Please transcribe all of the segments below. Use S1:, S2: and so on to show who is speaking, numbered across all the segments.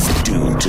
S1: to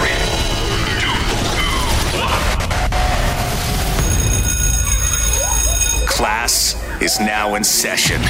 S1: Class is now in session.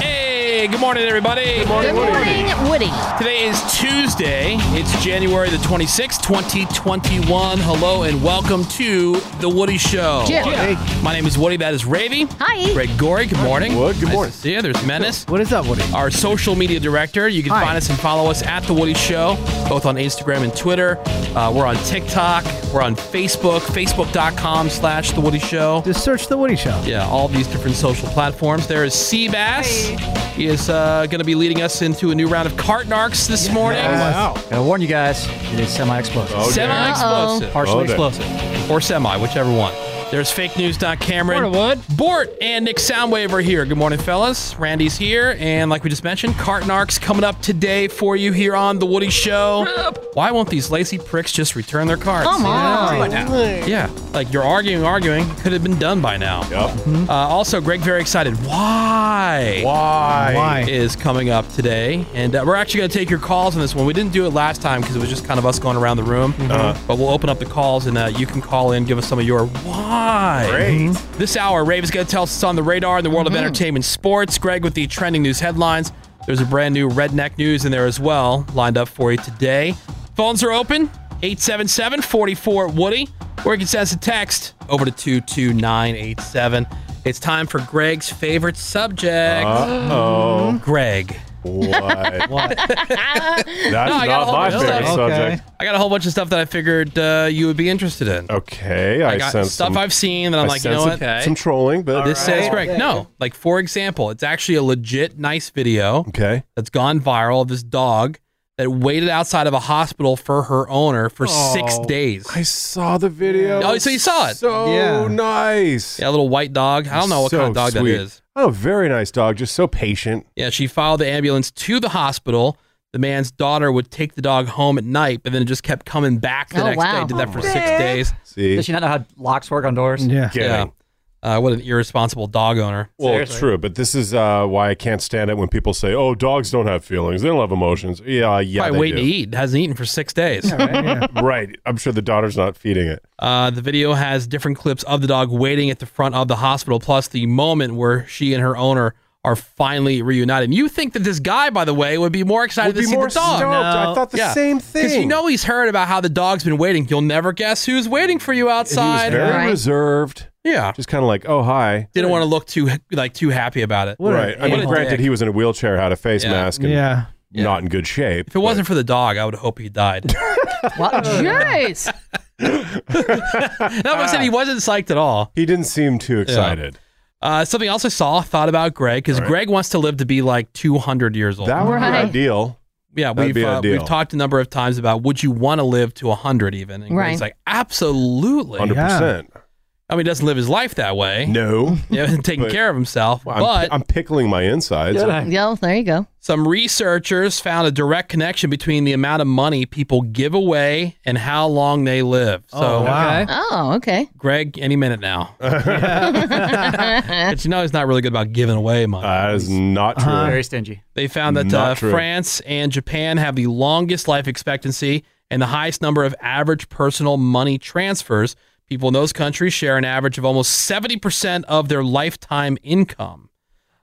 S2: Hey, good morning, everybody. Good
S3: morning, Good Woody. morning, Woody.
S2: Today is Tuesday. It's January the 26th, 2021. Hello and welcome to The Woody Show.
S3: Jim. Yeah.
S2: My name is Woody. That is Ravy.
S3: Hi.
S2: Greg Gorey. Good morning.
S4: Wood, good
S2: Nice
S4: morning.
S2: to see you. There's Menace.
S4: What is up, Woody?
S2: Our social media director. You can
S4: Hi.
S2: find us and follow us at The Woody Show, both on Instagram and Twitter. Uh, we're on TikTok. We're on Facebook, facebook.com slash The Woody Show.
S4: Just search The Woody Show.
S2: Yeah, all these different social platforms. There is Seabass. He is uh, going to be leading us into a new round of cart narcs this morning. Oh,
S5: Gotta warn you guys, it is semi-explosive.
S2: Semi explosive.
S5: Partially explosive.
S2: Or semi, whichever one. There's fake news. Cameron.
S5: Morning, Wood.
S2: Bort and Nick Soundwave are here. Good morning, fellas. Randy's here. And like we just mentioned, Cart Narcs coming up today for you here on The Woody Show. Why won't these lazy pricks just return their cards?
S3: Come on.
S2: Yeah. Yeah, like you're arguing, arguing. Could have been done by now. Yep. Uh, also, Greg, very excited. Why?
S4: Why? Why?
S2: Is coming up today. And uh, we're actually going to take your calls on this one. We didn't do it last time because it was just kind of us going around the room.
S4: Uh-huh.
S2: But we'll open up the calls and uh, you can call in, give us some of your why.
S4: Great.
S2: This hour, Rave is going to tell us what's on the radar in the world of entertainment sports. Greg with the trending news headlines. There's a brand new redneck news in there as well, lined up for you today. Phones are open 877 44 Woody, or you can send us a text over to 22987. It's time for Greg's favorite subject.
S4: Uh-oh.
S2: Greg.
S4: What?
S2: No, I got a whole bunch of stuff. I got a whole bunch of stuff that I figured uh, you would be interested in.
S4: Okay,
S2: I,
S4: I,
S2: got
S4: sense
S2: stuff
S4: some-
S2: I've seen that I'm
S4: I
S2: like, you
S4: sense
S2: know what?
S4: Some, some trolling, but
S2: this is Greg. No, like for example, it's actually a legit nice video.
S4: Okay.
S2: That's gone viral of this dog that waited outside of a hospital for her owner for six
S4: Oh,
S2: days.
S4: I saw the video.
S2: Oh, so you saw it?
S4: So
S2: Yeah.
S4: nice.
S2: Yeah, a little white dog. I don't know what
S4: So
S2: kind of dog
S4: sweet.
S2: that is.
S4: Oh, very nice dog. Just so patient.
S2: Yeah, she followed the ambulance to the hospital. The man's daughter would take the dog home at night, but then it just kept coming back the
S5: Oh,
S2: next
S5: wow.
S2: day. Did that for
S5: Oh,
S2: six
S5: man.
S2: days.
S4: See?
S5: Does she not know how locks work on doors? Yeah.
S2: Yeah. Uh, what an irresponsible dog owner.
S4: Well, true, but this is uh, why I can't stand it when people say, "Oh, dogs don't have feelings; they don't have emotions." Yeah, yeah,
S2: Probably
S4: they
S2: waiting
S4: do.
S2: to eat. Hasn't eaten for six days.
S4: right. I'm sure the daughter's not feeding it.
S2: Uh, the video has different clips of the dog waiting at the front of the hospital, plus the moment where she and her owner are finally reunited. And you think that this guy, by the way, would be more excited to
S4: Would be
S2: see
S4: more
S2: the dog?
S4: stoked. I No. thought the same
S2: Because you
S4: thing.
S2: know he's heard about how the dog's been waiting. You'll never guess who's waiting for you
S4: And he was
S2: outside.
S4: very reserved.
S2: Yeah,
S4: just kind of like, "Oh, hi."
S2: Didn't want to look too like too happy about it.
S4: right. I mean,
S2: What a
S4: granted,
S2: dick.
S4: he was in a wheelchair, had a face
S2: Yeah.
S4: mask, and
S2: Yeah.
S4: not in good shape.
S2: If it wasn't for the dog, I would hope he died.
S3: Wow, jeez.
S2: no, but I said he wasn't psyched at all.
S4: He didn't seem too excited.
S2: Uh, something else I saw, thought about Greg, because Greg wants to live to be like 200 years old.
S4: That would
S3: Right.
S4: be ideal.
S2: Yeah,
S4: That'd
S2: we've
S4: be
S2: uh, we've
S4: ideal.
S2: talked a number of times about would you want to live to 100 even? And Greg's
S3: Right.
S2: like, absolutely.
S4: 100%.
S2: I mean, he doesn't live his life that way.
S4: No.
S2: Yeah, taking
S4: But-
S2: care of himself.
S4: I'm,
S2: but
S4: I'm pickling my insides.
S3: Yo, there you go.
S2: some researchers found a direct connection between the amount of money people give away and how long they live. So,
S3: Oh, okay.
S2: Greg, any minute now. but you know, he's not really good about giving away money.
S4: That is not true.
S5: Uh-huh. Very stingy.
S2: They found that
S4: Not
S2: uh,
S4: true.
S2: France and Japan have the longest life expectancy and the highest number of average personal money transfers. People in those countries share an average of almost 70% of their lifetime income.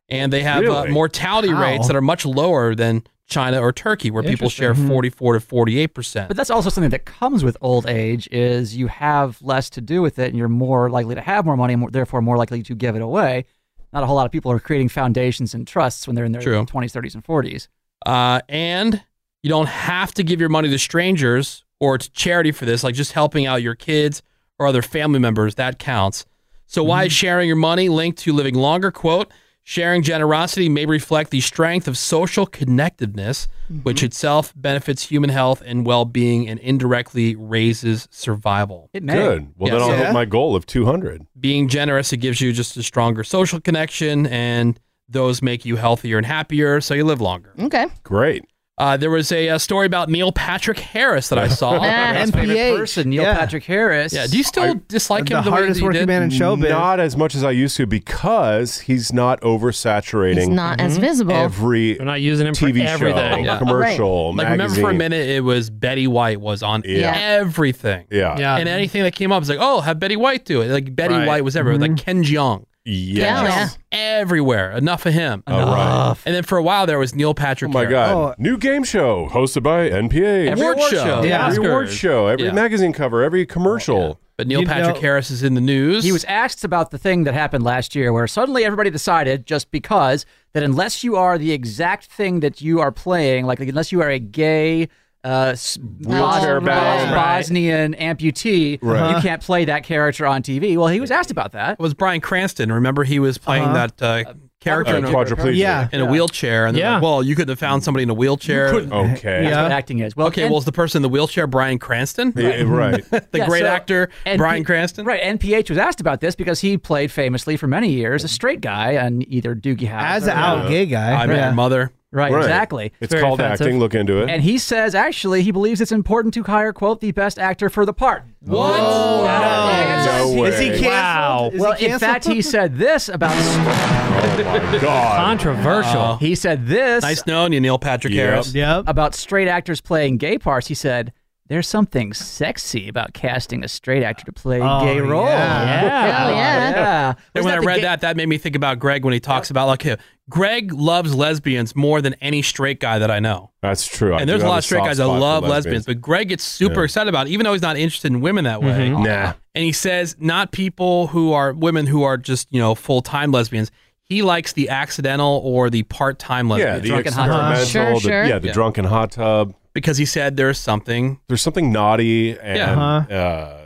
S2: And they have uh,
S4: Really?
S2: mortality
S5: Wow.
S2: rates that are much lower than China or Turkey, where people share
S5: Mm-hmm.
S2: 44 to 48%.
S5: But that's also something that comes with old age is you have less to do with it and you're more likely to have more money and more, therefore more likely to give it away. Not a whole lot of people are creating foundations and trusts when they're in their
S2: True.
S5: 20s, 30s, and 40s.
S2: Uh, and you don't have to give your money to strangers or to charity for this, like just helping out your kids
S4: Mm-hmm.
S2: or other family members. That counts. So, why is sharing your money linked to living longer? Quote Sharing generosity may reflect the strength of social connectedness,
S4: Mm-hmm.
S2: which itself benefits human health and well being and indirectly raises survival.
S5: It
S4: Good. Well, then I'll hit my goal of 200.
S2: Being generous, it gives you just a stronger social connection, and those make you healthier and happier, so you live longer.
S3: Okay.
S4: Great.
S2: Uh, there was a, uh story about Neil Patrick Harris that I saw.
S5: Everyone's favorite person, Neil Patrick Harris.
S2: Yeah, do you still dislike him the, way that you did?
S4: Not as much as I used to because he's not oversaturating.
S3: He's not as Mhm. visible.
S4: Every
S6: We're not using him for
S4: TV
S6: everything.
S4: show,
S6: Yeah.
S4: commercial,
S2: Like remember for a
S4: magazine.
S2: minute, it was Betty White was on
S4: Yeah.
S2: everything.
S4: Yeah.
S6: Yeah.
S2: and anything that came up was like, oh, have Betty White do it. Like Betty
S6: Right.
S2: White was everywhere. Like Ken Jeong.
S3: Yeah.
S2: everywhere. Enough of him.
S4: Enough.
S2: And then for a while there was Neil Patrick.
S4: Oh my God! New game show hosted by NPA.
S2: Every award show. Yeah.
S4: Every award
S2: Oscars.
S4: show. Every
S2: Yeah.
S4: magazine cover. Every commercial.
S2: But Neil
S5: You
S2: Patrick
S5: know-
S2: Harris is in the news.
S5: He was asked about the thing that happened last year where suddenly everybody decided, just because, that unless you are the exact thing that you are playing, like unless you are a gay, uh, s-
S4: Wheelchair
S5: Bos-
S4: bound.
S5: Bosnian amputee,
S4: Right.
S5: you can't play that character on TV. Well, he was asked about that.
S2: It was Brian Cranston. Remember he was playing
S5: Uh-huh.
S2: that uh, character in,
S4: Uh,
S2: a,
S4: quadriplegic.
S7: Yeah.
S2: in a wheelchair. And they're
S6: Yeah.
S2: like, well, you couldn't have found somebody in a wheelchair.
S4: Okay.
S5: That's
S7: Yeah.
S5: what acting is. Well,
S2: Okay,
S5: and-
S2: well, is the person in the wheelchair Brian Cranston?
S4: Yeah, right.
S2: The
S5: Yeah,
S2: great
S5: so
S2: actor
S5: NP
S2: Brian Cranston?
S5: Right. NPH was asked about this because he played famously for many years a straight guy on either Doogie House.
S7: As
S5: or-
S7: an out gay guy.
S2: I met your mother.
S5: right,
S4: Right.
S5: exactly.
S4: It's
S6: Very
S4: called
S6: offensive.
S4: acting. Look into it.
S5: And he says, actually, he believes it's important to hire, quote, the best actor for the part.
S2: What?
S4: no way.
S7: Oh, Is he canceled?
S6: Wow.
S7: Is
S5: well,
S7: he
S5: in
S7: canceled?
S5: fact, he said this about.
S4: oh my God.
S6: Controversial.
S5: He said this
S2: Uh, Nice knowing you, Neil Patrick
S4: Yep.
S2: Harris.
S7: Yep.
S5: about straight actors playing gay parts. He said, there's something sexy about casting a straight actor to play a
S7: Oh,
S5: gay role.
S7: yeah.
S3: Oh, yeah.
S5: yeah.
S2: And
S5: Wasn't
S2: when I
S5: the
S2: read
S5: gay-
S2: that, that made me think about Greg when he talks about like uh, Greg loves lesbians more than any straight guy that I know.
S4: That's true. I
S2: And
S4: do
S2: there's a
S4: have
S2: lot of straight
S4: soft
S2: guys that
S4: spot for
S2: love lesbians, but Greg gets super
S4: Yeah. Mm-hmm.
S2: excited about it, even though he's not interested in women that way.
S4: Nah.
S2: And he says not people who are women who are just you know full time lesbians. He likes the accidental or the part time
S4: Yeah,
S2: lesbians
S4: the
S5: drunken hot tub.
S4: experimental,
S3: Sure,
S4: the-
S3: sure.
S4: yeah, the
S2: Yeah.
S4: drunken hot tub.
S2: because he said there's something.
S4: There's something naughty and
S2: Yeah.
S7: Uh-huh.
S4: uh,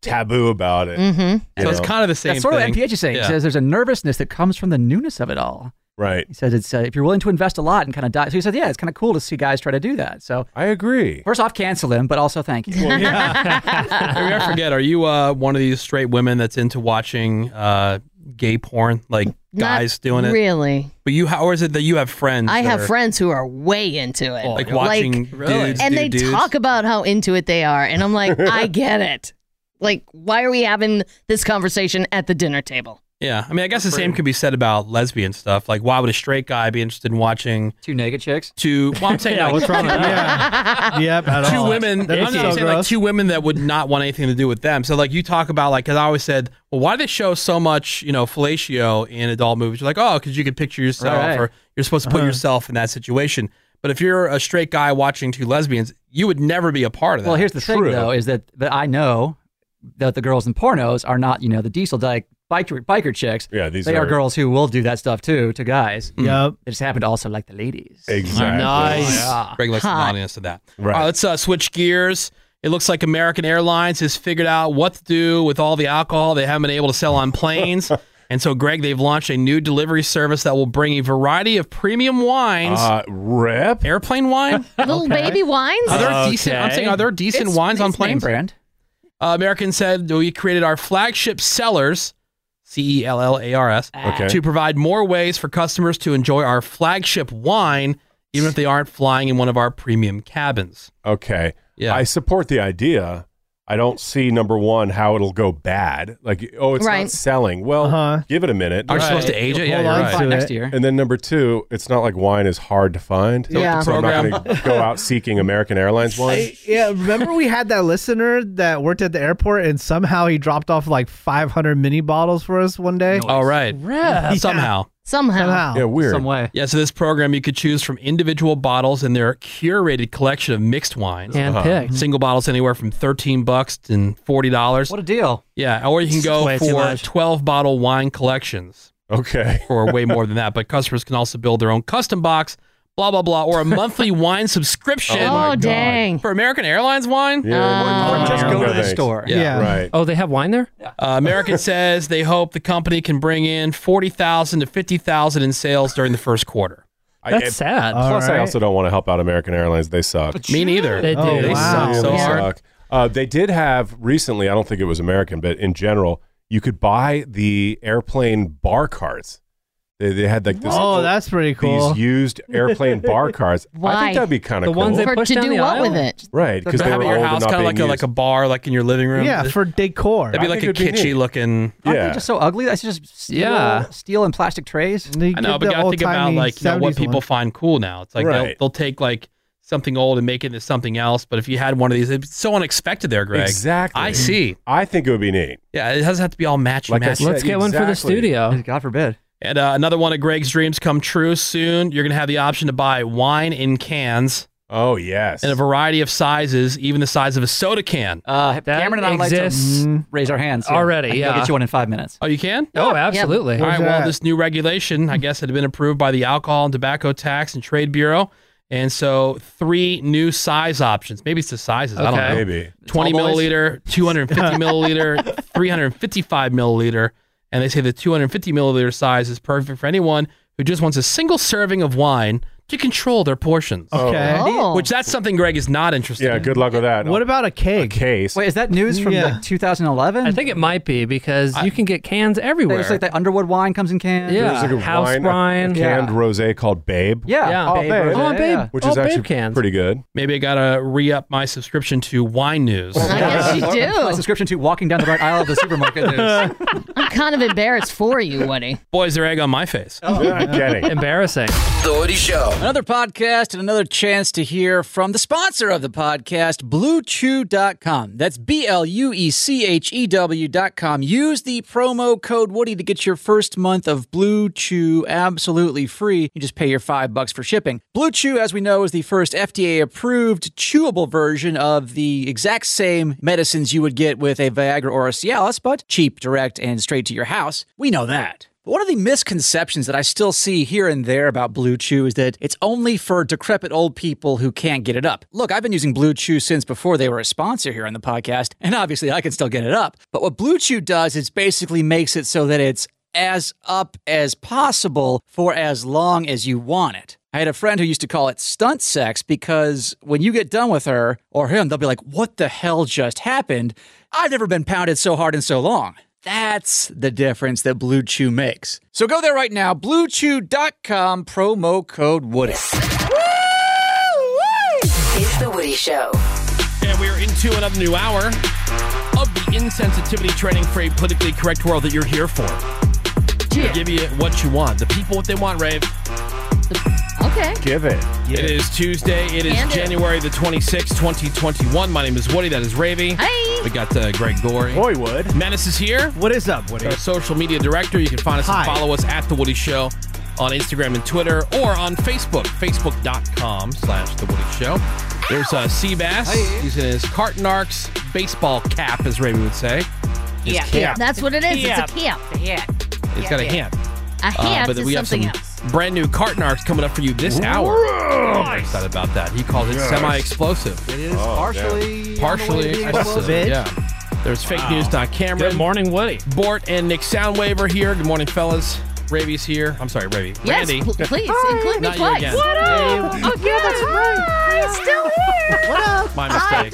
S4: taboo about it.
S3: Mm-hmm.
S4: you
S2: so it's
S4: know?
S2: kind of the same
S5: That's sort
S2: thing.
S5: of what NPH is saying.
S2: Yeah.
S5: He says there's a nervousness that comes from the newness of it all.
S4: right.
S5: He says it's uh, if you're willing to invest a lot and kind of die. So he said, yeah, it's kind of cool to see guys try to do that. So
S4: I agree.
S5: first off, cancel him, but also thank you.
S2: Maybe I forget. Are you uh, one of these straight women that's into watching uh, gay porn, like guys doing it?
S3: Really?
S2: But you, how is it that you have friends?
S3: I
S2: that
S3: have
S2: are,
S3: friends who are way into it.
S2: like watching dudes,
S3: and
S2: do
S3: they
S2: dudes?
S3: talk about how into it they are. And I'm like, I get it. Like, why are we having this conversation at the dinner table?
S2: Yeah, I mean, I guess the same could be said about lesbian stuff. Like, why would a straight guy be interested in watching
S5: Two naked chicks.
S2: two? Well, I'm saying
S7: Yeah,
S2: like,
S7: what's wrong with that? Yeah. Yep. at
S2: two
S7: all.
S2: women.
S7: That
S2: I'm
S7: is so
S2: saying like
S7: gross.
S2: two women that would not want anything to do with them. So like you talk about like because I always said, well, why do they show so much you know fellatio in adult movies? You're like, oh, because you can picture yourself
S5: Right.
S2: or you're supposed to put
S7: Uh-huh.
S2: yourself in that situation. But if you're a straight guy watching two lesbians, you would never be a part of that.
S5: Well, here's the
S4: True.
S5: thing though, is that, that I know that the girls in pornos are not, you know, the diesel dyke biker, biker chicks.
S4: Yeah, these
S5: they
S4: are,
S5: are girls who will do that stuff too to guys.
S7: Yep.
S5: They just happen to also like the ladies.
S3: Oh,
S4: Exactly.
S6: Nice.
S5: Yeah.
S2: Greg likes the
S3: Hot.
S2: naughtiness of that.
S4: Right.
S2: All right, let's uh, switch gears. It looks like American Airlines has figured out what to do with all the alcohol they haven't been able to sell on planes. and so, Greg, they've launched a new delivery service that will bring a variety of premium wines.
S4: Uh, rep.
S2: Airplane wine?
S3: Little baby wines?
S2: Are there decent? I'm saying, are there decent
S5: It's-
S2: wines on
S5: it's name
S2: planes?
S5: brand.
S2: Uh, American said we created our flagship sellers, C E L L A R S,
S4: Okay.
S2: to provide more ways for customers to enjoy our flagship wine, even if they aren't flying in one of our premium cabins.
S4: Okay.
S2: Yeah.
S4: I support the idea. I don't see number one how it'll go bad. Like, oh, it's
S3: Right.
S4: not selling. Well,
S7: Uh-huh.
S4: give it a minute.
S2: Are you
S5: Right.
S2: supposed to age it? Yeah,
S7: Hold
S2: you're
S7: on
S2: right.
S7: to it.
S5: next year.
S4: And then number two, it's not like wine is hard to find.
S3: Yeah.
S4: So I'm not going to go out seeking American Airlines wine.
S7: I- yeah, remember we had that listener that worked at the airport and somehow he dropped off like 500 mini bottles for us one day?
S2: All right. Somehow.
S3: Somehow.
S7: Somehow.
S4: Yeah, weird.
S5: Some way.
S2: Yeah, so this program you could choose from individual bottles and their curated collection of mixed wines.
S4: Uh-huh.
S6: Handpicked.
S2: Single bottles anywhere from 13 bucks to $40.
S5: What a deal.
S2: Yeah, or you can
S6: This is
S2: go
S6: way too
S2: for
S6: much.
S2: 12 bottle wine collections
S4: Okay.
S2: for way more than that, but customers can also build their own custom box blah blah blah, or a monthly wine subscription
S4: Oh, my
S3: oh
S4: God.
S3: dang.
S2: for American Airlines wine.
S4: Yeah,
S3: Uh,
S4: no,
S8: Just go to the
S4: thanks.
S8: store.
S2: Yeah.
S4: Right.
S9: Oh, they have wine there?
S2: Uh, American says they hope the company can bring in forty thousand to fifty thousand in sales during the first quarter.
S4: I-
S9: That's
S4: it-
S9: sad.
S7: Uh,
S4: Plus, I
S7: Alright.
S4: also don't want to help out American Airlines. They suck.
S2: Me neither.
S9: They do.
S7: Oh,
S2: They
S7: wow.
S2: suck so
S4: They
S2: hard.
S4: suck. Uh, they did have recently. I don't think it was American, but in general, you could buy the airplane bar carts. They, they had like this.
S7: Oh, that's pretty cool.
S4: These used airplane bar carts. I
S3: Why?
S4: think that'd be kind
S9: The
S4: of cool.
S9: ones that-
S3: For,
S9: push
S3: to
S9: down
S3: do
S9: the
S3: what
S9: aisle?
S3: with it?
S4: right, because they
S2: have
S4: were
S2: it at your
S4: old and
S2: house,
S4: not
S2: kind of like
S4: being
S2: a,
S4: used.
S2: like a bar, like in your living room.
S7: Yeah, for decor.
S2: that'd be
S4: I
S2: like a
S4: think it'd be
S2: kitschy
S4: neat.
S2: looking.
S8: Aren't
S4: yeah.
S8: they just so ugly? That's just steel,
S9: Yeah.
S8: steel and plastic trays.
S7: They
S2: I
S7: get
S2: know, but
S7: the
S2: gotta think about
S7: old-timey
S2: like you know, what
S7: 70s one.
S2: people find cool now. It's like they'll,
S4: Right.
S2: they'll take like something old and make it into something else. But if you had one of these, it's so unexpected there, Greg.
S4: Exactly.
S2: I see.
S4: I think it would be neat.
S2: Yeah, it doesn't have to be all match
S4: Like I
S2: match.
S4: said-
S9: Let's get one for the
S4: Exactly.
S9: studio.
S8: God forbid.
S2: And uh, another one of Greg's dreams come true soon. You're gonna have the option to buy wine in cans
S4: Oh yes.
S2: in a variety of sizes, even the size of a soda can.
S8: Uh,
S9: That
S8: Cameron and I
S9: exists
S8: like to mm, raise our hands.
S9: already,
S8: I can go
S9: yeah.
S8: get you one in five minutes.
S2: Oh, you can.
S9: Oh, absolutely.
S2: All right. Well,
S7: that?
S2: this new regulation, I guess, had been approved by the Alcohol and Tobacco Tax and Trade Bureau, and so three new size options. Maybe it's the sizes. I don't
S9: Okay.
S2: know.
S4: Maybe.
S2: 20
S8: Tall boys?
S2: milliliter, 250 milliliter, 355 milliliter. And they say the 250 milliliter size is perfect for anyone who just wants a single serving of wine to control their portions.
S7: Okay.
S3: Oh.
S2: Which that's something Greg is not interested
S4: Yeah.
S2: in.
S4: Good luck with that.
S7: What about a cake?
S4: case?
S8: Wait, is that news from
S7: Yeah.
S8: like 2011?
S9: I think it might be because you can get cans everywhere.
S8: There's like that Underwood wine comes in cans.
S9: Yeah.
S4: There's like a
S9: House
S4: wine, a-
S9: wine.
S4: a canned
S8: Yeah.
S4: rosé called Babe.
S8: Yeah.
S9: Yeah.
S4: Oh,
S8: Babe
S4: babe.
S8: Rose,
S9: Oh,
S8: yeah,
S9: babe.
S8: yeah.
S4: Which
S9: oh,
S4: is actually
S9: babe cans.
S4: pretty good.
S2: Maybe I got to re up my subscription to Wine News.
S3: I guess you
S8: My
S3: do.
S8: subscription to walking down the right aisle of the supermarket. There's-
S3: I'm kind of embarrassed for you, Woody.
S2: Boys, their egg on my face.
S9: Oh.
S4: Yeah, Getting.
S9: Embarrassing.
S10: The Woody Show.
S5: Another podcast and another chance to hear from the sponsor of the podcast, BlueChew.com. That's B L U E C H E W.com. Use the promo code Woody to get your first month of Blue Chew absolutely free. You just pay your five bucks for shipping. Blue Chew, as we know, is the first FDA approved chewable version of the exact same medicines you would get with a Viagra or a Cialis, but cheap, direct, and straight to your house. We know that. But one of the misconceptions that I still see here and there about Blue Chew is that it's only for decrepit old people who can't get it up. Look, I've been using Blue Chew since before they were a sponsor here on the podcast, and obviously I can still get it up. But what Blue Chew does is basically makes it so that it's as up as possible for as long as you want it. I had a friend who used to call it stunt sex because when you get done with her or him, they'll be like, What the hell just happened? I've never been pounded so hard in so long. That's the difference that Blue Chew makes. So go there right now, bluechew.com, promo code Woody.
S11: It's the Woody Show.
S2: And we are into another new hour of the insensitivity training for a politically correct world that you're here for. To give you what you want. The people what they want, Rave.
S3: Okay.
S4: Give it.
S2: It is Tuesday. It is
S3: And it-
S2: January the 26th, 2021. My name is Woody. That is Ravy.
S3: Hey.
S2: We got uh, Greg Gorey.
S4: Boywood.
S2: Menace is here.
S7: What is up, Woody?
S2: Our social media director. You can find us
S7: Hi.
S2: and follow us at The Woody Show on Instagram and Twitter or on Facebook, facebook.com slash The Woody Show. There's uh, Seabass using his Carton Arcs baseball cap, as Ravy would say.
S11: Yeah.
S3: That's what it is. It's a camp.
S11: Yeah.
S2: He's got a hand.
S3: A
S2: Uh,
S3: hat
S2: but
S3: is
S2: we have
S3: something
S2: some
S3: else.
S2: brand new carton arcs coming up for you this hour. I'm excited about that. He called it semi-explosive.
S8: it is
S9: Oh,
S8: partially.
S2: partially explosive.
S7: Bitch.
S2: Yeah. There's fake news. Not Cameron,
S9: Good morning, Woody.
S2: Bort, and Nick Soundwave are here. Good morning, fellas. Ravi's here. I'm sorry, Ravi.
S3: Yes,
S2: Randy.
S3: pl- please include me
S2: Not you
S3: twice.
S2: again. What up?
S3: Hey,
S2: My mistake.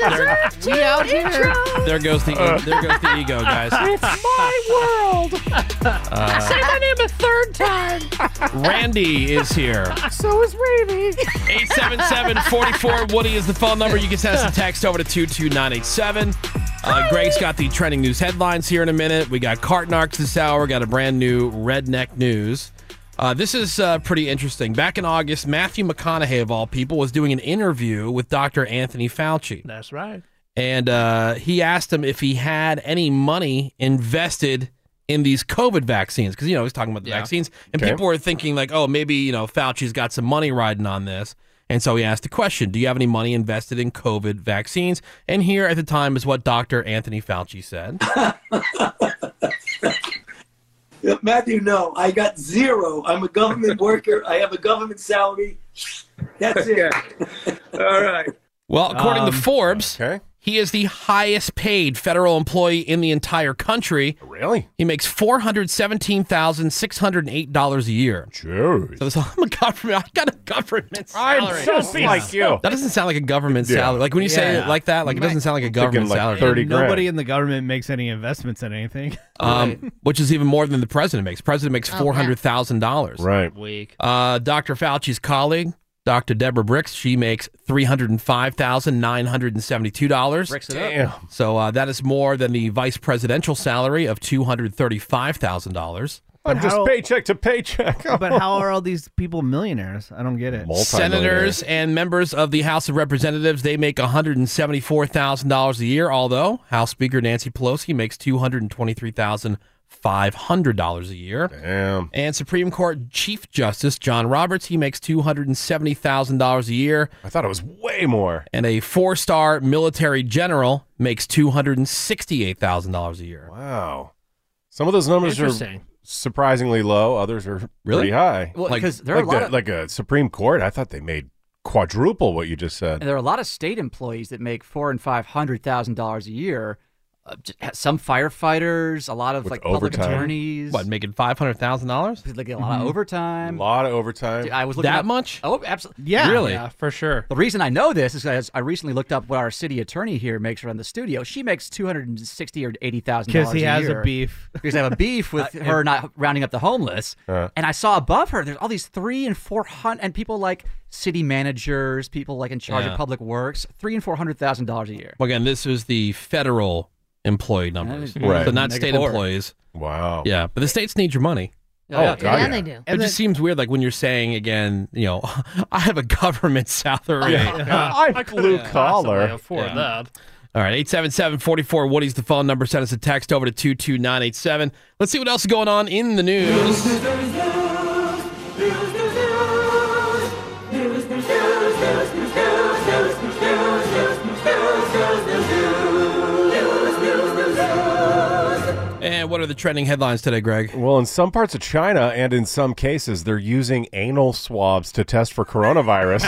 S2: There,
S3: we out here.
S2: there goes the e- there goes
S4: Uh.
S2: the ego, guys. It's my world. Say my name a third time. Randy is here.
S8: So is Ravy.
S2: 877-44 Woody is the phone number. You can send us a text over to 22987. Uh, Greg's got the trending news headlines here in a minute. We got carton arcs this hour. Got a brand new redneck news. Uh, this is uh, pretty interesting. Back in August, Matthew McConaughey, of all people, was doing an interview with Dr. Anthony Fauci.
S9: That's right.
S2: And uh, he asked him if he had any money invested in these COVID vaccines. Because, you know, he's talking about the
S9: Yeah.
S2: vaccines. And
S4: Okay.
S2: people were thinking, like, oh, maybe, you know, Fauci's got some money riding on this. And so he asked the question Do you have any money invested in COVID vaccines? And here at the time is what Dr. Anthony Fauci said.
S12: Matthew, no, I got zero. I'm a government worker. I have a government salary. That's it. All right.
S2: Well, according
S12: Um,
S2: to Forbes, he is the highest paid federal employee in the entire country.
S4: Really?
S2: He makes four hundred seventeen thousand six hundred eight dollars a year.
S4: Sure.
S2: So this, I'm a government. I got a government
S4: I'm
S2: salary.
S4: just like you.
S2: That doesn't sound like a government
S4: Yeah.
S2: salary. Like when you say
S7: Yeah.
S2: it like that, like it doesn't sound like a government salary.
S7: Nobody in the government makes any investments in anything.
S2: um, which is even more than the president makes. President makes
S7: Oh,
S2: four hundred thousand dollars.
S4: Right.
S6: Weak.
S2: Uh, Dr. Fauci's colleague, Dr. Deborah Bricks, she makes three hundred and five thousand nine hundred and seventy-two dollars.
S6: Bricks it up. Damn.
S2: So uh, that is more than the vice presidential salary of two hundred thirty-five thousand dollars.
S7: I'm just How-
S4: paycheck to paycheck.
S7: but how are all these people millionaires? I don't get it.
S2: Senators and members of the House of Representatives, they make $174,000 a year, although House Speaker Nancy Pelosi makes $223,500 a year.
S4: Damn.
S2: And Supreme Court Chief Justice John Roberts, he makes $270,000 a year.
S4: I thought it was way more.
S2: And a four-star military general makes $268,000 a year.
S4: Wow. Some of those numbers are
S2: Interesting.
S4: surprisingly low. Others are
S2: Really?
S4: pretty high.
S5: Well,
S4: Like-
S5: 'cause there are a
S4: like
S5: lot
S4: the-
S5: of-
S4: like a Supreme Court. I thought they made quadruple what you just said.
S5: And there are a lot of state employees that make four and five hundred thousand dollars a year. Uh, j- some firefighters, a lot of
S4: With
S5: like public
S4: overtime.
S5: attorneys.
S2: What, making $500,000?
S5: Like a lot of
S4: A
S5: overtime.
S4: lot of overtime.
S5: I was looking
S2: That
S5: up-
S2: much?
S5: Oh, absolutely.
S2: Yeah. Really?
S6: for sure.
S5: The reason I know this is because I recently looked up what our city attorney here makes around the studio. She makes two hundred and sixty or eighty thousand dollars.
S7: 'Cause he has a
S5: year.
S7: beef.
S5: Because I have a beef with
S7: Uh,
S5: her
S7: if-
S5: not rounding up the homeless.
S4: Uh.
S5: And I saw above her there's all these three and four hundred and people like city managers, people like in charge
S2: Yeah.
S5: of public works, three and four hundred thousand dollars a year.
S2: Well, again, this is the federal employee numbers,
S5: Right.
S2: so not
S5: Make it
S2: state
S5: four.
S2: employees.
S4: Wow.
S2: Yeah, but the states need your money.
S5: Oh, Yeah, God, yeah, yeah. they do.
S2: It just seems weird, like when you're saying again, you know, I have a government salary.
S4: Yeah. I'm blue collar.
S2: Yeah. All right, 877 44 Woody's the phone number. Send us a text over to 22987. Let's see what else is going on in the news. And what are the trending headlines today, Greg?
S4: Well, in some parts of China and in some cases, they're using anal swabs to test for coronavirus.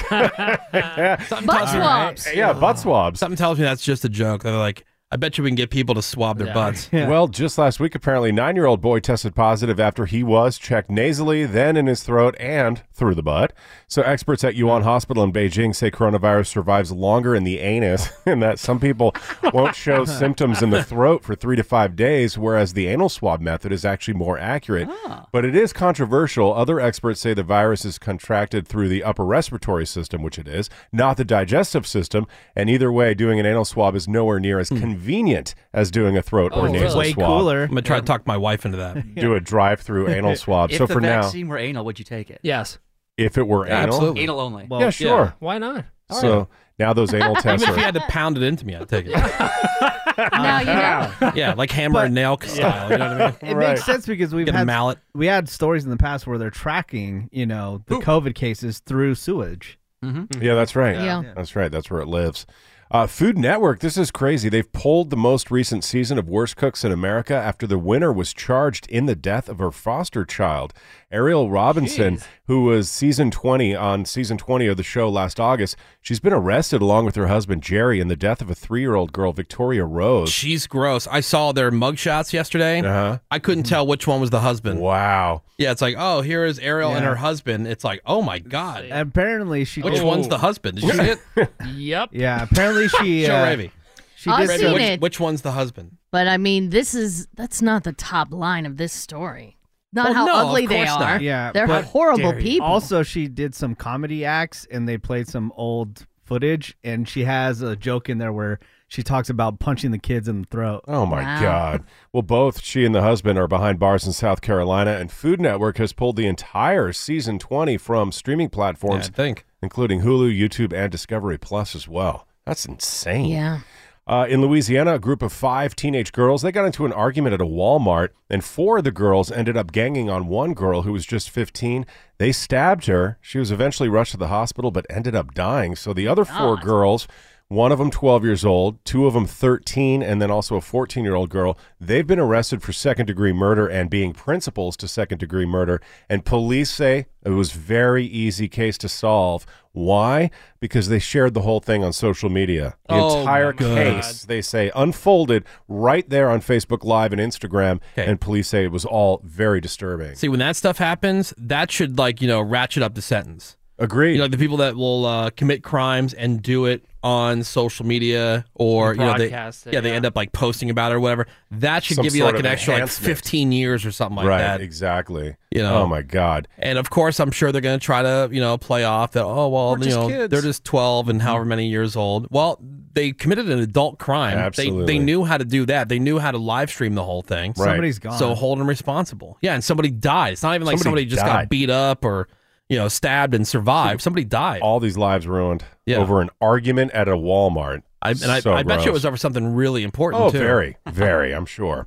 S2: Something
S4: Butt
S2: tells me-
S4: swabs. Yeah, butt swabs.
S2: Something tells me that's just a joke. They're like, I bet you we can get people to swab their butts.
S4: Well, just last week, apparently, nine year old boy tested positive after he was checked nasally, then in his throat, and through the butt. So, experts at Yuan Hospital in Beijing say coronavirus survives longer in the anus, and that some people won't show symptoms in the throat for three to five days, whereas the anal swab method is actually more accurate. But it is controversial. Other experts say the virus is contracted through the upper respiratory system, which it is, not the digestive system. And either way, doing an anal swab is nowhere near as convenient as doing a throat
S2: Oh,
S4: or nasal swab.
S2: I'm gonna try to talk my wife into that.
S4: Do a drive-through anal swab.
S5: If
S4: so
S5: the
S4: for now,
S5: vaccine were anal, would you take it?
S6: Yes.
S4: if it were
S2: Yeah,
S4: anal,
S2: absolutely.
S5: Anal only.
S4: yeah, sure.
S6: Why not?
S4: So now those anal tests
S2: Even if
S4: are
S2: you had to pound it into me, I'd take it.
S3: now you know.
S2: yeah, like hammer and nail style. You know what I mean?
S7: It makes sense because we've
S2: Get a
S7: had
S2: mallet.
S7: We had stories in the past where they're tracking, you know, the COVID cases through sewage.
S2: Mm-hmm.
S4: Yeah, that's right.
S7: Yeah.
S4: That's right. That's where it lives. Uh, Food Network, this is crazy. They've pulled the most recent season of Worst Cooks in America after the winner was charged in the death of her foster child. Ariel Robinson, who was season 20 on season 20 of the show last August, she's been arrested along with her husband Jerry in the death of a three year old girl, Victoria Rose.
S2: She's gross. I saw their mugshots yesterday.
S4: Uh-huh.
S2: I couldn't tell which one was the husband.
S4: Wow.
S2: Yeah, it's like, oh, here is Ariel and
S7: Yeah.
S2: her husband. It's like, oh my god,
S7: Apparently, she.
S2: which one's the husband? Did you see it?
S6: yep.
S7: Oh. Yeah. Apparently, she.
S2: Show
S7: uh,
S2: Ravi.
S7: She
S3: I've
S7: did
S3: seen
S7: so-
S3: it.
S2: Which, which one's the husband?
S3: But I mean, this is that's not the top line of this story. Not
S2: Well,
S3: how
S2: no, of
S3: ugly they
S2: course
S3: are.
S2: not.
S7: Yeah,
S3: they're
S7: but-
S3: horrible people.
S7: Also, she did some comedy acts, and they played some old footage, and she has a joke in there where she talks about punching the kids in the throat.
S4: Oh my
S7: Wow.
S4: God. Well, both she and the husband are behind bars in South Carolina, and Food Network has pulled the entire season 20 from streaming platforms,
S2: Yeah, I think.
S4: including Hulu, YouTube, and Discovery Plus as well. That's insane.
S3: Yeah.
S4: Uh, in Louisiana, a group of five teenage girls they got into an argument at a Walmart, and four of the girls ended up ganging on one girl who was just 15. They stabbed her. She was eventually rushed to the hospital, but ended up dying. So the other four girls One of them 12 years old, two of them 13, and then also a 14 year old girl. They've been arrested for second degree murder and being principals to second degree murder. And police say it was very easy case to solve. Why? Because they shared the whole thing on social media. The
S13: Oh,
S4: entire
S13: my God.
S4: case, they say, unfolded right there on Facebook Live and Instagram. And police say it was all very disturbing.
S2: See, when that stuff happens, that should like you know ratchet up the sentence.
S4: Agreed.
S2: You know the people that will uh, commit crimes and do it on social media or
S6: And
S2: you know they yeah,
S6: broadcast it,
S2: they end up like posting about it or whatever. That should
S4: Some
S2: give you
S4: sort
S2: like an
S4: of
S2: extra like
S4: enhancement.
S2: 15 years or something like
S4: right,
S2: that.
S4: exactly.
S2: You know?
S4: Oh my God.
S2: And of course, I'm sure they're going to try to, you know, play off that. Oh well,
S4: We're
S2: you
S4: just
S2: know,
S4: kids.
S2: they're just 12 and
S4: Mm-hmm.
S2: however many years old. Well, they committed an adult crime. They
S4: Absolutely.
S2: they knew how to do that. They knew how to live stream the whole thing.
S4: Right. Somebody's gone.
S2: So hold them responsible. Yeah, and somebody died. It's not even like somebody,
S4: Somebody
S2: just
S4: died.
S2: got beat up or you know stabbed and survived. Somebody died.
S4: All these lives ruined
S2: Yeah.
S4: over an argument at a Walmart.
S2: I, and I,
S4: So
S2: I bet you it
S4: gross.
S2: was over something really important.
S4: Oh,
S2: too.
S4: very, very. I'm sure.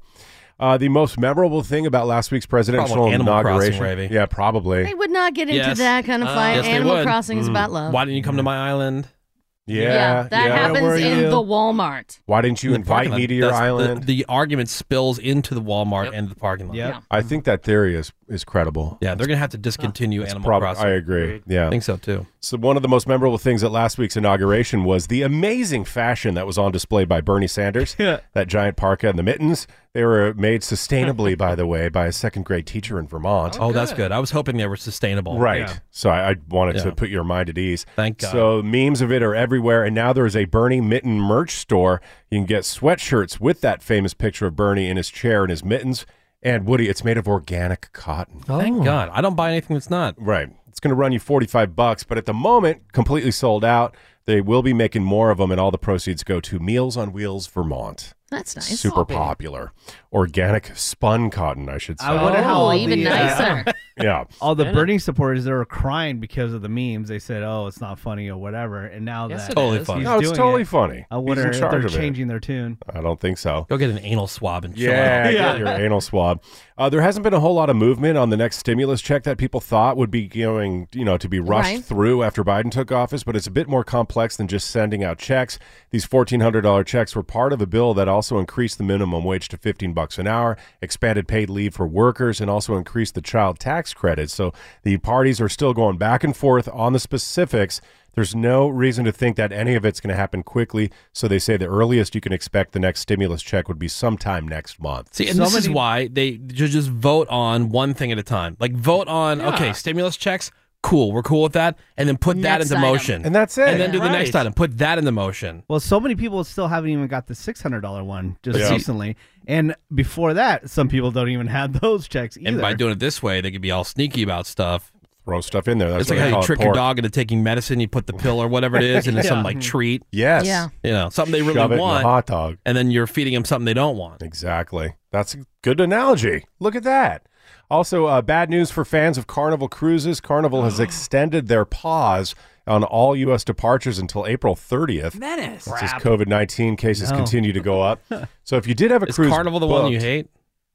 S4: Uh, the most memorable thing about last week's presidential
S2: Probably Animal
S4: inauguration,
S2: Crossing, Ravy.
S4: yeah, probably.
S3: They would not get into
S2: Yes.
S3: that kind of
S2: Uh,
S3: fight.
S2: yes, they
S3: Animal
S2: would.
S3: Crossing is
S2: Mm.
S3: about love.
S2: Why didn't you come to my island?
S4: Yeah, Yeah,
S3: that
S4: yeah.
S3: happens in the Walmart.
S4: Why didn't you
S2: In the
S4: invite
S2: parking
S4: me
S2: lot.
S4: to your
S2: That's- the-
S4: island?
S2: The, argument spills into the Walmart and the parking lot.
S3: Yeah.
S4: I think that theory is is credible.
S2: Yeah, they're going to have to discontinue
S4: It's
S2: Animal
S4: prob-
S2: Crossing.
S4: I agree. Yeah, I think
S2: so too.
S4: So one of the most memorable things at last week's inauguration was the amazing fashion that was on display by Bernie Sanders. Yeah. that giant parka and the mittens. They were made sustainably, by the way, by a second grade teacher in Vermont.
S2: Oh, that's good. I was hoping they were sustainable.
S4: Right.
S2: Yeah.
S4: So I, I wanted
S2: Yeah.
S4: to put your mind at ease.
S2: Thank God.
S4: So memes of it are everywhere, and now there is a Bernie mitten merch store. You can get sweatshirts with that famous picture of Bernie in his chair and his mittens. And Woody, it's made of organic cotton.
S7: Oh.
S2: Thank God. I don't buy anything that's not.
S4: Right. It's going to run you 45 bucks, but at the moment, completely sold out. They will be making more of them, and all the proceeds go to Meals on Wheels Vermont.
S3: That's nice.
S4: Super popular. Organic spun cotton, I should say.
S7: I wonder how all the, uh,
S4: Yeah.
S7: all the
S4: Yeah.
S7: Bernie supporters they were crying because of the memes. They said, "Oh, it's not funny" or whatever. And now
S4: Yes,
S7: that
S4: it Totally
S7: he's
S4: funny. No, it's
S7: doing
S4: totally
S7: it,
S4: funny.
S7: I
S4: He's
S7: wonder
S4: in
S7: if
S4: charge
S7: they're
S4: of it.
S7: changing their tune.
S4: I don't think so.
S2: Go get an anal swab and chill
S4: Yeah,
S2: out.
S4: get your anal swab. Uh, there hasn't been a whole lot of movement on the next stimulus check that people thought would be going, you know, to be rushed
S13: Right.
S4: through after Biden took office, but it's a bit more complex than just sending out checks. These $1400 checks were part of a bill that also increased the minimum wage to 15 bucks an hour, expanded paid leave for workers, and also increased the child tax credit. So the parties are still going back and forth on the specifics. There's no reason to think that any of it's going to happen quickly. So they say the earliest you can expect the next stimulus check would be sometime next month.
S2: See, and this is why they ju- just vote on one thing at a time. Like vote on
S4: Yeah.
S2: okay, stimulus checks. Cool, we're cool with that, and then put that
S7: Next
S2: into
S7: item.
S2: motion,
S7: And that's it.
S2: And then do the
S7: Right.
S2: next item. Put that into motion.
S7: Well, so many people still haven't even got the six hundred dollar one just
S2: But see-
S7: recently, and before that, some people don't even have those checks either.
S2: And by doing it this way, they could be all sneaky about stuff.
S4: Throw stuff in there. That's
S2: it's
S4: what
S2: like
S4: they
S2: how
S4: call
S2: you
S4: it,
S2: trick your
S4: pork.
S2: dog into taking medicine. You put the pill or whatever it is, and it's some
S4: Yeah.
S2: like treat.
S4: Yes. Yeah.
S2: You know, something they really
S4: Shove it in a
S2: want.
S4: hot dog.
S2: And then you're feeding them something they don't want.
S4: Exactly. That's a good analogy. Look at that. Also, uh, bad news for fans of Carnival Cruises. Carnival has extended their pause on all U.S. departures until April 30th.
S8: Menace.
S4: As
S8: Crap.
S4: COVID 19 cases
S8: No.
S4: continue to go up. So if you did have a cruise.
S2: Carnival the one you
S4: booked-
S2: hate?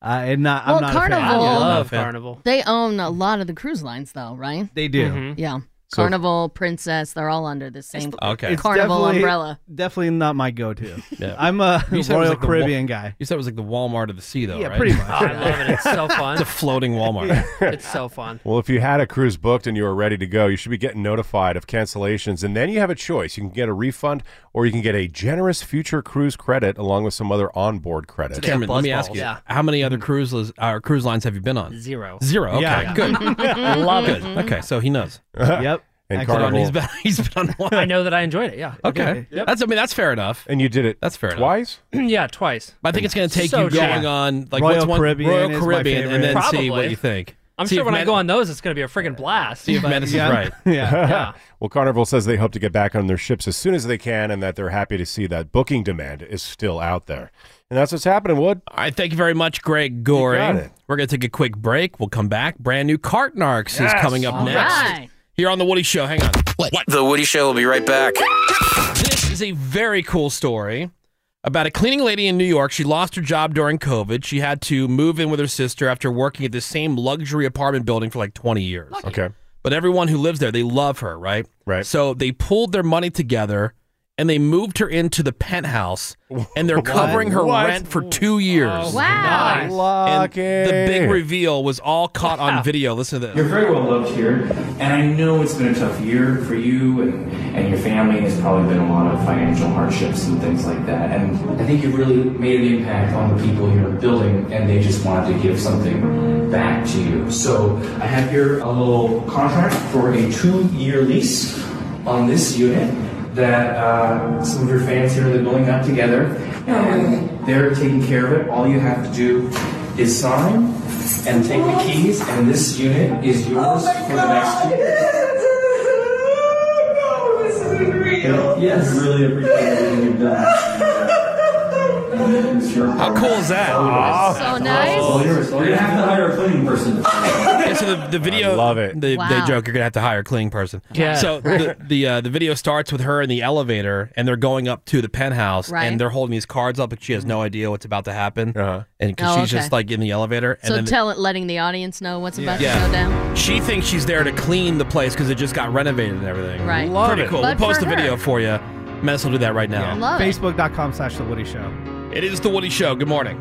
S7: I am not.
S3: Well,
S7: I'm not
S3: Oh, Carnival-
S7: A fan.
S3: I
S2: love
S7: Carnival.
S3: They own a lot of the cruise lines, though, right?
S7: They do.
S2: Mm-hmm.
S7: Mhm.
S3: Yeah.
S7: So-
S3: Carnival, Princess, they're all under the same
S7: It's
S3: Carnival
S7: definitely-
S3: umbrella.
S7: Definitely not my go-to.
S2: Yeah.
S7: I'm a
S2: You said it was
S7: Royal
S2: like the Wal-
S7: Caribbean guy.
S2: Uh, You said it was like the Walmart of the sea, though,
S7: Yeah,
S2: right?
S7: pretty much.
S6: I love it. It's so fun.
S2: It's a floating Walmart.
S6: it's so fun.
S4: Well, if you had a cruise booked and you were ready to go, you should be getting notified of cancellations. And then you have a choice. You can get a refund or you can get a generous future cruise credit along with some other onboard credit.
S2: Cameron, let me ask you, how many other cruises uh, cruise lines have you been on?
S6: Zero.
S2: Zero. Okay,
S6: Yeah.
S2: good.
S6: Yeah.
S2: Love it.
S6: Mhm.
S2: Okay, so he knows.
S7: Yep.
S4: And
S2: Excellent.
S4: Carnival-
S2: He's been, he's been on one.
S6: I know that I enjoyed it. Yeah.
S2: Okay, that's I mean that's fair enough.
S4: And you did it.
S2: That's fair. enough.
S4: Twice.
S6: yeah, twice.
S2: But I think it's going to take
S6: So
S2: you
S6: cheap.
S2: going on like
S6: Royal
S2: what's one
S6: Caribbean
S2: Royal
S6: is my
S2: Caribbean and then see what
S6: Probably.
S2: you think.
S6: I'm
S2: See
S6: sure
S2: if
S6: when I
S2: Med-
S6: go on those, it's going to be a friggin' blast.
S2: See if
S6: But-
S2: Menace is right.
S4: well, Carnival says they hope to get back on their ships as soon as they can and that they're happy to see that booking demand is still out there. And that's what's happening, Wood.
S2: All right, thank you very much, Greg Goring.
S4: got it.
S2: We're going to take a quick break. We'll come back. Brand new Cart Narcs is
S14: Yes.
S2: coming up
S14: All
S2: next
S14: right.
S2: here on The Woody Show. Hang on.
S14: The Woody Show will be right back.
S2: This is a very cool story about a cleaning lady in New York. She lost her job during COVID. She had to move in with her sister after working at the same luxury apartment building for like 20 years.
S4: Okay.
S2: But everyone who lives there, they love her, right? Right. So they pulled their money together and they moved her into the penthouse, and they're covering her
S4: What?
S2: rent for two years.
S14: Oh,
S4: Wow.
S2: And
S4: Lucky.
S2: the big reveal was all caught on video. Listen to this.
S8: You're very well loved here, and I know it's been a tough year for you and, and your family. There's probably been a lot of financial hardships and things like that. And I think you've really made an impact on the people you're building, and they just wanted to give something back to you. So I have here a little contract for a two-year lease on this unit that uh, some of your fans here in the building got together, and they're taking care of it. All you have to do is sign and take the keys, and this unit is yours for the next two Yes. Really appreciate everything you've done.
S2: How cool is that?
S8: Oh,
S3: So nice.
S8: We're gonna have to hire a cleaning person.
S2: Yeah, so the, the video, love it. They,
S3: Wow.
S2: they joke you're gonna have to hire a cleaning person.
S3: Yeah.
S2: So the the, uh, the video starts with her in the elevator, and they're going up to the penthouse,
S3: Right. Mm-hmm.
S2: and they're holding these cards up, and she has no idea what's about to happen, uh-huh. and 'cause
S3: Oh,
S2: she's just
S3: okay.
S2: like in the elevator, and
S3: So
S2: then
S3: tell it, letting the audience know what's about
S2: Yeah.
S3: to go down.
S2: she thinks she's there to clean the place because it just got renovated and everything.
S3: Right.
S7: Love
S2: Pretty
S7: it.
S2: cool.
S7: But
S2: we'll post
S7: for
S2: a video
S7: her.
S2: for you. Mess will do that right now.
S7: Facebook.com slash The Woody Show.
S2: It is the Woody Show. Good morning.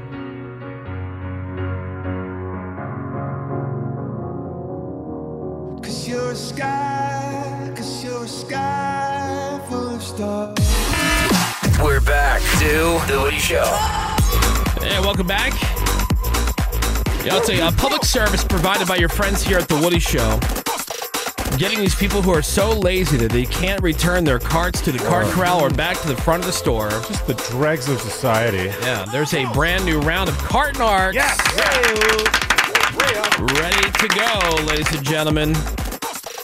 S15: Cause you're a sky, cause you're a sky full of stars.
S16: We're back to The Woody Show.
S2: Hey, welcome back. Yeah, I'll tell you, a public service provided by your friends here at The Woody Show. Getting these people who are so lazy that they can't return their carts to the cart corral or back to the front of the store. Just the dregs of society. Yeah, there's a brand new round of cart narcs. Yes! Ready to go, ladies and gentlemen.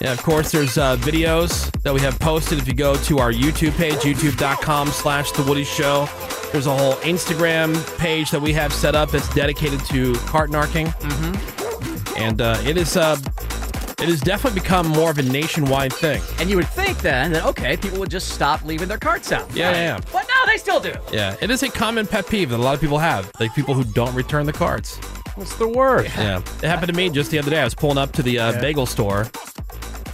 S2: Yeah, of course, there's uh, videos that we have posted. If you go to our YouTube page, youtube.com slash The Woody Show, there's a whole Instagram page that we have set up that's dedicated to cart narking. Mm-hmm. And uh, it is uh, it has definitely become more of a nationwide thing.
S5: And you would think then that, okay, people would just stop leaving their carts out.
S2: Yeah, yeah, yeah.
S5: But no, they still do.
S2: Yeah, it is a common pet peeve that a lot of people have, like people who don't return the cards.
S5: What's the word?
S2: Yeah, it happened to me just the other day. I was pulling up to the uh, bagel store,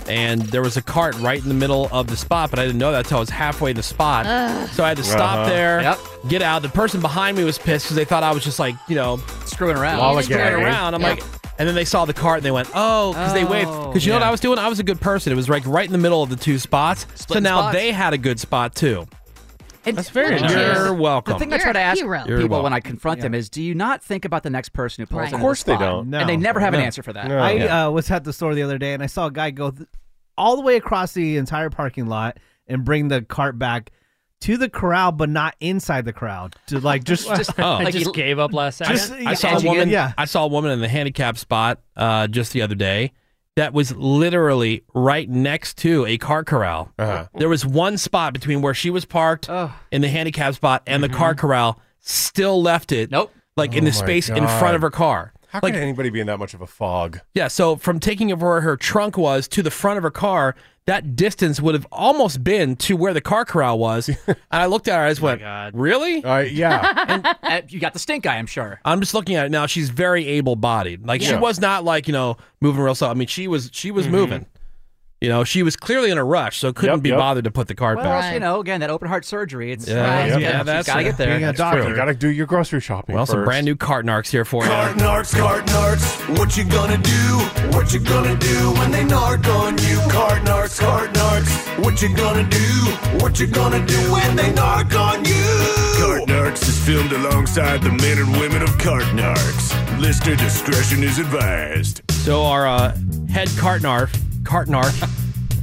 S2: and there was a cart right in the middle of the spot, but I didn't know that until I was halfway in the spot.
S5: Ugh.
S2: So I had to stop
S5: Uh-huh.
S2: there,
S5: Yep.
S2: get out. The person behind me was pissed because they thought I was just like, you know,
S5: screwing around.
S2: screwing
S5: Lollygagging.
S2: around. I'm
S5: Yeah.
S2: like, and then they saw the cart and they went, oh, because they waved. Because you know what I was doing? I was a good person. It was like right in the middle of the two spots. so
S5: Splitting
S2: now
S5: spots.
S2: they had a good spot too.
S5: That's
S2: very nice. You're welcome.
S5: The thing I
S2: You're
S5: try to
S2: a
S5: ask
S2: hero. You're
S5: people when
S2: welcome.
S5: I confront them is, do you not think about the next person who pulls
S7: Right.
S5: into
S7: Of course
S5: the
S7: they
S5: spot?
S7: don't. No.
S5: And they never have an
S7: No.
S5: answer for that.
S7: I uh, was at the store the other day and I saw a guy go th- all the way across the entire parking lot and bring the cart back to the corral, but not inside the crowd. To like just, oh.
S9: like just gave up last second.
S7: Just-
S2: I saw a woman. I saw a woman in the handicap spot uh, just the other day that was literally right next to a car corral.
S4: Uh-huh.
S2: There was one spot between where she was parked in the handicap spot and the car corral. Still left it. Nope. Like in
S4: Mm-hmm. Oh
S2: the
S4: my
S2: space in
S4: God.
S2: front of her car.
S4: How
S2: like
S4: could anybody be in that much of a fog?
S2: yeah. So from taking of where her trunk was to the front of her car, that distance would have almost been to where the car corral was. and I looked at her. I just went, "Really? yeah."
S5: and, uh, you got the stink eye, I'm sure.
S2: I'm just looking at it now. She's very able-bodied. Like she
S5: Yeah. Mm-hmm.
S2: was not like you know moving real slow. I mean, she was she was moving. You know, she was clearly in a rush, so couldn't
S5: Yep,
S2: be
S5: yep.
S2: bothered to put the card
S5: Well,
S2: back.
S5: you know, again, that open heart surgery. It's uh,
S2: Yeah, yeah, yeah, that's
S5: got to
S2: it.
S5: get there.
S2: Being a That's doctor. true.
S4: You got to do your grocery shopping.
S2: Well,
S4: first.
S2: some brand new cart narcs here for you.
S15: Cart narcs, cart narcs, what you gonna do? What you gonna do when they narc on you? Cart narcs, cart narcs, what you gonna do? What you gonna do when they narc on you?
S17: Cart Narcs is filmed alongside the men and women of Cart Narcs. Listener discretion is advised.
S2: So our uh, head cart narf, cart narc,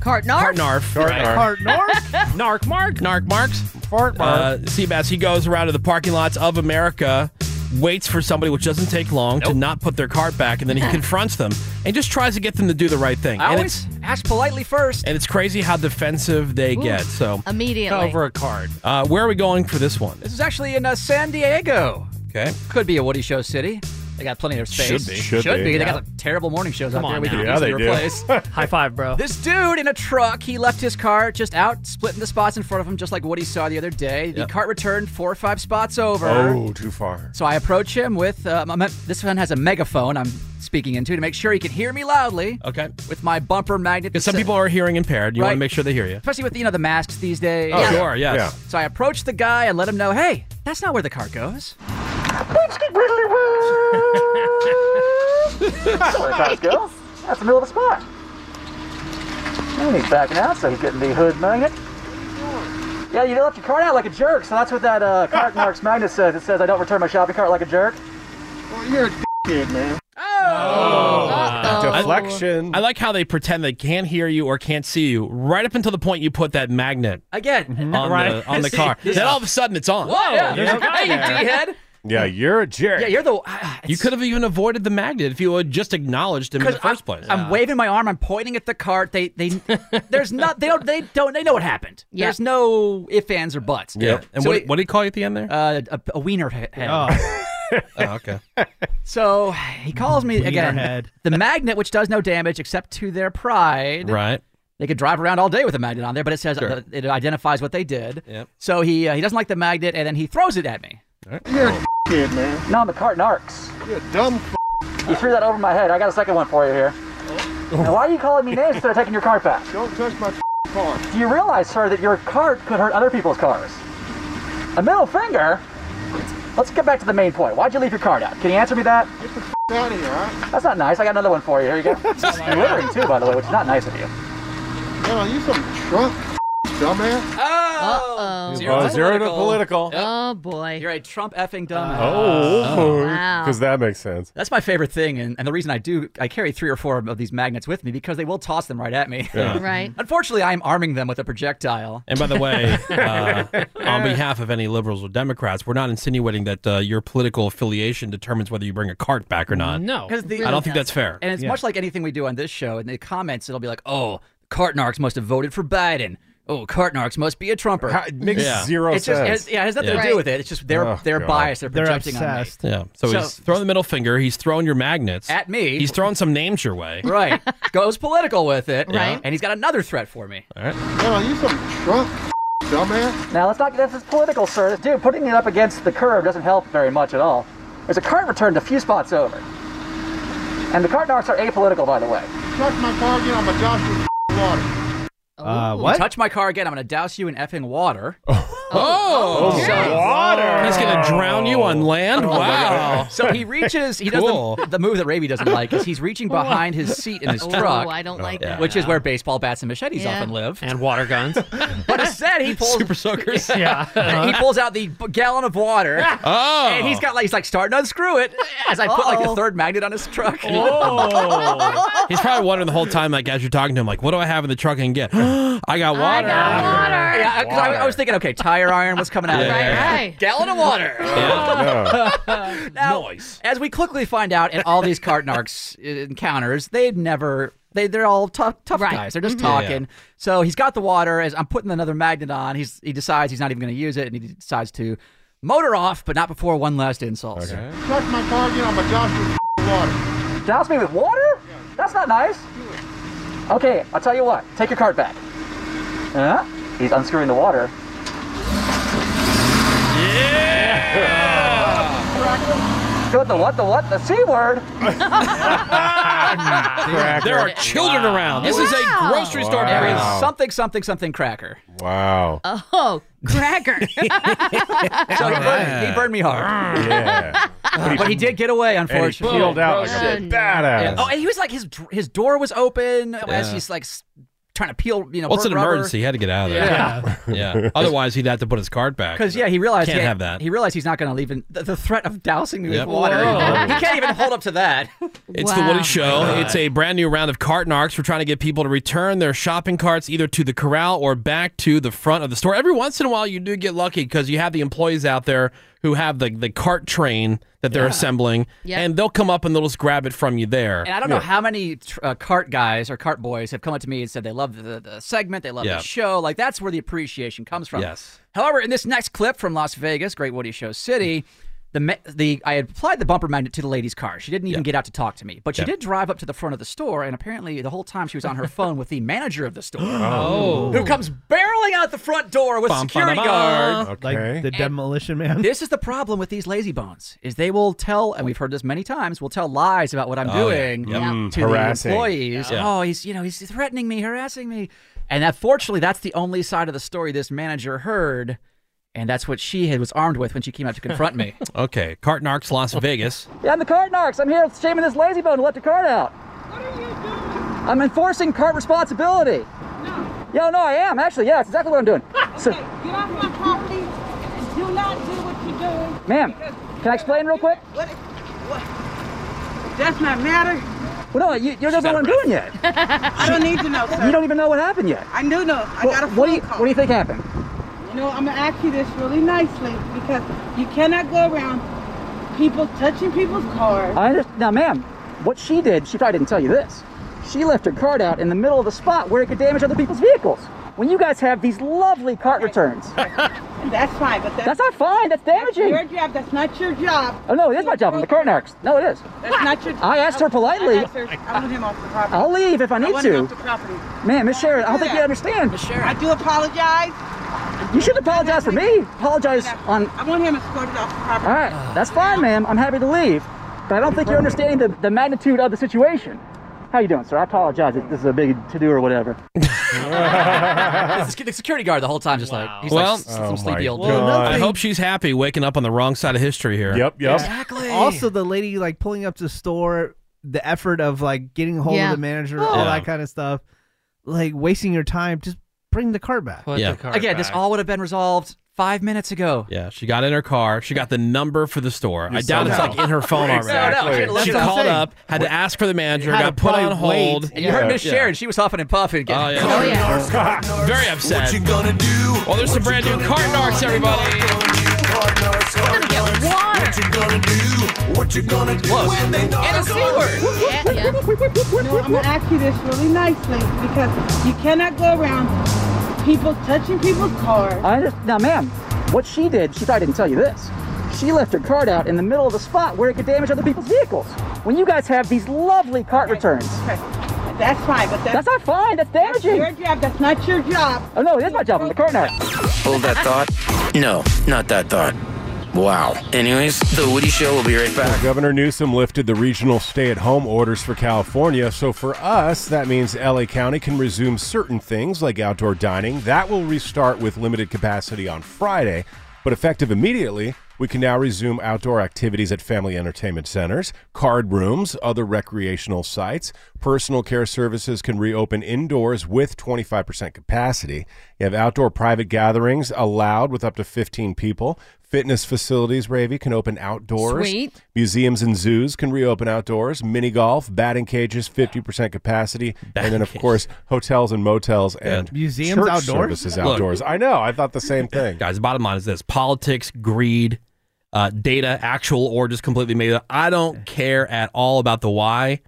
S3: Cart narc.
S2: cart narf,
S9: narc mark.
S2: Narc marks.
S9: Fart
S2: Uh, Seabass, he goes around to the parking lots of America, waits for somebody, which doesn't take long, to not put their cart back, and then he confronts them and just tries to get them to do the right thing.
S5: I
S2: and
S5: always ask politely first.
S2: it's and it's crazy how defensive they get. So
S3: Immediately.
S5: Over
S2: a card. Uh, where are we going for this one?
S5: This is actually in uh, San Diego.
S2: Okay.
S5: Could be a Woody Show city. They got plenty of space.
S6: Should be. Should
S5: Should
S6: be,
S5: be. They
S6: yeah.
S5: got some terrible morning shows
S6: Come
S5: out there.
S6: on
S5: We
S6: now.
S5: could
S6: Yeah,
S5: easily
S6: they do.
S5: replace.
S6: High five,
S9: Oh.
S6: bro.
S5: This dude in a truck, he left his cart just out, splitting the spots in front of him, just like Woody saw the other day. The cart returned four or five spots over.
S4: Oh, too far.
S5: So I approach him with um, I'm at- this one has a megaphone I'm speaking into to make sure he can hear me loudly.
S2: Okay.
S5: With my bumper magnet.
S2: Because some people are hearing impaired. You want
S5: Right.
S2: to make sure they hear you.
S5: especially with you know the masks these days.
S2: Oh, Yeah. sure, yes. Yeah.
S5: So I approached the guy and let him know, hey, that's not where the cart goes.
S8: That's where the cart goes. That's the middle of the spot. And he's backing out, so he's getting the hood magnet. Yeah, you left your cart out like a jerk, so that's what that uh, cart marks magnet says. It says, I don't return my shopping cart like a jerk. Well, you're a dickhead, man.
S2: I-
S4: Deflection.
S2: I, like how they pretend they can't hear you or can't see you right up until the point you put that magnet
S5: Again,
S2: on,
S5: Right.
S2: the, on the car.
S5: See,
S2: then all of a sudden it's on.
S5: Whoa, yeah. hey, you D-head.
S4: Yeah, you're a jerk.
S5: Yeah, you're the. uh,
S2: you could have even avoided the magnet if you had just acknowledged him in the
S5: 'Cause I'm-
S2: first place.
S5: I'm waving my arm. I'm pointing at the cart. They, they, there's not. They don't. They don't. They know what happened.
S2: Yeah.
S5: There's no ifs, ands, or buts.
S2: Yeah. And
S5: So
S2: what,
S5: he-
S2: what did he call you at the end there?
S5: Uh, a, a wiener he- head.
S2: Oh, okay.
S5: So he calls me
S2: Wiener
S5: again.
S2: head.
S5: The magnet, which does no damage except to their pride.
S2: Right.
S5: They could drive around all day with a magnet on there, but it says
S2: Sure.
S5: uh, it identifies what they did.
S2: Yep.
S5: So he uh, he doesn't like the magnet, and then he throws it at me.
S8: You're a dickhead, man. No, I'm a cart narcs. You're a dumb You threw that over my head. I got a second one for you here.
S2: Oh.
S8: Now, why are you calling me names instead of taking your cart back? Don't touch my car. Do you realize, sir, that your cart could hurt other people's cars? A middle finger? Let's get back to the main point. Why'd you leave your cart out? Can you answer me that? Get the f- out of here, huh? That's not nice. I got another one for you. Here you go. You're littering, too, by the way, which is not nice of you.
S18: Yo, you some Trump dumbass?
S5: Oh,
S4: Zero to zero to political. Uh,
S5: Oh boy, you're a Trump effing dumbass.
S4: Oh, because that makes sense.
S5: That's my favorite thing, and, and the reason I do, I carry three or four of these magnets with me because they will toss them right at me.
S2: Yeah. Right.
S5: Unfortunately, I am arming them with a projectile.
S2: And by the way, uh, on behalf of any liberals or Democrats, we're not insinuating that uh, your political affiliation determines whether you bring a cart back or not.
S5: because
S2: I don't think that's fair.
S5: And it's much like anything we do on this show. In the comments, it'll be like, "Oh, Cartnarks must have voted for Biden." Oh, Cartnarks must be a Trumper.
S4: How- it makes Yeah. zero
S5: it's just,
S4: sense.
S5: it has- yeah, it has nothing
S4: Yeah.
S5: to do with it. It's just they're
S4: Oh,
S5: they're
S4: God.
S5: biased. They're
S4: They're
S5: projecting on me.
S2: Yeah. So, he's throwing the middle finger. He's throwing your magnets
S5: At me.
S2: He's throwing some names your way.
S5: right goes political with it.
S2: Right.
S5: and he's got another threat for me.
S2: All right.
S8: Yo, you some Trump dumbass. Now, let's not. This is political, sir. Dude, putting it up against the curb doesn't help very much at all. There's a cart returned a few spots over. And the cart narcs are apolitical, by the way.
S18: Touch my car again, I'm a Joshua water.
S5: Uh,
S18: what?
S5: Touch my car again. I'm going to douse you in effing water.
S2: Oh,
S5: so-
S2: water. He's going to drown you on
S3: Oh
S2: land? Wow.
S5: So he reaches. He
S2: Cool.
S5: does the, the move that Ravy doesn't like is he's reaching behind his seat in his
S3: Oh,
S5: truck.
S3: I don't like that.
S5: Which is where baseball bats and machetes
S3: Yeah.
S5: often live,
S6: and water guns.
S5: but instead, he pulls super
S2: soakers. Uh-huh.
S6: Yeah.
S5: he pulls out the b- gallon of water.
S2: Oh.
S5: and he's got like he's like starting to unscrew it as I put like the
S6: Uh-oh.
S5: third magnet on his truck.
S6: Oh.
S2: He's probably wondering the whole time, like, as you're talking to him, like, what do I have in the truck I can get? I got water.
S5: Yeah, Uh, 'cause I, I was thinking, okay, tire iron, what's coming out of
S2: Yeah,
S5: there?
S2: yeah,
S5: Gallon of water. now, As we quickly find out in all these cart narcs encounters, they've never. They, they're all tough, tough guys. They're just
S6: Mhm. Yeah, yeah.
S5: talking. So he's got the water. As I'm putting another magnet on, he's he decides he's not even going to use it, and he decides to motor off, but not before one last insult.
S18: Touch my car again, I'm a Joshua water.
S8: Douse me with water? That's not nice. Okay, I'll tell you what. Take your cart back. Huh? He's unscrewing the water. Yeah! Good, the what, the what, the C word?
S2: There are children around. This is a grocery store
S5: There is
S2: period.
S5: something, something, something cracker.
S4: Wow.
S3: Oh, cracker.
S5: So he, burned, he burned me hard.
S4: Yeah.
S5: But he, did get away,
S4: And he
S5: unfortunately.
S4: peeled out like a badass.
S5: Yeah. Oh, and he was like his his door was open as
S2: Yeah.
S5: he's like s- trying to peel. You know,
S2: Well, it's an emergency. He had to get out of there.
S5: Yeah.
S2: yeah. Otherwise, he'd have to put his card back.
S5: Because yeah, he realized
S2: can't
S5: he,
S2: have that.
S5: He realized he's not going to leave. In, the, the threat of dousing me
S2: Yep.
S5: with water.
S2: Whoa.
S5: he can't even hold up to that.
S2: It's the Woody Show. It's a brand new round of cart narcs. We're trying to get people to return their shopping carts either to the corral or back to the front of the store. Every once in a while, you do get lucky because you have the employees out there who have the, the cart train that they're
S5: Yeah.
S2: assembling,
S5: Yep.
S2: and they'll come up and they'll just grab it from you there.
S5: And I don't know how many tr- uh, cart guys or cart boys have come up to me and said they love the, the segment, they love
S2: Yeah.
S5: the show. Like that's where the appreciation comes from.
S2: Yes.
S5: However, in this next clip from Las Vegas, Great Woody Show City, the ma- the I had applied the bumper magnet to the lady's car. She didn't even get out to talk to me, but she
S8: Yeah.
S5: did drive up to the front of the store, and apparently the whole time she was on her phone with the manager of the store,
S8: Oh.
S5: who comes barreling out the front door with
S7: Bum,
S5: security
S7: bum, bum.
S5: guard,
S7: Okay. Like the demolition man.
S5: This is the problem with these lazy bones is they will tell, and we've heard this many times, will tell lies about what I'm
S8: Oh, yeah.
S5: doing
S8: Yep. Mm,
S5: to
S8: harassing.
S5: the employees.
S8: Yeah.
S5: Oh, he's you know he's threatening me, harassing me, and unfortunately, that's the only side of the story this manager heard, and that's what she had was armed with when she came out to confront me.
S2: okay, Cartnarks, Las Vegas.
S5: Yeah, I'm the cart narcs. I'm here shaming this lazy bone to let the cart out. I'm enforcing cart responsibility. No. Yeah, no, I am actually. Yeah, that's exactly what I'm doing. So,
S19: Get off my property. Do not do what you're doing.
S5: ma'am, can I explain real quick?
S19: What, what? That's not matter.
S5: Well, no, you, you don't know what I'm doing yet.
S19: I don't need to know, sir.
S5: You don't even know what happened yet.
S19: I do know. I
S5: Well,
S19: got a phone
S5: what do you
S19: call.
S5: What do you think happened?
S19: You know, I'm gonna ask you this really nicely because you cannot go around people touching people's cars.
S5: I understand. Now, ma'am, what she did, she probably didn't tell you this. She left her cart out in the middle of the spot where it could damage other people's vehicles. When you guys have these lovely cart returns.
S19: That's fine, but that's,
S5: That's not fine. That's damaging.
S19: Your job. That's not your job.
S5: Oh no, it is my job. I'm the cart narcs. No, it is.
S19: That's not your.
S5: I asked her politely.
S19: I, asked her, I want him off the property.
S5: I'll leave if I need
S19: want
S5: to.
S19: Him off the property.
S5: Man, Miss Sharon, I don't think
S19: Yeah.
S5: you understand.
S19: I do apologize.
S5: You should apologize for me. Apologize on.
S19: I want him escorted off the property.
S5: All right, that's fine, ma'am. I'm happy to leave, but I don't think you're understanding the, the magnitude of the situation. How you doing, sir? I apologize. if This is a big to do or whatever. the security guard the whole time, just like
S2: well, oh
S7: God.
S2: I hope she's happy waking up on the wrong side of history here. Yep,
S7: Exactly. Also, the lady like pulling up to the store, the effort of like getting hold
S2: Yeah.
S7: of the manager,
S2: Oh.
S7: all
S2: Yeah.
S7: that kind of stuff, like wasting your time. Just bring the cart back.
S2: Put the Yeah. cart
S5: Again, this all would have been resolved five minutes ago.
S2: Yeah, she got in her car. She got the number for the store. I
S5: You
S2: doubt it's
S5: somehow-
S2: like in her phone already.
S5: Exactly. No, no, she
S2: She
S5: left it
S2: called
S5: on.
S2: up, had to ask for the manager, got put on hold.
S5: And you heard Miss Sharon; she was huffing and puffing.
S2: Oh, yeah. Oh, yeah. Very upset.
S5: What you
S2: gonna do? Well, there's some brand new cart narcs, everybody.
S15: What you gonna do? What you gonna do when they knock on you?
S19: No, I'm gonna ask you this really nicely because you cannot go around people touching people's cars.
S5: I just, now, ma'am, what she did, she probably didn't tell you this. She left her cart out in the middle of the spot where it could damage other people's vehicles. When you guys have these lovely cart returns.
S19: Okay. That's fine, but that's,
S5: That's not fine. That's damaging.
S19: That's your job. That's not your job.
S5: Oh no, it is my job. I'm the cart now.
S14: Hold that thought. No, not that thought. Wow. Anyways, The Woody Show will be right back.
S4: Governor Newsom lifted the regional stay at home orders for California. So for us, that means LA County can resume certain things like outdoor dining. That will restart with limited capacity on Friday. But effective immediately, we can now resume outdoor activities at family entertainment centers, card rooms, other recreational sites. Personal care services can reopen indoors with 25% capacity. You have outdoor private gatherings allowed with up to 15 people. Fitness facilities, Ravy, can open outdoors.
S3: Sweet.
S4: Museums and zoos can reopen outdoors. Mini golf, batting cages, 50% capacity. and then, of course, hotels and motels and
S7: Museums
S4: church
S7: outdoors?
S4: services
S2: Look.
S4: outdoors. I know. I thought the same thing.
S2: Guys, bottom line is this politics, greed, uh, data, actual or just completely made up. I don't care at all about the why.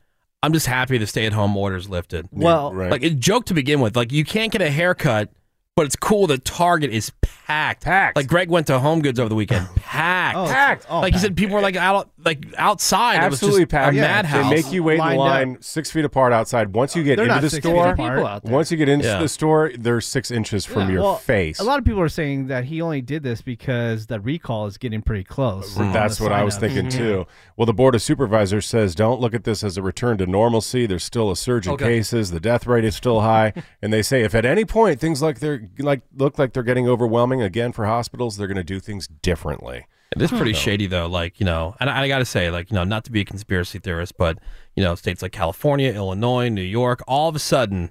S2: I'm just happy the stay at home order's lifted.
S7: Well- right.
S2: like it's a joke to begin with. Like you can't get a haircut, but it's cool that Target is packed. Packed. Like Greg went to Home Goods over the weekend. packed.
S4: Oh, it's
S2: packed.
S4: all
S2: like you said, people were like out like outside. it was
S4: Absolutely
S2: just
S4: packed.
S2: A madhouse.
S4: They make you wait in
S2: Lined up.
S4: line six feet apart outside. Once you get
S7: Uh, They're
S4: into
S7: not
S4: the
S7: six feet
S4: store,
S7: apart. People out there.
S4: once you get into
S7: Yeah.
S4: the store, they're six inches from your
S7: Well,
S4: face.
S7: A lot of people are saying that he only did this because the recall is getting pretty close. on
S4: Uh, That's
S7: the Mm-hmm.
S4: what I was
S7: signups.
S4: thinking
S2: Mm-hmm.
S4: too. Well, the board of supervisors says don't look at this as a return to normalcy. There's still a surge in
S7: Okay.
S4: cases. The death rate is still high, and they say if at any point things like they're like look like they're getting overwhelming again for hospitals, they're going to do things differently.
S2: It is pretty
S4: So-
S2: shady, though. Like, you know, and I, I got to say, like, you know, not to be a conspiracy theorist, but, you know, states like California, Illinois, New York, all of a sudden,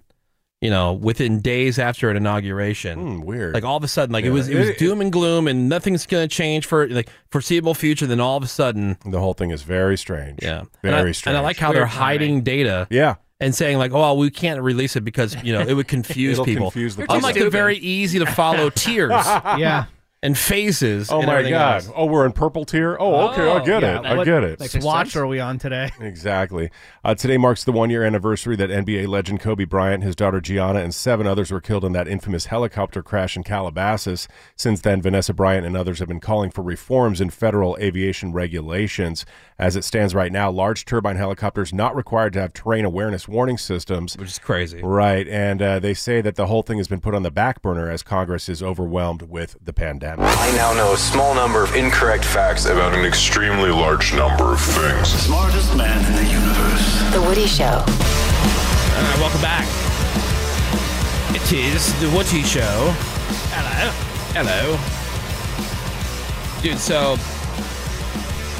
S2: you know, within days after an inauguration,
S4: Hmm, weird.
S2: Like all of a sudden, like it
S4: Yeah.
S2: was it was
S4: It-
S2: doom and gloom, and nothing's going to change for like foreseeable future. Then all of a sudden,
S4: the whole thing is very strange.
S2: Yeah,
S4: Very
S2: and I,
S4: strange.
S2: And I like how
S4: Weird
S2: they're hiding data.
S4: Yeah.
S2: And saying like, "Oh, we can't release it because you know it would confuse
S4: It'll
S2: people."
S4: confuse the
S2: Unlike the
S4: public.
S2: very easy to follow tiers.
S7: Yeah.
S2: and phases.
S4: Oh
S2: and
S4: my
S2: everything
S4: God!
S2: else.
S4: Oh, we're in purple tier. Oh, okay, I get it. I get it.
S7: Swatch are we on today?
S4: Exactly. Uh, today marks the one year anniversary that NBA legend Kobe Bryant, his daughter Gianna, and seven others were killed in that infamous helicopter crash in Calabasas. Since then, Vanessa Bryant and others have been calling for reforms in federal aviation regulations. As it stands right now, large turbine helicopters not required to have terrain awareness warning systems,
S2: which is crazy.
S4: Right. And uh, they say that the whole thing has been put on the back burner as Congress is overwhelmed with the pandemic.
S20: I now know a small number of incorrect facts about an extremely large number of things. Smartest man in the universe.
S21: The Woody Show.
S2: All right, welcome back. It is the Woody Show. Hello. Hello. Dude, so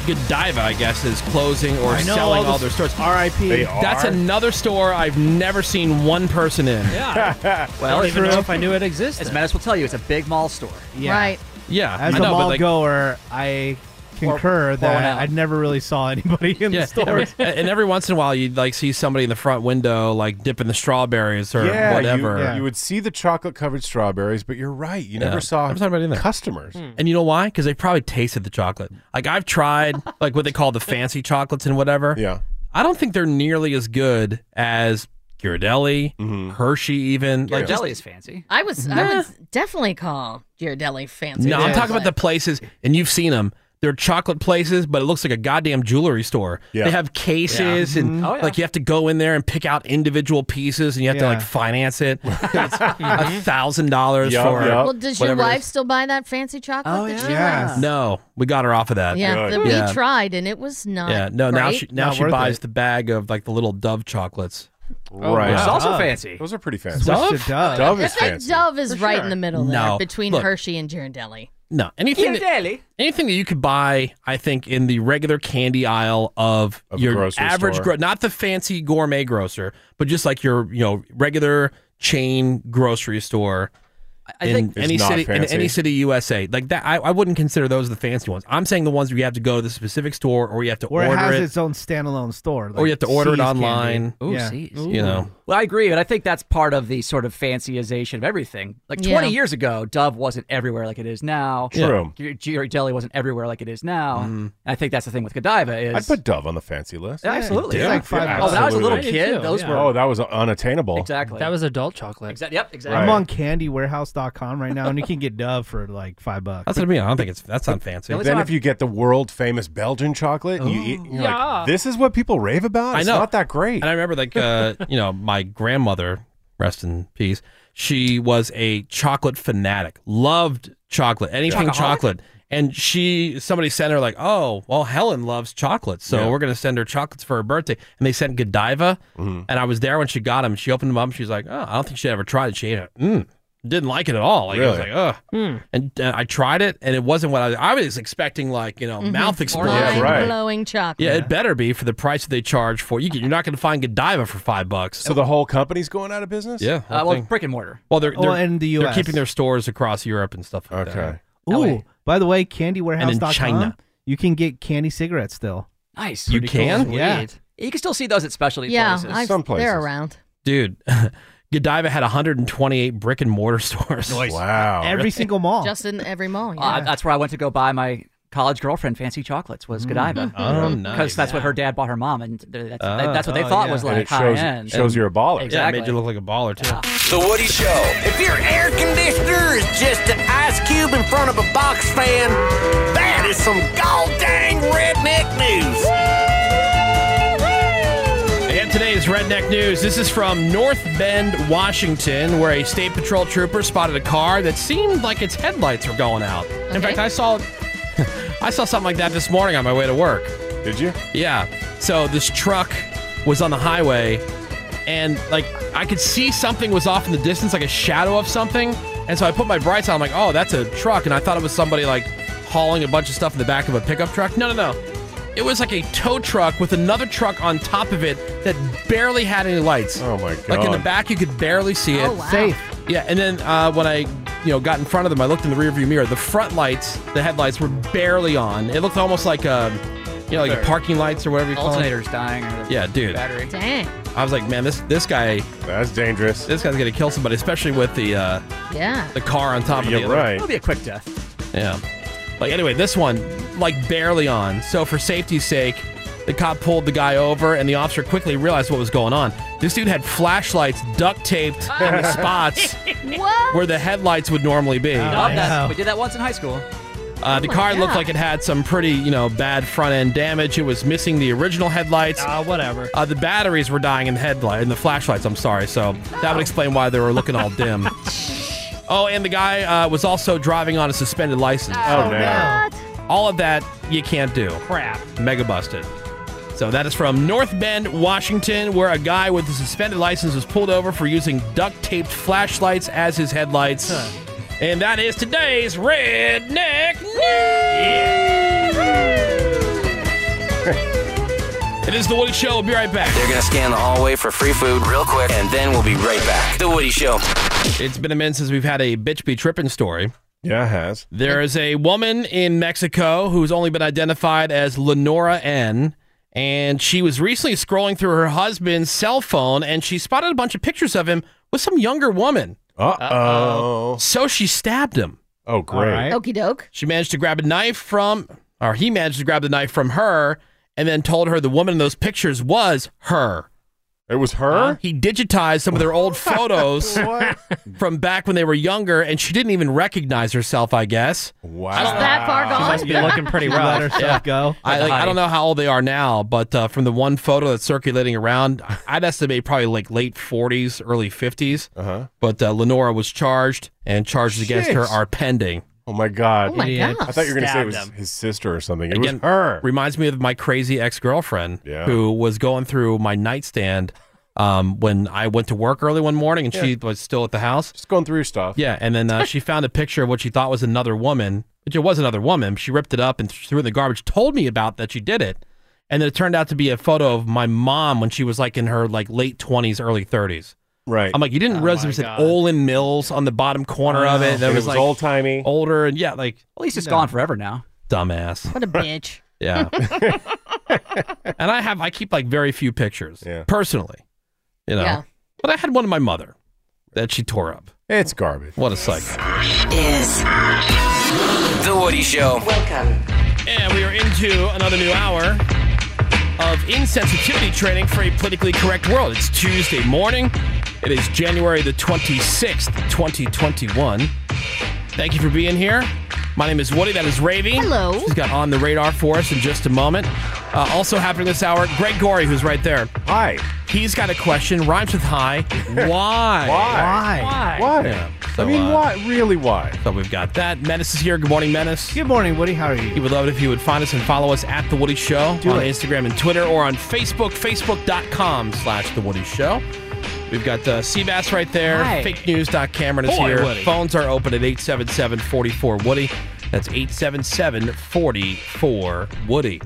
S2: Godiva, I guess, is closing or
S7: I know,
S2: selling all,
S7: all the
S2: their stores.
S7: RIP. They
S2: That's
S7: are?
S2: another store I've never seen one person in.
S5: Yeah.
S2: Well,
S5: well,
S2: I don't even know if I
S5: knew it existed. As Mattis will tell you, it's a big mall store.
S7: Yeah. Right.
S2: Yeah.
S7: As
S2: I
S7: a
S2: know, but,
S7: mall
S2: like-
S7: goer, I concur
S2: or
S7: that
S2: went out.
S7: I never really saw anybody in the
S2: Every-
S7: stores.
S2: and every once in a while, you'd like see somebody in the front window, like dipping the strawberries or
S4: yeah, you-
S2: whatever.
S4: You, would see the chocolate covered strawberries, but you're right. You
S2: Yeah.
S4: never saw
S2: Never saw anybody in there.
S4: customers.
S5: Hmm.
S2: And you know why? Because they probably tasted the chocolate. Like I've tried, like what they call the fancy chocolates and whatever.
S4: Yeah.
S2: I don't think they're nearly as good as Ghirardelli,
S4: Mm-hmm.
S2: Hershey, even.
S5: Like,
S2: Like just-
S5: is fancy.
S3: I was I would definitely call Ghirardelli fancy.
S2: No, I'm
S3: chocolate.
S2: talking about the places, and you've seen them. They're chocolate places, but it looks like a goddamn jewelry store.
S4: Yeah.
S2: They have cases, and like you have to go in there and pick out individual pieces, and you have to
S4: Yeah.
S2: like finance it. It's a thousand dollars
S4: Yup,
S2: for.
S4: yup.
S3: Well, does your
S2: whatever it is.
S3: wife still buy that fancy chocolate? Oh, that she likes?
S2: No, we got her off of that.
S3: Yeah, the- we tried and it was not.
S2: Yeah, no. Now
S3: great.
S2: she now she buys the bag of like the little Dove chocolates.
S4: Oh, Right.
S5: Which is also fancy.
S4: Those are pretty fancy.
S2: Dove?
S3: I think Dove is right in the middle there
S2: No,
S3: between
S2: look.
S3: Hershey and Ghirardelli.
S2: No, anything that, anything that you could buy, I think, in the regular candy aisle of,
S4: Of a
S2: your
S4: grocery
S2: average,
S4: store.
S2: gro- not the fancy gourmet grocer, but just like your you know regular chain grocery store.
S5: I
S2: in
S5: think- It's
S2: any
S5: not
S2: city in
S5: fancy.
S2: any city USA like that, I, I wouldn't consider those the fancy ones. I'm saying the ones where you have to go to the specific store, or you have to
S7: Or
S2: order
S7: it has
S2: it.
S7: its own standalone store.
S2: Or you have to order it
S7: See's candy.
S2: online. Ooh,
S7: yeah.
S2: See's. You know.
S5: Well, I agree, but I think that's part of the sort of fancyization of everything. Like 20
S7: Yeah.
S5: years ago, Dove wasn't everywhere like it is now.
S4: True.
S5: Yeah. Ghir- Ghirardelli wasn't everywhere like it is now. And I think that's the thing with Godiva is
S4: I'd put Dove on the fancy list.
S5: Yeah, absolutely.
S4: Yeah,
S5: It's like five bucks. Oh, when I was a little
S4: absolutely.
S5: kid, I did too, those yeah. were-
S4: Oh, that was unattainable.
S5: Exactly.
S7: That
S5: was
S7: adult chocolate.
S5: Exactly. Yep. Exactly.
S7: I'm
S4: Right.
S7: on candywarehouse.com right now, and you can get Dove for like five bucks.
S2: That's what I mean. I don't think it's that's not fancy.
S4: Then if you get the world famous Belgian chocolate and you eat, you're
S2: Yeah.
S5: Oh.
S4: like, this is what people rave about. It's
S2: I know.
S4: not that great.
S2: And I remember, like, uh, you know, my grandmother, rest in peace, she was a chocolate fanatic, loved chocolate, anything
S4: Chocoholic?
S2: chocolate. And she, somebody sent her, like, oh, well, Helen loves chocolate. So
S4: Yeah.
S2: we're going to send her chocolates for her birthday. And they sent Godiva.
S4: Mm-hmm.
S2: And I was there when she got them. She opened them up. She's like, oh, I don't think she ever tried it. She ate it. Mm. Didn't like it at all. Like, I was
S4: Really?
S2: like, ugh. And uh, I tried it, and it wasn't what I was, I was expecting, like, you know,
S3: Mhm.
S2: mouth explosion.
S3: Blowing chocolate.
S2: Yeah, it better be for the price that they charge for. You can, you're not going to find Godiva for five bucks. So
S4: the whole company's going out of business.
S2: Yeah,
S5: Uh, well, brick and mortar.
S2: Well, they're, they're
S7: Well, in the
S2: they're
S7: US.
S2: keeping their stores across Europe and stuff like that.
S4: Okay.
S7: Ooh, by the way,
S2: And in China.
S7: candywarehouse.com, you can get candy cigarettes still.
S5: Nice.
S2: You Pretty cool. can?
S7: Yeah.
S5: Sweet. You can still see those at specialty
S3: Yeah,
S5: places.
S3: I've- they're around.
S2: dude. Godiva had 128 brick and mortar stores. Oh,
S4: Wow,
S7: Every single mall.
S3: Just in every mall. Yeah.
S5: Uh, that's where I went to go buy my college girlfriend fancy chocolates was Godiva.
S2: Oh, nice.
S5: Because that's what her dad bought her mom, and th- that's,
S2: Oh.
S5: that's what they
S2: Oh,
S5: thought
S2: yeah.
S5: was
S2: And
S5: like
S2: it shows-
S5: high end.
S2: shows you're a baller. Yeah, it
S5: Exactly.
S2: made you look like a baller too.
S14: The Woody Show. If your air conditioner is just an ice cube in front of a box fan, that is some goddamn redneck news.
S2: And today's redneck news. This is from North Bend, Washington, where a state patrol trooper spotted a car that seemed like its headlights were going out. In fact, I saw I saw something like that this morning on my way to work.
S4: Did you?
S2: Yeah. So this truck was on the highway and like I could see something was off in the distance, like a shadow of something. And so I put my brights on. I'm like, oh, that's a truck. And I thought it was somebody like hauling a bunch of stuff in the back of a pickup truck. No, no, no. It was like a tow truck with another truck on top of it that barely had any lights. Oh
S4: my god!
S2: Like in the back, you could barely see it.
S7: Oh, wow. Safe.
S2: Yeah, and then uh, when I, you know, got in front of them, I looked in the rearview mirror. The front lights, the headlights were barely on. It looked almost like, um, you know, like the
S5: Fair.
S2: parking lights or whatever you call
S5: Alternator's
S2: them.
S5: dying. Or
S2: Yeah, dude.
S5: Battery.
S3: Dang.
S2: I was like, man, this this guy.
S4: That's dangerous.
S2: This guy's gonna kill somebody, especially with the uh,
S3: Yeah.
S2: the car on top of
S4: Yeah,
S2: the other. Oh,
S4: right.
S5: It'll be a quick death.
S2: Yeah. Like anyway, this one like barely on. So for safety's sake, the cop pulled the guy over, and the officer quickly realized what was going on. This dude had flashlights duct taped in the spots
S5: what?
S2: where the Oh, headlights would normally be.
S5: Love that. We did that once in high school.
S2: Uh, the
S5: my
S2: car looked
S5: God.
S2: like it had some pretty, you know, bad front end damage. It was missing the original headlights. Ah,
S7: whatever.
S2: Uh, the batteries were dying in the headlight, in the flashlights. I'm sorry. So that would explain why they were looking all dim. Oh, and the guy uh, was also driving on a suspended license.
S6: Oh, no.
S2: All of that you can't do.
S6: Crap.
S2: Mega busted. So that is from North Bend, Washington, where a guy with a suspended license was pulled over for using duct taped flashlights as his headlights. And that is today's Redneck News! it is The Woody Show. We'll be right back.
S14: They're gonna scan the hallway for free food real quick, and then we'll be right back. The Woody Show.
S2: It's been a minute since we've had a bitch be tripping story.
S4: Yeah, it has.
S2: There is a woman in Mexico who's only been identified as Lenora N. And she was recently scrolling through her husband's cell phone and she spotted a bunch of pictures of him with some younger woman.
S4: Uh oh.
S2: So she stabbed him.
S4: Oh, great.
S3: Okie doke.
S2: She managed to grab a knife from, or he managed to grab the knife from her and then told her the woman in those pictures was her.
S4: It was her?
S2: He digitized some of their old photos
S4: What?
S2: from back when they were younger, and she didn't even recognize herself, I guess.
S4: Wow.
S6: Just that far She gone? must be looking pretty She let rough. herself go.
S2: I, like, I don't know how old they are now, but uh, from the one photo that's circulating around, I- I'd estimate probably like late 40s, early 50s.
S4: Uh-huh.
S2: But uh, Lenora was charged, and charges against her
S4: Jeez.
S2: are pending.
S4: Oh, my God.
S2: Oh my Idiot. gosh.
S4: I thought you were going to say it was
S2: Stabbed him.
S4: his sister or something. It
S2: Again,
S4: was her.
S2: reminds me of my crazy ex girlfriend
S4: Yeah.
S2: who was going through my nightstand um, when I went to work early one morning and she
S4: Yeah.
S2: was still at the house.
S4: Just going through stuff.
S2: Yeah, and then uh, she found a picture of what she thought was another woman, which it was another woman. She ripped it up and threw it in the garbage, told me about that she did it. And then it turned out to be a photo of my mom when she was like in her like late 20s, early 30s.
S4: Right.
S2: I'm like, you
S5: Oh
S2: didn't realize there was an Olin Mills on the bottom corner of it. That
S4: Oh, It
S2: was,
S4: was
S2: like
S4: old timey.
S2: Older and yeah, like
S5: At least it's gone forever now.
S2: Dumbass.
S3: What a bitch.
S2: Yeah. and I have I keep like very few pictures personally, you know.
S3: Yeah.
S2: But I had one of my mother that she tore up.
S4: It's garbage.
S2: What a psycho.
S21: Is
S14: The Woody Show.
S21: welcome.
S2: And we are into another new hour of insensitivity training for a politically correct world. It's Tuesday morning. It is January the 26th, 2021. Thank you for being here. My name is Woody. That is Ravy. Hello. She's got on the radar for us in just a moment. Uh, also happening this hour, Greg Gorey, who's right there.
S4: Hi.
S2: He's got a question. Rhymes with high. Why?
S7: Why?
S4: Why?
S2: Yeah,
S4: I mean,
S2: uh,
S4: why? Really, why?
S2: so we've got that. Menace is here. Good morning, Menace. Good
S7: morning, Woody. How are you?
S2: He would love it if you would find us and follow us at The Woody Show
S7: Do
S2: on
S7: it.
S2: Instagram and Twitter or on Facebook, facebook.com slash The Woody Show. We've got uh, Seabass right there.
S6: Hi.
S2: Fake News. Doc Cameron is
S6: Boy,
S2: here.
S6: Woody.
S2: Phones are open at 877 44 Woody. That's 877 44 Woody.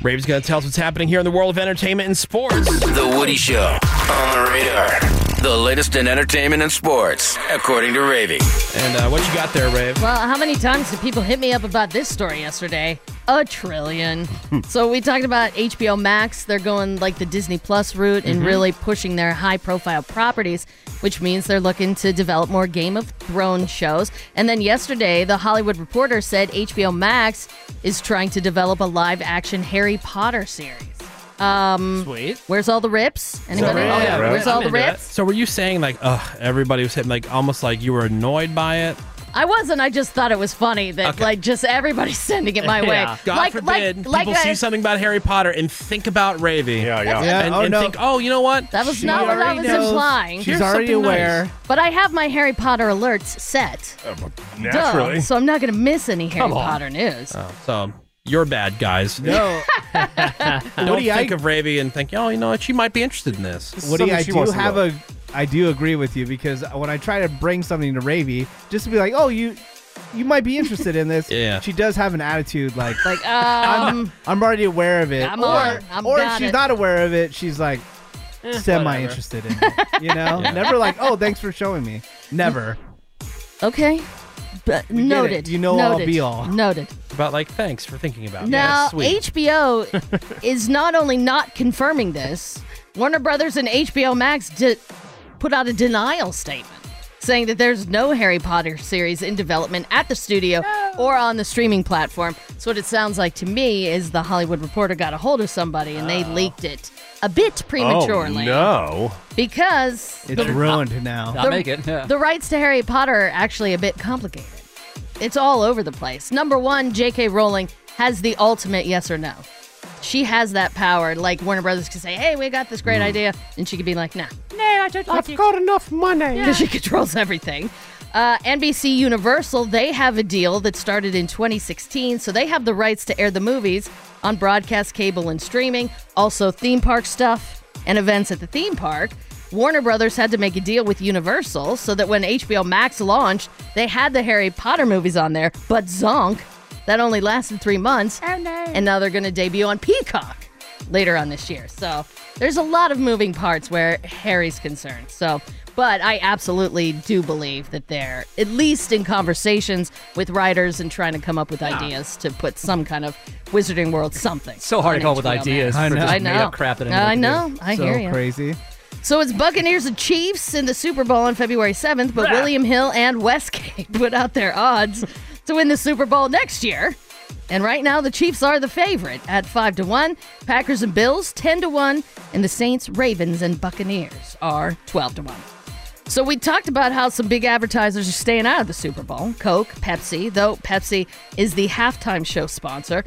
S2: Raven's going to tell us what's happening here in the world of entertainment and sports.
S14: The Woody Show on the radar. The latest in entertainment and sports, according to Ravy.
S2: And uh, what you got there, Rave?
S3: Well, how many times did people hit me up about this story yesterday? A trillion. so we talked about HBO Max. They're going like the Disney Plus route and
S22: Mhm.
S3: really pushing their high profile properties, which means they're looking to develop more Game of Thrones shows. And then yesterday, The Hollywood Reporter said HBO Max is trying to develop a live action Harry Potter series. Um,
S6: Sweet.
S3: Where's all the rips? Anybody? Oh,
S2: Oh,
S3: Where's all the rips?
S2: So were you saying like, ugh, everybody was hitting like almost like you were annoyed by it?
S3: I wasn't. I just thought it was funny that like just everybody's sending it my way.
S2: God
S3: like,
S2: forbid
S3: like,
S2: people
S3: like
S2: see
S3: I-
S2: something about Harry Potter and think about Ravy. Yeah,
S7: That's yeah. it.
S2: And,
S7: Oh,
S2: and
S7: no.
S2: think, oh, you know what?
S3: That was not what I was implying.
S7: She's Here's already something aware. nice.
S3: But I have my Harry Potter alerts set.
S7: Oh,
S3: Duh. so I'm not going to miss any Harry
S2: Come on.
S3: Potter news.
S2: Oh, so you're bad, guys.
S7: No.
S2: Don't
S7: Woody, I-
S2: think of Ravy and think, oh, you know what? She might be interested in this.
S7: Woody, I do have a, I do agree with you because when I try to bring something to Ravy, just to be like, oh, you, you might be interested in this.
S2: Yeah.
S7: She does have an attitude like,
S3: like, um,
S7: I'm, I'm already aware of it.
S3: I'm
S7: or,
S3: on. I'm
S7: or if
S3: got
S7: she's
S3: it.
S7: not aware of it, she's like,
S3: Eh,
S7: semi
S3: whatever.
S7: interested in it. You know,
S3: Yeah.
S7: never like, oh, thanks for showing me. Never.
S3: Okay. But
S7: get
S3: noted.
S7: it. You know all
S3: Noted.
S7: be all.
S3: Noted.
S2: About like, thanks for thinking about me.
S3: Now,
S2: That's sweet.
S3: HBO is not only not confirming this, Warner Brothers and HBO Max did put out a denial statement saying that there's no Harry Potter series in development at the studio or on the streaming platform. So, what it sounds like to me is the Hollywood Reporter got a hold of somebody and they leaked it a bit prematurely.
S4: Oh,
S3: Because
S7: It's
S3: the-
S7: ruined now.
S3: the- The rights to Harry Potter are actually a bit complicated. It's all over the place. Number one, J.K. Rowling has the ultimate yes or no. She has that power. Like Warner Brothers could say, "Hey, we got this great idea," and she could be like, "Nah."
S22: No, I don't like I've got enough money.
S3: because she controls everything. Uh, NBC Universal, they have a deal that started in 2016, so they have the rights to air the movies on broadcast cable and streaming, also theme park stuff and events at the theme park. Warner Brothers had to make a deal with Universal so that when HBO Max launched, they had the Harry Potter movies on there, but zonk, that only lasted three months. Oh no. And now they're going to debut on Peacock later on this year. So there's a lot of moving parts where Harry's concerned. So, but I absolutely do believe that they're at least in conversations with writers and trying to come up with ideas to put some kind of Wizarding World something.
S5: So hard to
S3: on
S5: come up with
S3: HBO Max.
S5: ideas
S3: I
S5: for
S3: know.
S5: just
S3: I know.
S5: made-up crap that anyone
S3: I
S5: can
S3: know.
S5: do.
S3: I hear you.
S7: crazy.
S3: So it's Buccaneers and Chiefs in the Super Bowl on February 7th, but William Hill and Westgate put out their odds to win the Super Bowl next year. And right now the Chiefs are the favorite at 5 to 1, Packers and Bills 10 to 1, and the Saints, Ravens and Buccaneers are 12 to 1. So we talked about how some big advertisers are staying out of the Super Bowl. Coke, Pepsi, though Pepsi is the halftime show sponsor.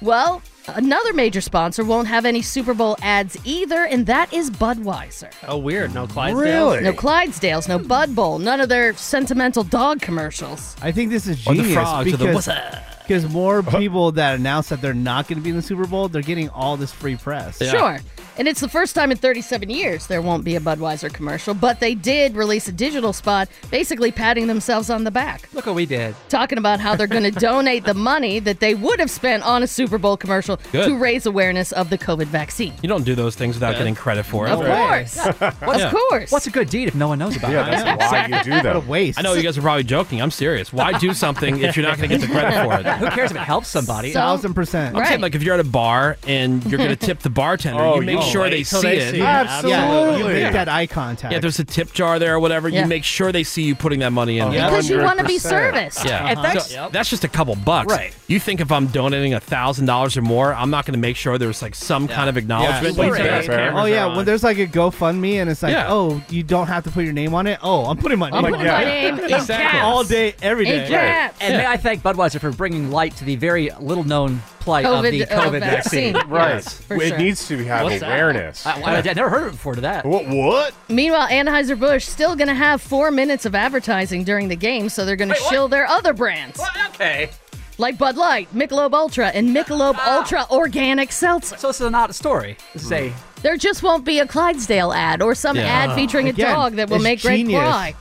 S3: Well, another major sponsor won't have any Super Bowl ads either, and that is Budweiser.
S9: Oh, weird. No Clydesdales.
S3: No Clydesdales, no Bud Bowl, none of their sentimental dog commercials.
S7: I think this is
S3: Or the
S7: genius
S3: frogs or the
S7: because
S3: what's up?
S7: because more people that announce that they're not going to be in the Super Bowl, they're getting all this free press.
S3: Sure. And it's the first time in 37 years there won't be a Budweiser commercial, but they did release a digital spot basically patting themselves on the back.
S5: Look what we did.
S3: talking about how they're going to donate the money that they would have spent on a Super Bowl commercial
S2: Good.
S3: to raise awareness of the COVID vaccine.
S2: You don't do those things without getting credit for it.
S3: Of course.
S2: What-
S3: Of course.
S5: What's a good deed if no one knows about
S2: Yeah,
S5: it?
S2: that's why you do that. What a
S7: waste.
S2: I know you guys are probably joking. I'm serious. Why do something if you're not going to get the credit for it?
S5: Who cares if it helps somebody?
S2: So- Thousand
S7: percent.
S2: I'm saying, like, if you're at a bar and you're going to tip the bartender,
S7: Oh,
S2: you make
S7: yeah.
S2: sure
S7: Oh,
S2: they
S7: wait
S2: see
S7: till they
S2: it.
S7: see it. Absolutely. Yeah. You make
S2: Yeah.
S7: that eye contact.
S2: Yeah, if there's a tip jar there or whatever.
S7: Yeah.
S2: You make sure they see you putting that money in.
S3: Yeah. Because you wanna be 100%. serviced.
S2: Yeah, Uh-huh.
S3: And that's-
S2: So that's just a couple bucks.
S3: Right.
S2: You think if I'm donating a thousand dollars or more, I'm not going to make sure there's like some kind of acknowledgement.
S7: Yeah, oh yeah, when there's like a GoFundMe and it's like,
S2: Yeah.
S7: oh, you don't have to put your name on it. Oh, I'm putting my
S5: I'm
S7: name.
S5: putting
S7: on
S5: my
S7: it.
S5: name in Exactly. caps.
S7: all day, every day.
S5: And may I thank Budweiser for bringing light to the very little known plight of the
S7: COVID, uh,
S5: COVID vaccine.
S7: vaccine. Right. Yes, for
S4: It sure. needs to have
S5: What's that?
S4: awareness.
S5: I, I- I never heard of it before to that.
S4: What? What?
S3: Meanwhile, Anheuser-Busch still going to have four minutes of advertising during the game, so they're going to shill their other brands.
S5: Okay.
S3: Like Bud Light, Michelob Ultra, and Michelob Ultra Organic Seltzer.
S5: Ah. So this is not a story. This is a
S3: There just won't be a Clydesdale ad or some
S7: Yeah.
S3: ad featuring
S7: Again,
S3: a dog that will
S7: it's
S3: make Greg
S7: genius.
S3: cry.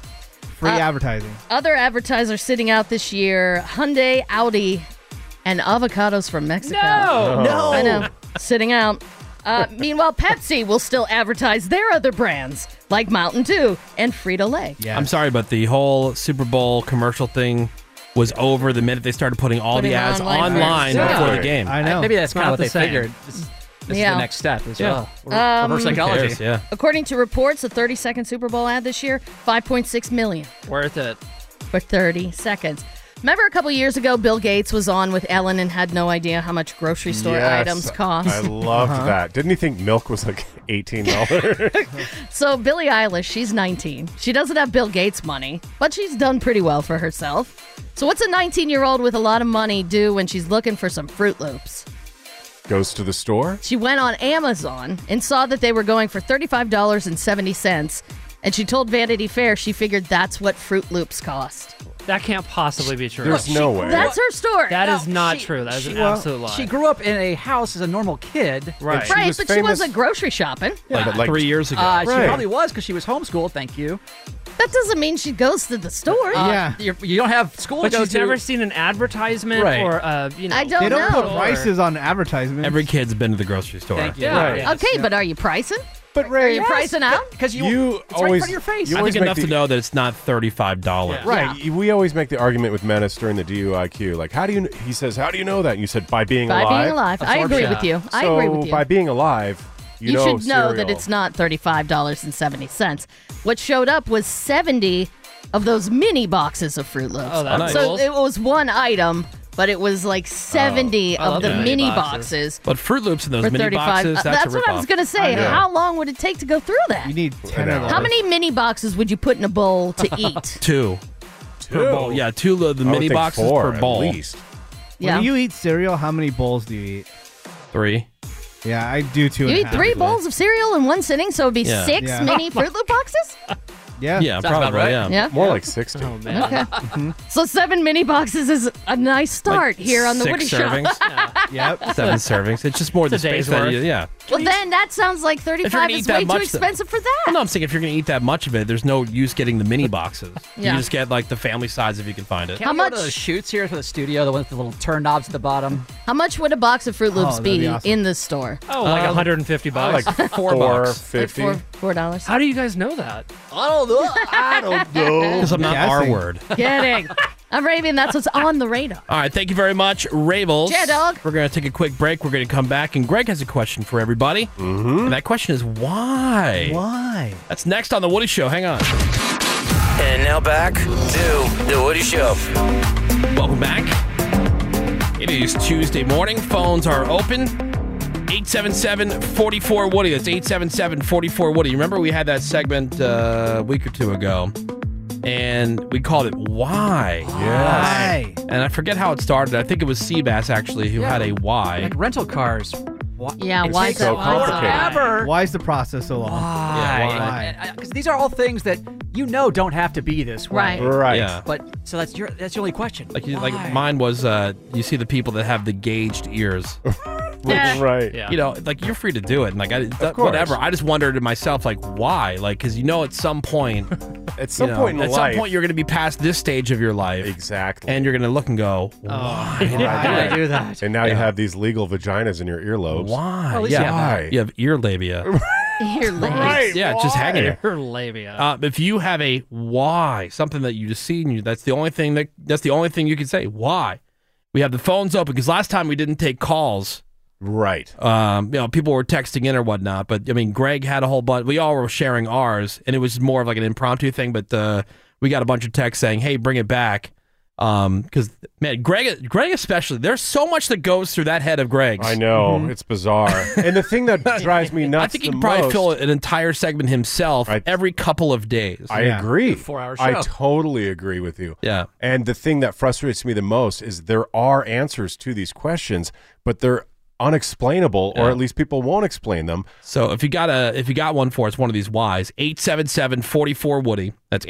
S7: Free
S2: Ah.
S7: advertising.
S3: Other advertisers sitting out this year Hyundai, Audi, and avocados from Mexico.
S7: No! No!
S3: I know. sitting out. Uh, meanwhile, Pepsi will still advertise their other brands like Mountain Dew and Frito Lay.
S2: I'm sorry, but the whole Super Bowl commercial thing was over the minute they started putting all
S3: Putting
S2: the
S3: it
S2: ads
S3: online
S2: online,
S3: first. Yeah.
S2: before the game.
S5: Maybe that's kind
S7: Not
S5: of what
S7: the
S5: they
S7: same.
S5: figured. This, is- this
S3: Yeah.
S5: is the next step as
S2: Yeah.
S5: well. Re-
S3: Um,
S5: Reverse
S3: Who
S5: psychology.
S2: cares? Yeah.
S3: According to reports, a 30 second Super Bowl ad this year, 5.6 million
S9: Worth it.
S3: for 30 seconds. Remember a couple years ago, Bill Gates was on with Ellen and had no idea how much grocery store
S4: Yes.
S3: items cost.
S4: I loved
S5: Uh-huh.
S4: that. Didn't he think milk was like eighteen dollars?
S3: So Billie Eilish, she's 19. She doesn't have Bill Gates money, but she's done pretty well for herself. So what's a 19-year-old with a lot of money do when she's looking for some Fruit Loops?
S4: Goes to the store.
S3: She went on Amazon and saw that they were going for $35.70, and she told Vanity Fair she figured that's what Fruit Loops cost.
S9: That can't possibly be true.
S4: There's no way.
S3: That's her story.
S9: That
S3: That
S9: is
S3: is
S9: not true. That is an
S5: Well,
S9: absolute lie.
S5: She grew up in a house as a normal kid.
S9: Right.
S3: right, but she wasn't grocery shopping.
S2: Like, three years ago.
S5: Uh, She probably was because she was homeschooled. Thank you.
S3: That doesn't mean she goes to the store.
S5: Uh, you're- you don't have school
S9: But
S5: to go
S9: she's
S5: to.
S9: never seen an advertisement
S2: Right.
S9: or a uh, you know.
S3: I don't
S7: They don't
S3: know.
S7: put prices on advertisements.
S2: Every kid's been to the grocery store.
S7: Thank you.
S3: Yeah. Okay, but are you pricing?
S4: But
S3: are you
S5: Yes,
S3: pricing out?
S5: Because
S4: you- You it's right in front always- of your face. you
S2: I
S4: always
S2: think
S4: make
S2: enough
S4: the-
S2: to know that it's not thirty-five dollars.
S4: Right. We always make the argument with Menace during the DUIQ. Like, how do you? kn- He says, "How do you know that?" And you said, "By being
S3: By being alive.
S4: alive."
S3: I agree with you. I agree with
S4: So,
S3: you.
S4: By being alive, you,
S3: you
S4: know
S3: should know
S4: cereal.
S3: that it's not $35.70. What showed up was 70 of those mini boxes of Fruit Loops.
S9: Oh, that's
S3: so
S9: cool.
S3: it was one item, but it was like 70
S2: Oh, I
S3: of
S2: love
S3: the
S2: those
S3: mini
S2: boxes.
S3: boxes.
S2: But Fruit Loops in those
S3: for
S2: mini
S3: 35
S2: boxes,
S3: Uh,
S2: that's, a
S3: what I was
S2: ripoff.
S3: going to say.
S2: I know.
S3: How long would it take to go through that?
S7: You need 10
S2: of
S3: How many mini boxes would you put in a bowl to eat?
S2: Two. Per bowl. Yeah, two of the
S7: I would
S2: mini
S7: think
S2: boxes
S7: four
S2: per
S7: at
S2: bowl.
S7: least.
S3: Yeah.
S7: When you eat cereal, how many bowls do you eat?
S2: Three.
S7: Yeah, I do two.
S3: you
S7: and a
S3: eat
S7: half.
S3: three bowls of cereal in one sitting, so it'd be
S7: Yeah.
S3: six
S7: Yeah.
S3: mini Fruit Loop boxes?
S7: Yeah,
S2: Yeah, Sounds probably, about right. yeah.
S3: Yeah.
S4: More like 60.
S3: Okay.
S7: Mm-hmm.
S3: so seven mini boxes is a nice start here on the
S2: six
S3: Woody
S2: servings.
S3: Show.
S7: Yep.
S2: Seven servings. It's just more
S9: It's
S2: the
S9: a day's
S2: space that
S9: worth.
S2: you, yeah.
S3: well, then that sounds like
S2: If you're
S3: 35
S2: gonna eat
S3: is
S2: that
S3: way too
S2: much,
S3: expensive for that.
S2: No, I'm saying if you're going to eat that much of it, there's no use getting the mini boxes.
S5: Yeah.
S2: You just get like the family size if you can find it.
S5: Can How much? Those shoots here for the studio, the one with the little turn knobs at the bottom.
S3: How much would a box of Fruit
S5: Oh,
S3: Loops
S5: that'd
S3: be,
S5: be awesome.
S3: in the store?
S9: Oh, like
S5: Uh,
S9: 150 bucks.
S5: like four Four bucks. fifty.
S3: Like four, four dollars.
S9: How do you guys know that?
S3: I don't know. I don't
S2: Because I'm not R word.
S3: Kidding. I'm raving. That's what's on the radar.
S2: All right, thank you very much, Rabels.
S3: Yeah, dog.
S2: We're going to take a quick break. We're going to come back, and Greg has a question for everybody. Mm-hmm. And that question is why?
S7: Why?
S2: That's next on The Woody Show. Hang on.
S14: And now back to The Woody Show.
S2: Welcome back. It is Tuesday morning. Phones are open. 877 44 Woody. That's 877 44 Woody. Remember, we had that segment uh, a week or two ago, and we called it Why?
S5: Why?
S2: And I forget how it started. I think it was Seabass, actually, who had a why.
S5: Like rental cars. Why?
S3: Yeah,
S5: it
S3: why
S5: takes
S3: is that why?
S5: Forever.
S7: Why is the process so long?
S5: Why? Because uh, these are all things that you know don't have to be this
S2: Right.
S5: way.
S2: Right. Yeah.
S5: But so that's your that's your only question.
S2: Like, you,
S5: Why?
S2: like mine was. Uh, you see the people that have the gauged ears, Which,
S5: Yeah. Right.
S2: You know, like you're free to do it, and like I, that,
S4: course.
S2: whatever. I just wondered to myself, like, why? Like, because you know, at some point,
S4: at some point in
S2: at
S4: life-
S2: some point, you're going to be past this stage of your life, exactly, and you're going to look and go, Oh, why? did I do that?
S4: And now you
S2: Yeah.
S4: have these legal vaginas in your earlobes.
S2: Why?
S4: Why?
S2: yeah, you have ear labia.
S3: Here,
S2: Right, yeah, it's just hanging there.
S9: Her labia.
S2: Uh, if you have a why, something that you just see and you, that's the only thing that that's the only thing you can say. Why? We have the phones open because last time we didn't take calls.
S4: Right.
S2: Um, you know, people were texting in or whatnot, but I mean, Greg had a whole bunch. We all were sharing ours, and it was more of like an impromptu thing. But uh, we got a bunch of texts saying, "Hey, bring it back," because man, Greg, Greg especially, there's so much that goes through that head of Greg's.
S4: I know. It's bizarre. and the thing that drives me nuts
S2: I think
S4: the
S2: he'd probably
S4: most,
S2: fill an entire segment himself every couple of days.
S4: I agree. I
S2: show.
S4: totally agree with you.
S2: Yeah.
S4: And the thing that frustrates me the most is there are answers to these questions, but they're unexplainable, or
S2: Yeah.
S4: at least people won't explain them.
S2: So if you got a if you got one for us, one of these Ys, 877-44 Woody. That's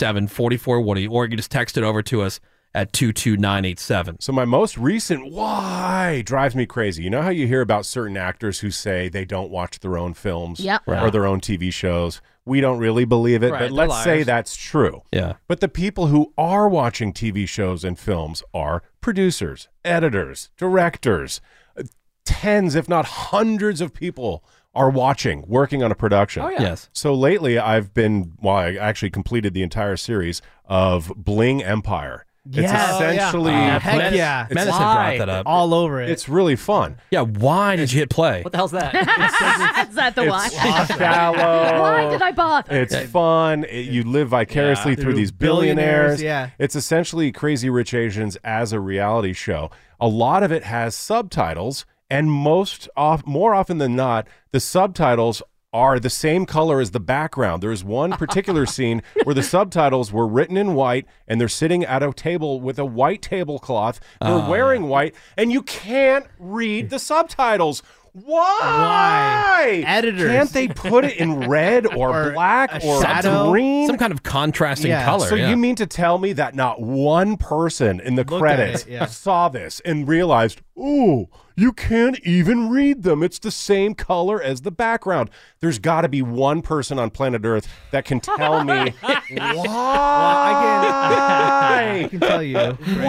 S2: 877-44 Woody, or you can just text it over to us at 22987.
S4: So my most recent why drives me crazy. You know how you hear about certain actors who say they don't watch their own films
S2: Yep. Right.
S4: or their own TV shows. We don't really believe it,
S2: Right,
S4: but
S2: they're
S4: let's say
S2: liars.
S4: that's true.
S2: Yeah.
S4: But the people who are watching TV shows and films are producers, editors, directors. Uh, Tens, if not hundreds of people are watching, working on a production.
S2: Oh, yeah. Yes.
S4: So lately I've been, well, I actually completed the entire series of Bling Empire.
S7: Yes.
S4: It's
S7: Oh, yeah.
S4: essentially
S7: Uh, Heck Menace- yeah. Menace had brought Why? that up. All over it.
S4: It's really fun.
S2: Yeah, why did you hit play?
S5: What the hell's that?
S3: That's not the why.
S4: shallow.
S3: Why did I bother?
S4: It's fun. It- you live vicariously
S7: Yeah.
S4: through,
S7: Through
S4: these billionaires.
S7: billionaires, yeah.
S4: It's essentially Crazy Rich Asians as a reality show. A lot of it has subtitles, and most off, more often than not, the subtitles are the same color as the background. There is one particular scene where the subtitles were written in white, and they're sitting at a table with a white tablecloth. They're
S7: Ah.
S2: Oh,
S4: wearing white, and you can't read the subtitles. Why?
S7: Editors.
S4: Can't they put it in red or,
S7: Or
S4: black
S7: a
S4: or
S7: shadow.
S4: green?
S2: Some kind of contrasting color.
S4: So
S2: yeah.
S4: you mean to tell me that not one person in the
S7: Looked at
S4: credits
S7: it, yeah.
S4: saw this and realized, "Ooh, you can't even read them. It's the same color as the background." There's got to be one person on planet Earth that can tell me
S7: Why? Well, I can, I can tell you. Greg,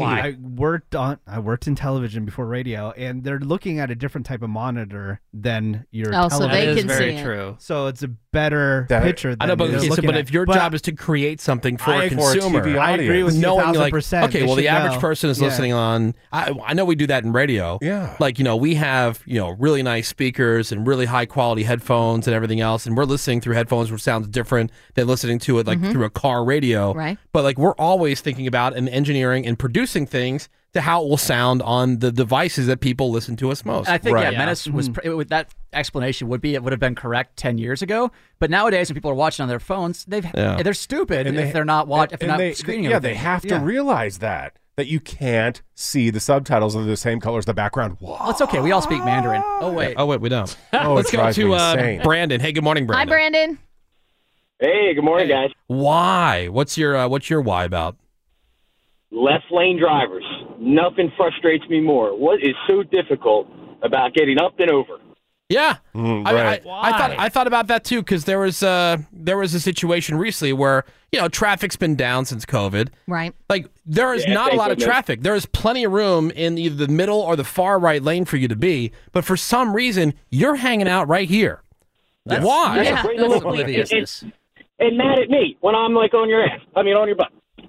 S4: Why?
S7: I- worked on I worked in television before radio, and they're looking at a different type of monitor than your.
S3: Oh, so they That
S7: television.
S3: is can very see it. true.
S7: So it's a better picture.
S2: I know,
S7: than
S2: but,
S7: they're
S2: okay, so-
S7: looking
S2: but
S7: at.
S2: if your
S7: But-
S2: job is to create something for
S7: I-
S2: a
S7: for a
S2: consumer,
S7: TV I agree audience. with you
S2: knowing like,
S7: 1000%.
S2: okay,
S7: They
S2: well, the
S7: should
S2: average
S7: know.
S2: person is
S7: Yeah.
S2: listening on. I, I know we do that in radio. Yeah, like you know, we have you know really nice speakers and really high quality headphones and everything else, and we're listening through headphones, which sounds different than listening to it like
S3: Mhm.
S2: through a car radio.
S3: Right.
S2: But like we're always thinking about and engineering and producing things to how it will sound on the devices that people listen to us most. Mm-hmm.
S5: I think yeah, Menace was
S4: Mm-hmm.
S5: pr- it, would- that explanation would be it would have been correct ten years ago, but nowadays when people are watching on their phones, they've
S4: Yeah.
S5: they're stupid
S4: And
S5: if they, are not watching if they're
S4: and
S5: not
S4: they-
S5: screening.
S4: Yeah,
S5: everything.
S4: they have to
S5: Yeah.
S4: realize that that you can't see the subtitles are the same color as the background. Wow.
S5: Well, it's okay. We all speak Mandarin.
S4: Ah.
S2: Oh wait. Oh wait, we don't.
S4: Oh, it
S2: Let's go
S4: drives
S2: to
S4: me
S2: uh,
S4: insane.
S2: Brandon. Hey, good morning,
S3: Hi,
S2: Brandon.
S3: Brandon.
S23: Hey, good morning, guys.
S2: Why? What's your uh, what's your why about?
S23: Left lane drivers. Nothing frustrates me more. What is so difficult about getting up and over?
S2: Yeah, I, I-
S23: Mm, right.
S2: I, thought I thought about that too because there was uh there was a situation recently where you know traffic's been down since COVID.
S3: Right.
S2: Like there is
S23: Yeah,
S2: not a
S23: thank
S2: lot
S23: goodness.
S2: of traffic. There is plenty of room in either the middle or the far right lane for you to be, but for some reason you're hanging out right here. Why?
S23: That's great little- And, and mad at me when I'm like on your ass. I mean, on your butt.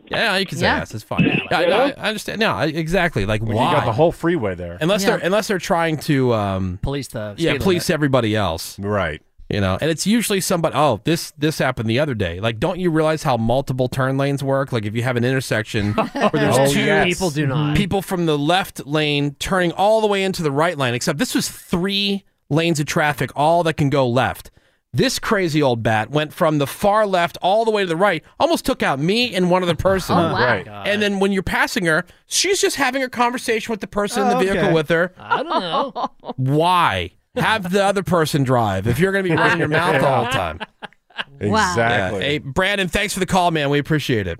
S2: Yeah, you can say
S23: Yeah.
S2: yes. It's fine. Yeah, I,
S23: You know?
S2: I- I understand. No, I- exactly. Like
S4: you
S2: why?
S4: got the whole freeway there.
S2: unless
S4: Yeah.
S2: they're unless they're trying to um,
S5: police the
S2: yeah
S4: speed
S2: police
S4: limit.
S2: everybody else
S4: right
S2: you know and it's usually somebody oh this this happened the other day like don't you realize how multiple turn lanes work like if you have an intersection where there's
S9: Oh,
S2: two
S9: yes. People do not.
S2: people from the left lane turning all the way into the right lane except this was three lanes of traffic all that can go left this crazy old bat went from the far left all the way to the right, almost took out me and one other person.
S9: Oh, wow. Right.
S2: And then when you're passing her, she's just having a conversation with the person
S9: Oh,
S2: in the vehicle with her.
S9: I don't know.
S2: Why? Have the other person drive if you're going to be running your mouth all the time.
S23: Wow.
S4: Exactly.
S2: Yeah. Hey, Brandon, thanks for the call, man. We appreciate it.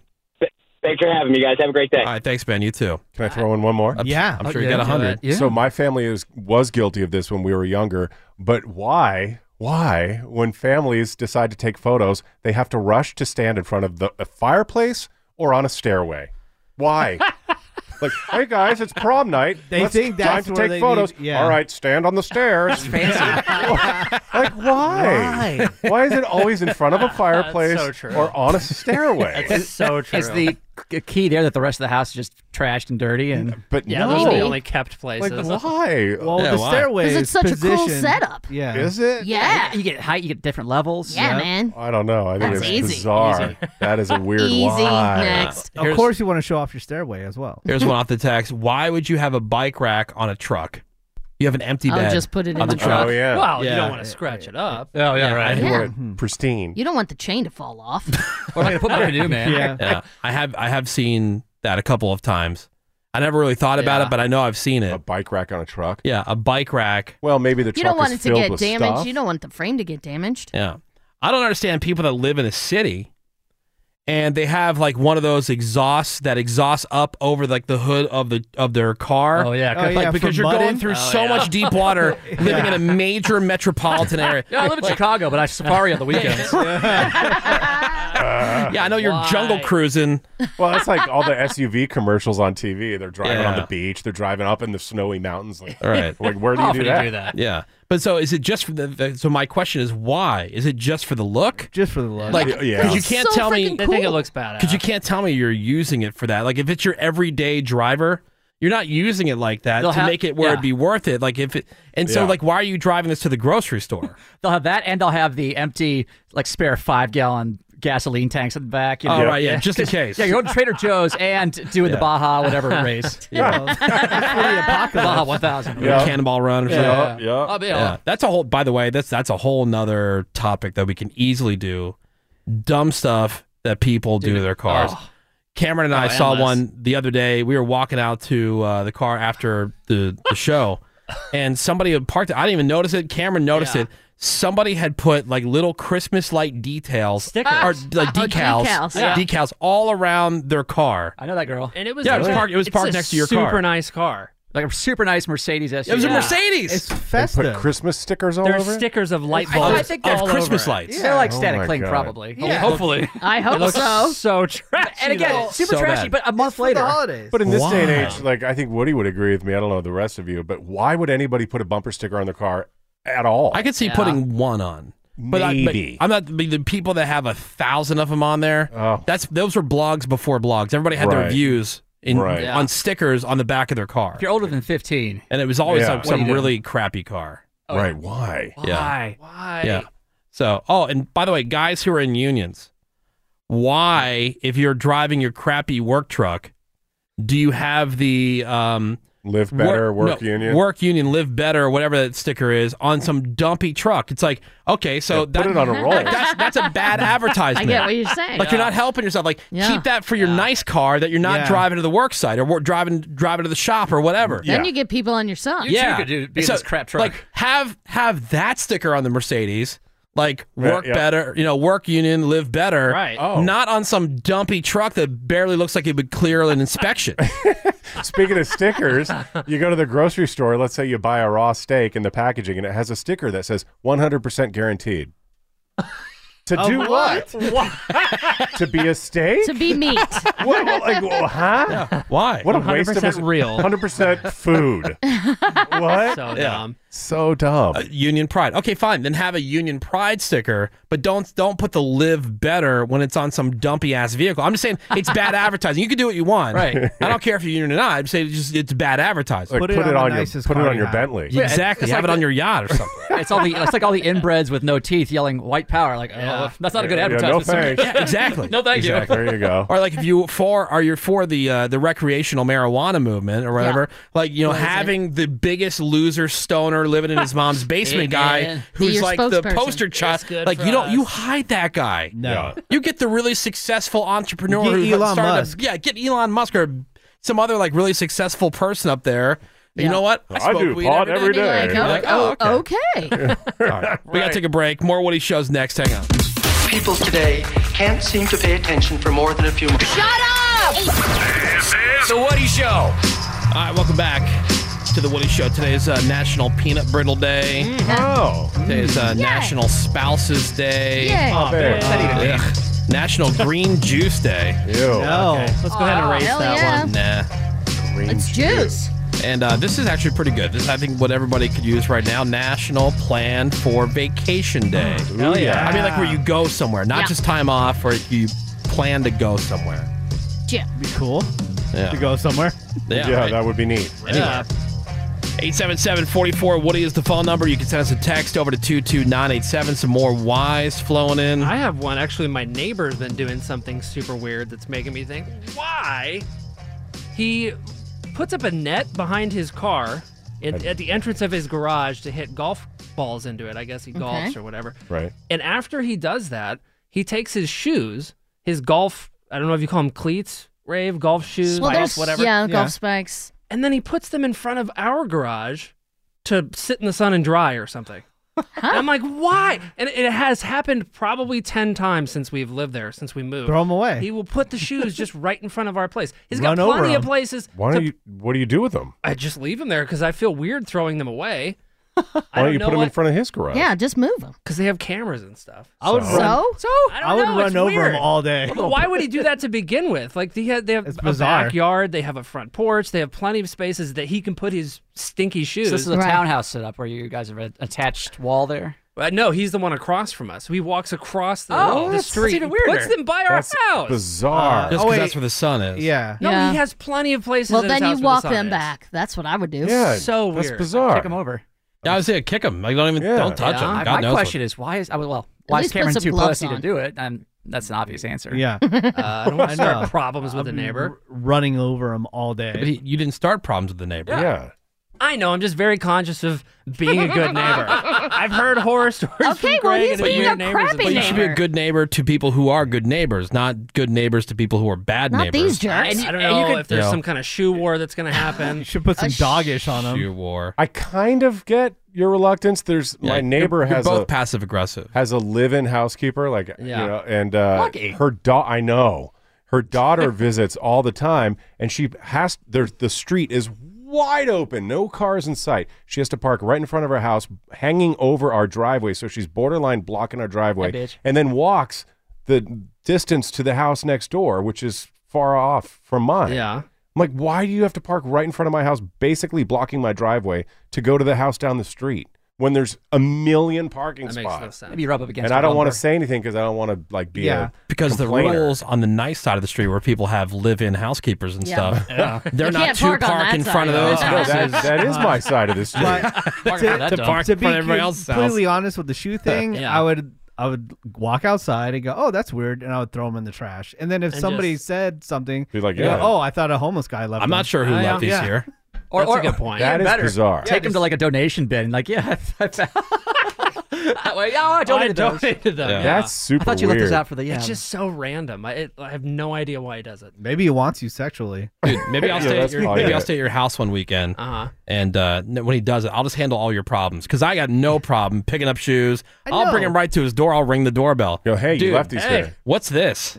S23: Thanks for having me, guys. Have a great day. All
S2: right, thanks, Ben. You too.
S4: Can I throw in one more?
S2: Yeah.
S7: Oh,
S2: I'm sure you got a hundred.
S4: So my family is, was guilty of this when we were younger. But why? Why, when families decide to take photos, they have to rush to stand in front of the a fireplace or on a stairway? Why? like, hey guys, it's prom night.
S7: They
S4: Let's-
S7: think that's
S4: time to
S7: where
S4: take
S7: they
S4: photos.
S7: need- yeah.
S4: All right, stand on the stairs. like why? Why? is it always in front of a fireplace
S5: so true.
S4: or on a stairway?
S5: Is- Is the k- key there that the rest of the house is just trashed and dirty and
S4: but
S9: Yeah, those are the only kept places.
S5: Well,
S9: Yeah,
S5: the
S9: why?
S5: stairway
S9: 'Cause
S5: is
S9: it's such a cool
S5: positioned-
S9: setup.
S7: Yeah.
S4: Is it?
S3: Yeah.
S5: You get height, you get different levels.
S3: Yeah, Yep. man.
S4: I don't know. I think
S3: That's
S4: it's
S3: easy.
S4: bizarre.
S3: Easy.
S4: That is a weird
S3: Easy.
S4: why.
S3: Next.
S2: Of Here's-
S7: course, you want to show off your stairway as well.
S2: Here's one off the text. Why would you have a bike rack on a truck? You have an empty
S3: Oh,
S2: bed.
S3: just put it
S2: on
S3: in the truck.
S2: truck.
S3: Oh, yeah. Well,
S9: you don't wanna scratch it up.
S2: Oh yeah, right.
S3: Yeah.
S4: pristine.
S3: You don't want the chain to fall off.
S5: what am I gonna put my canoe, man?
S2: Yeah. I have I have seen that a couple of times. I never really thought about
S3: Yeah.
S2: it, but I know I've seen it. A
S4: bike rack on a truck.
S2: Yeah, a bike rack.
S4: Well, maybe the
S3: you don't want it to get damaged. You don't want the frame to get damaged.
S2: Yeah. I don't understand people that live in a city and they have like one of those exhausts that exhausts up over like the hood of the of their car.
S5: Oh, yeah, 'cause-
S2: Like,
S5: Oh, yeah,
S2: because
S5: for
S2: you're going
S5: mudding?
S2: through
S5: Oh,
S2: so
S5: yeah.
S2: much deep water living in a major metropolitan area.
S5: Yeah, I live in Chicago, but I safari on the weekends.
S2: yeah, I know you're jungle cruising.
S4: Well, that's like all the SUV commercials on TV. They're driving on
S2: Yeah.
S4: the beach. They're driving up in the snowy mountains. Like,
S2: All right.
S4: Like, where do you, do, that?
S2: Yeah. But so is it just for the, the so my question is why? Is it just for the look?
S7: Just for the look.
S2: Like
S4: Yeah.
S2: cuz you
S4: It's
S2: can't
S4: so
S2: tell me
S4: freaking They think it cool. looks
S9: badass.
S2: Cuz you can't tell me you're using it for that. Like if it's your everyday driver, you're not using it like that
S5: They'll
S2: to
S5: have-
S2: make it where
S5: yeah.
S2: it'd be worth it. Like if it And so
S5: Yeah.
S2: like why are you driving this to the grocery store?
S5: They'll have that, and they'll have the empty, like spare five gallon gasoline tanks in the back. You
S2: Oh,
S5: know?
S2: right, yeah, just in case.
S5: Yeah, you go to Trader Joe's and do the
S2: Yeah.
S5: Baja whatever race.
S2: Yeah.
S5: Baja 1000.
S2: Or Cannonball Run or
S5: Yeah.
S2: something.
S5: Oh, Yeah. I'll be all-
S2: That's a whole by the way, that's that's a whole nother topic that we can easily do. Dumb stuff that people do to their cars.
S5: oh.
S2: Cameron and I
S5: Oh,
S2: saw
S5: endless.
S2: one the other day. We were walking out to uh, the car after the, the show and somebody had parked it. I didn't even notice it. Cameron noticed it. Somebody had put like little Christmas light details
S9: Stickers.
S2: or like
S9: Oh,
S2: decals,
S9: decals, yeah.
S2: decals all around their car.
S5: I know that girl.
S9: And it was
S2: Yeah, it was
S9: like-
S2: parked- it was
S9: it's
S2: parked
S9: a
S2: next to your
S9: super
S2: car.
S9: nice car.
S5: Like a super nice Mercedes SUV.
S2: It was a Mercedes.
S5: It's
S4: They put Christmas stickers all
S5: There's
S4: over. it?
S5: stickers of light
S4: I- I
S5: bulbs
S4: think
S5: all
S4: they're Christmas
S5: over it.
S4: lights.
S5: Yeah. They're like
S4: Oh
S5: static
S4: my
S5: Link,
S4: God.
S5: probably.
S4: Yeah.
S2: Hopefully.
S3: I hope
S5: It looks
S3: so.
S5: So trashy. And again,
S3: though.
S5: super
S4: So
S5: trashy.
S4: bad.
S5: But a month later,
S4: But in this day and
S5: Why?
S4: age, like I think Woody would agree with me. I don't know the rest of you, but why would anybody put a bumper sticker on their car at all?
S2: I could see putting one on. But
S4: Maybe.
S2: I, am not but the people that have a thousand of them on there.
S4: Oh.
S2: That's those were blogs before blogs. Everybody had their
S5: Right.
S2: views in
S5: Right.
S2: on stickers on the back of their car,
S5: if you're older than 15,
S2: and it was always
S5: Yeah.
S2: some,
S5: What do you
S2: some
S5: do?
S2: really crappy car.
S4: Right? Why?
S2: Yeah.
S5: Why? Why?
S2: Yeah. So, oh, and by the way, guys who are in unions, why, if you're driving your crappy work truck, do you have the um,
S4: live better, work union?
S2: work union, live better, whatever that sticker is on some dumpy truck? It's like, okay, so that,
S4: put it on a roll.
S2: like, that's that's a bad advertisement.
S3: I get what you're saying.
S2: Like you're not helping yourself. Like
S3: Yeah.
S2: keep that for your nice car that you're not
S3: Yeah.
S2: driving to the work site or wo- driving driving to the shop or whatever.
S3: Then you get people on your side.
S2: So, Like have have that sticker on the Mercedes. Like
S5: Yeah,
S2: work
S5: yeah.
S2: better, you know, work union, live better.
S5: Right. Oh.
S2: Not on some dumpy truck that barely looks like it would clear an inspection.
S4: Speaking of stickers, you go to the grocery store. Let's say you buy a raw steak in the packaging, and it has a sticker that says 100% guaranteed. To do what? to be a steak?
S3: To be meat.
S4: what? Like, well, huh?
S2: Why?
S4: What a waste of
S9: 100% real.
S4: 100% food. what?
S2: Yeah. Uh,
S9: So dumb.
S4: So dumb.
S2: union pride. Okay, fine. Then have a union pride sticker, but don't don't put the live better when it's on some dumpy ass vehicle. I'm just saying it's bad advertising. You can do what you want.
S4: Right.
S2: I don't care if you're union or not. I'm saying it's just it's bad advertising.
S4: Like, Put it put on it the on your- nicest put it car on you your have. Bentley.
S5: Yeah,
S2: exactly.
S5: it's
S2: have
S5: like
S2: it on
S5: the-
S2: your yacht or something.
S5: it's all the it's like all the inbreds with no teeth yelling white power. Like, oh, that's not a good
S2: Yeah, no
S5: advertisement. sir.
S2: thanks. Yeah, exactly.
S5: no, thank
S2: Exactly.
S5: you.
S2: There
S4: you go.
S2: or like if you for are you for the uh, the recreational marijuana movement or whatever, like you know
S5: What is it?
S2: having the biggest loser stoner living in his mom's basement
S5: Yeah.
S2: guy
S5: Be
S2: who's
S5: your
S2: like the
S5: spokesperson.
S2: poster child.
S5: It's good
S2: Like
S5: for
S2: you don't
S5: us.
S2: you hide that guy.
S5: No.
S2: you get the really successful entrepreneur
S5: Get
S2: who
S5: Elon
S2: started. a-
S5: Musk.
S2: yeah, get Elon Musk or some other like really successful person up there. You
S3: Yeah.
S2: know what?
S3: I do pot every Be like, day. oh, oh, okay.
S2: We gotta take a break. More Woody shows next. Hang on.
S24: People today can't seem to pay attention for more than a few minutes.
S3: Shut up!
S24: This is
S2: The Woody Show. All right, welcome back to the Woody Show. Today is uh, National Peanut Brittle Day.
S9: Mm-hmm.
S4: Oh.
S2: Today is uh,
S4: Yay.
S2: National Spouses Day.
S4: Yay. Oh, man. What's that even mean?
S2: Ugh. National Green Juice Day.
S4: Ew.
S2: No.
S9: Oh, Let's go ahead and erase
S3: hell
S9: that
S3: yeah.
S9: one.
S2: Nah.
S3: Green It's juice.
S2: And uh, this is actually pretty good. This I think what everybody could use right now. National Plan for Vacation Day.
S9: Hell yeah.
S2: I mean, like where you go somewhere, not
S3: Yeah.
S2: just time off, or you plan to go somewhere.
S3: Yeah.
S2: Be cool. Yeah.
S7: to go somewhere.
S2: Yeah,
S4: Yeah,
S2: right.
S4: that would be neat.
S2: Anywhere. 877-44 Woody is the phone number. You can send us a text over to 22987. Some more Y's flowing in.
S9: I have one. Actually, my neighbor's been doing something super weird that's making me think, why? He puts up a net behind his car in, at the entrance of his garage to hit golf balls into it. I guess he golfs
S25: Okay.
S9: or whatever.
S4: Right.
S9: And after he does that, he takes his shoes, his golf, I don't know if you call them cleats, Rave, golf shoes,
S3: Well,
S9: golf,
S3: there's
S9: whatever.
S3: yeah, golf spikes.
S9: And then he puts them in front of our garage to sit in the sun and dry or something. And I'm like, why? And it has happened probably 10 times since we've lived there, since we moved.
S7: Throw 'em away.
S9: He will put the shoes just right in front of our place. He's
S4: Run
S9: got
S4: over
S9: plenty of
S4: 'em.
S9: places.
S4: Why
S9: to-
S4: don't you? What do you do with them?
S9: I just leave them there because I feel weird throwing them away.
S4: Why don't, you put them in front of his garage?
S3: Yeah, just move them.
S9: Because they have cameras and stuff.
S7: I would
S4: So?
S7: run.
S3: So
S9: I, don't
S7: I would
S9: know,
S7: run
S9: it's
S7: over 'em
S9: weird.
S7: all day.
S9: But why would he do that to begin with? Like they have, they have a
S7: bizarre.
S9: backyard, they have a front porch, they have plenty of spaces that he can put his stinky shoes.
S5: So this is a townhouse setup where you guys have an attached wall there.
S9: Uh, no, he's the one across from us. He walks across the,
S5: Oh,
S9: the
S5: that's- that's
S9: street.
S5: even
S9: He puts
S5: weirder.
S9: them by our
S4: That's
S9: house. Oh,
S4: bizarre.
S2: Just 'cause that's where the sun is.
S7: Yeah.
S9: No,
S3: Yeah.
S9: he has plenty of places.
S3: Well,
S9: in his
S3: then
S9: house
S3: you
S9: where the
S3: walk
S9: sun
S3: them
S9: is.
S3: back. That's what I would do.
S5: Yeah,
S9: So
S5: that's
S9: weird.
S5: bizarre. Kick 'em over.
S2: Yeah, I was saying, kick them. Like, don't even, don't touch
S5: Yeah.
S2: them.
S5: My-
S2: God
S5: my
S2: knows
S5: question is why is I well why
S9: least
S5: is
S9: put
S5: Cameron
S9: some
S5: too
S9: gloves
S5: pussy to
S9: on.
S5: do it? And that's an obvious answer.
S7: Yeah.
S5: uh,
S9: I don't want to start problems
S2: Uh,
S9: with the neighbor.
S7: running over them all day.
S2: But he, you didn't start problems with the neighbor.
S9: Yeah.
S4: Yeah.
S9: I know. I'm just very conscious of being a good neighbor. I've heard horror stories from
S3: Okay, well,
S9: Greg
S3: he's
S9: and
S3: being
S9: weird
S3: a
S9: neighbors.
S3: crappy
S9: But
S2: You should be a good neighbor to people who are good neighbors, not good neighbors to people who are bad
S3: Not
S2: neighbors.
S3: these jerks.
S9: I don't
S3: And you
S9: know
S3: could-
S9: if there's
S2: Yeah.
S9: some kind of shoe war that's going to happen. you
S7: should put some dogish on them.
S2: Shoe war.
S4: I kind of get your reluctance. There's
S2: Yeah,
S4: my neighbor
S2: you're- you're
S4: has
S2: both
S4: a
S2: passive aggressive.
S4: has a live-in housekeeper, like
S2: Yeah.
S4: you know, and uh,
S2: Lucky.
S4: her daughter. I know her daughter visits all the time, and she has. There's the street is wide open, no cars in sight. She has to park right in front of her house, hanging over our driveway. So she's borderline blocking our driveway
S5: Hey, bitch.
S4: and then walks the distance to the house next door, which is far off from mine.
S9: Yeah.
S4: I'm like, why do you have to park right in front of my house, basically blocking my driveway to go to the house down the street when there's a million parking
S5: That makes
S4: spots?
S5: no sense. Maybe you rub up against
S4: And I
S5: a
S4: don't want to
S5: bumper.
S4: say anything because I don't want to like be a
S2: because the
S4: complainer.
S2: rules on the nice side of the street where people have live-in housekeepers and
S4: Yeah.
S2: stuff,
S4: Yeah.
S2: they're
S4: You
S2: not
S4: can't
S2: to
S4: park on
S2: park
S4: that
S2: in front of
S4: side.
S2: those.
S4: No, that-
S2: houses.
S4: that is my side of the street.
S7: But
S2: Park on that
S7: to,
S2: dumb.
S7: park to be
S2: Front of everybody else's house.
S7: completely honest with the shoe thing,
S2: Yeah.
S7: I would I would walk outside and go, "Oh, that's weird," and I would throw them in the trash. And then if
S2: And
S7: somebody
S2: just-
S7: said something,
S4: be like,
S2: "Yeah."
S7: "Oh, I thought a homeless guy left."
S2: I'm not
S7: them."
S2: sure who
S7: Yeah.
S2: left these
S7: Yeah.
S2: here.
S5: Or,
S7: That's a
S5: or,
S7: good point.
S5: or
S7: That
S5: even
S7: is
S5: better,
S7: bizarre.
S5: Take him to like a donation bin. Like, yeah, I found. that way, yeah,
S9: Oh,
S5: I donated those.
S9: donated them.
S5: Yeah.
S9: yeah.
S5: That's super I thought you left this weird. out for the- yeah.
S9: It's just so random. I, it, I have no idea why he does it.
S7: Maybe he wants you sexually.
S2: Dude, maybe I'll
S7: Yeah,
S2: stay. At
S7: that's
S2: your,
S7: probably
S2: maybe I'll
S7: it.
S2: stay at your house one weekend,
S9: Uh-huh.
S2: and uh, n- when he does it, I'll just handle all your problems because I got no problem picking up shoes.
S9: I
S2: I'll bring
S9: know.
S2: him right to his door. I'll ring the doorbell. Go,
S4: hey,
S9: you
S2: Dude,
S9: left these Hey. here."
S2: What's this?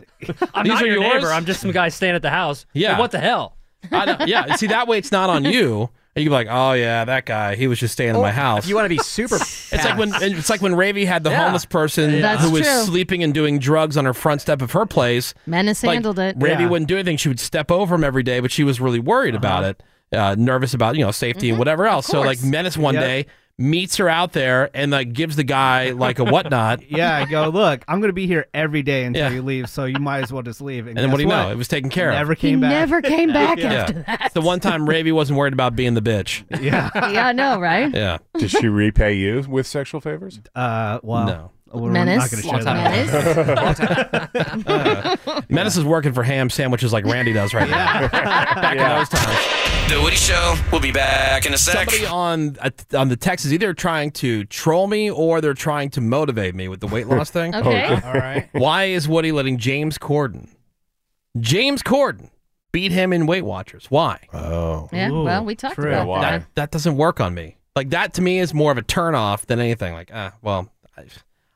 S9: I'm
S2: These
S9: not
S2: are
S9: your
S2: yours?
S9: neighbor. I'm just some guy staying at the house.
S2: Yeah.
S9: Like, what the hell?
S2: I know, yeah. See, that way it's not on you. And you can be like, oh yeah, that guy. He was just staying in my house.
S5: If you want to be super.
S2: It's like when it's like when Ravi had the
S5: Yeah.
S2: homeless person
S3: That's
S2: who was
S3: true.
S2: sleeping and doing drugs on her front step of her place.
S3: Menace handled it.
S2: Ravi
S3: Yeah.
S2: wouldn't do anything. She would step over him every day, but she was really worried about it, uh, nervous about you know safety and whatever else. So like
S7: course.
S2: Menace one
S7: Yep.
S2: day meets her out there and like gives the guy like a whatnot.
S7: yeah, I go, look, I'm going to be here every day until
S2: Yeah.
S7: you leave, so you might as well just leave. And,
S2: And then what do
S7: guess
S2: you know? It was taken care of.
S7: Never came back.
S3: Never came back
S2: Yeah.
S3: after that.
S2: It's the one time Ravi wasn't worried about being the bitch.
S7: Yeah.
S3: yeah, I know, right?
S2: Yeah.
S4: Did she repay you with sexual favors?
S7: Uh, well,
S2: No.
S7: we're not going to share that.
S2: Menace is working for ham sandwiches like Randy does right now. Back in those times.
S1: The Woody Show. We'll be back in a sec.
S2: Somebody on uh, on the text is either trying to troll me or they're trying to motivate me with the weight loss thing.
S3: Okay. Okay. All right.
S2: Why is Woody letting James Corden? James Corden beat him in Weight Watchers. Why?
S4: Oh.
S3: Yeah, well, we talked True. about that.
S2: That, that doesn't work on me. Like that to me is more of a turnoff than anything. Like, ah, well, I,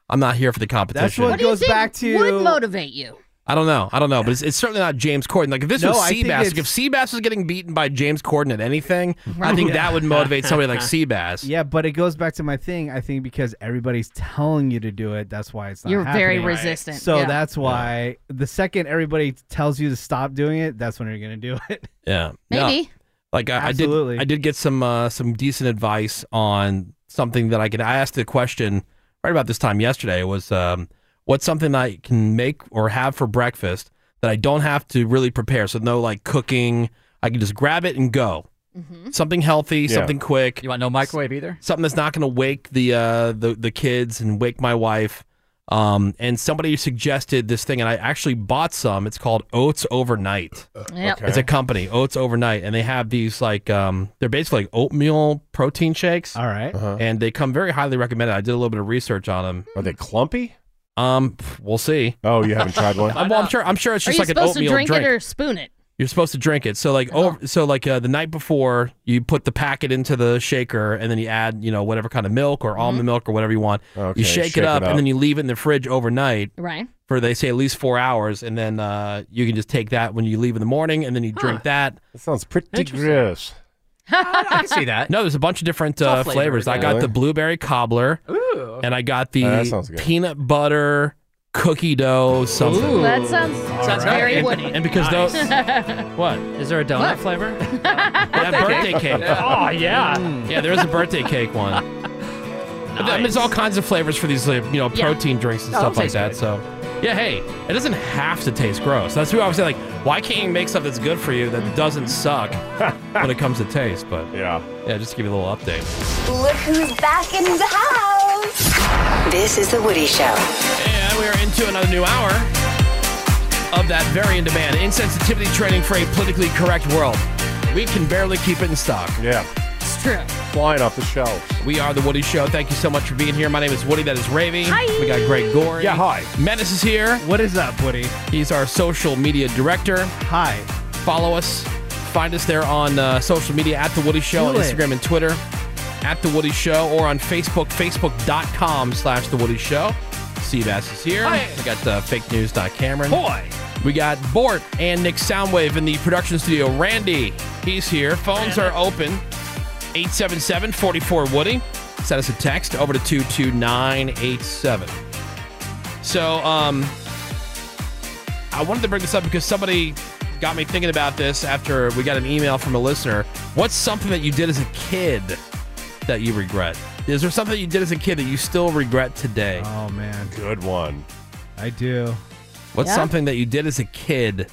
S2: I'm not here for the competition.
S7: That's what, goes back to.
S3: Would motivate you.
S2: I don't know. I don't know, but it's, it's certainly not James Corden. Like if this
S7: No,
S2: was
S7: I think
S2: Seabass,
S7: it's-
S2: if Seabass was getting beaten by James Corden at anything, I
S7: Right.
S2: think
S7: Yeah.
S2: that would motivate somebody like Seabass.
S7: yeah, but it goes back to my thing. I think because everybody's telling you to do it, that's why it's not.
S3: You're very
S7: happening.
S3: resistant,
S7: So
S3: yeah.
S7: that's why the second everybody tells you to stop doing it, that's when you're going to do it.
S2: Yeah, No.
S7: Maybe.
S2: Like I, I did,
S7: Absolutely.
S2: I did get some uh, some decent advice on something that I could. I asked the question right about this time yesterday. Was um, what's something I can make or have for breakfast that I don't have to really prepare? So no like cooking. I can just grab it and go. Something healthy,
S5: Yeah.
S2: something quick.
S5: You want no microwave either?
S2: Something that's not going to wake the uh, the the kids and wake my wife. Um, and somebody suggested this thing, and I actually bought some. It's called Oats Overnight.
S3: Yep. Okay.
S2: It's a company, Oats Overnight, and they have these like um, they're basically like oatmeal protein shakes.
S7: All right.
S2: and they come very highly recommended. I did a little bit of research on them.
S4: Uh-huh. Are they clumpy?
S2: Um, pff, we'll see.
S4: Oh, you haven't tried one?
S2: well, I'm sure. I'm sure it's
S3: Are
S2: just
S3: you
S2: like an
S3: supposed to
S2: oatmeal
S3: drink,
S2: drink.
S3: it or Oh. spoon it?
S2: You're supposed to drink it. So like over, so like uh, the night before, you put the packet into the shaker, and then you add you know whatever kind of milk or
S3: Mm-hmm.
S2: almond milk or whatever you want.
S4: Okay,
S2: you shake, it, up, and then you leave it in the fridge overnight.
S3: Right.
S2: For they say at least four hours, and then uh, you can just take that when you leave in the morning, and then you drink that.
S4: That sounds pretty gross.
S2: I
S5: can see that.
S2: No, there's a bunch of different
S5: It's all
S2: uh,
S5: flavored,
S2: flavors. I
S5: yeah.
S2: got
S5: Really?
S2: the blueberry cobbler,
S5: Ooh.
S2: and I got
S5: Uh, that
S2: the
S5: sounds good.
S2: peanut butter cookie dough something.
S3: That sounds, sounds very
S2: And-
S3: woody.
S2: and because those- What
S9: is there a donut
S3: What?
S9: flavor?
S2: that birthday cake. Mm.
S9: Oh yeah.
S2: Yeah, there is a birthday cake one. I mean, there's all kinds of flavors for these, like, you know,
S9: Yeah.
S2: protein drinks and
S9: Oh,
S2: stuff
S9: it'll
S2: like
S9: taste
S2: that.
S9: good.
S2: So, yeah, hey, it doesn't have to taste gross. That's who I was saying. Like, why can't you make stuff that's good for you that doesn't suck when it comes to taste? But
S4: yeah,
S2: yeah, just to give you a little update.
S21: Look who's back in the house. This is The Woody Show.
S2: And we are into another new hour of that very in demand insensitivity training for a politically correct world. We can barely keep it in stock.
S4: Yeah.
S3: It's true.
S4: Flying off the shelves.
S2: We are The Woody Show. Thank you so much for being here. My name is Woody. That is Ravy. We got Greg Gore. Yeah, hi. Menace is here.
S7: What is up, Woody?
S2: He's our social media director.
S7: Hi.
S2: Follow us. Find us there on uh, social media at The Woody Show
S7: Do
S2: on
S7: it.
S2: Instagram and Twitter at The Woody Show or on Facebook, facebook.com slash The Woody Show. Seabass is here.
S9: Hi.
S2: We got uh, fake news. Cameron.
S9: Boy.
S2: We got Bort and Nick Soundwave in the production studio. Randy, he's here. Phones are open. 877 44 Woody. Send us a text over to 22987. So, um, I wanted to bring this up because somebody got me thinking about this after we got an email from a listener. What's something that you did as a kid that you regret? Is there something you did as a kid that you still regret today?
S7: Oh man,
S4: good one.
S7: I do.
S2: What's
S7: Yeah.
S2: something that you did as a kid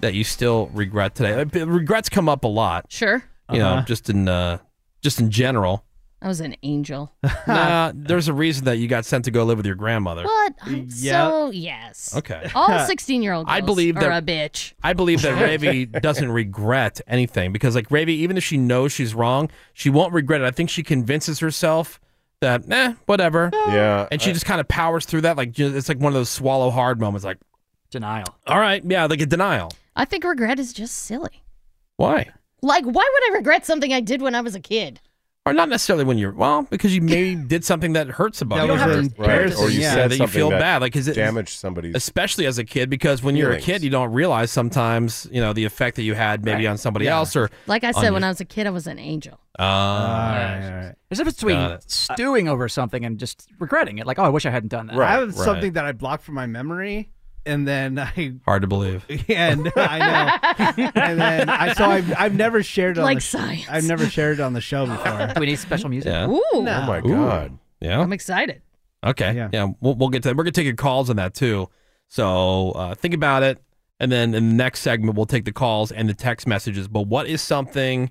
S2: that you still regret today? Uh, b- Regrets come up a lot.
S3: Sure.
S2: You know,
S3: Uh-huh.
S2: just in uh, just in general.
S3: I was an angel.
S2: nah, there's a reason that you got sent to go live with your grandmother.
S3: But I'm
S2: Yeah.
S3: so yes.
S2: Okay.
S3: All sixteen-year-old girls
S2: I believe
S3: are a
S2: that
S3: bitch.
S2: I believe that Ravi doesn't regret anything because, like Ravi, even if she knows she's wrong, she won't regret it. I think she convinces herself that, eh, whatever.
S4: Yeah,
S2: and she just kind of powers through that. Like ju- it's like one of those swallow hard moments, like
S5: denial.
S2: All right, yeah, like a denial.
S3: I think regret is just silly.
S2: Why?
S3: Like, why would I regret something I did when I was a kid?
S2: Or not necessarily when you're well, because you maybe did something that hurt somebody.
S4: That
S2: You
S4: was
S2: don't have to-
S4: embarrassing, Right, or you yeah. said
S2: that you
S4: something
S2: feel
S4: that
S2: bad, like is it
S4: damaged somebody's-
S2: especially as a kid, because when you're a
S4: feelings.
S2: kid, you don't realize sometimes you know the effect that you had maybe on somebody else or
S3: Like I said, when I was a kid, I was an angel.
S2: I
S5: There's a difference
S2: Ah, Got
S5: between
S2: it.
S5: stewing over something and just regretting it. Like, oh, I wish I hadn't done that.
S7: I have something that I blocked from my memory, and then I
S2: hard to believe.
S7: and
S2: Oh,
S7: I know, and then I so I've, I've never shared it on
S3: Like
S7: the sh-
S3: science.
S7: I've never shared it on the show before.
S5: Do we need special music?
S2: Yeah.
S3: Ooh. Oh
S4: my God.
S2: Yeah.
S3: I'm excited.
S2: Okay. Yeah. we'll, we'll get to that. We're going to take your calls on that too. So uh, think about it. And then in the next segment, we'll take the calls and the text messages. But what is something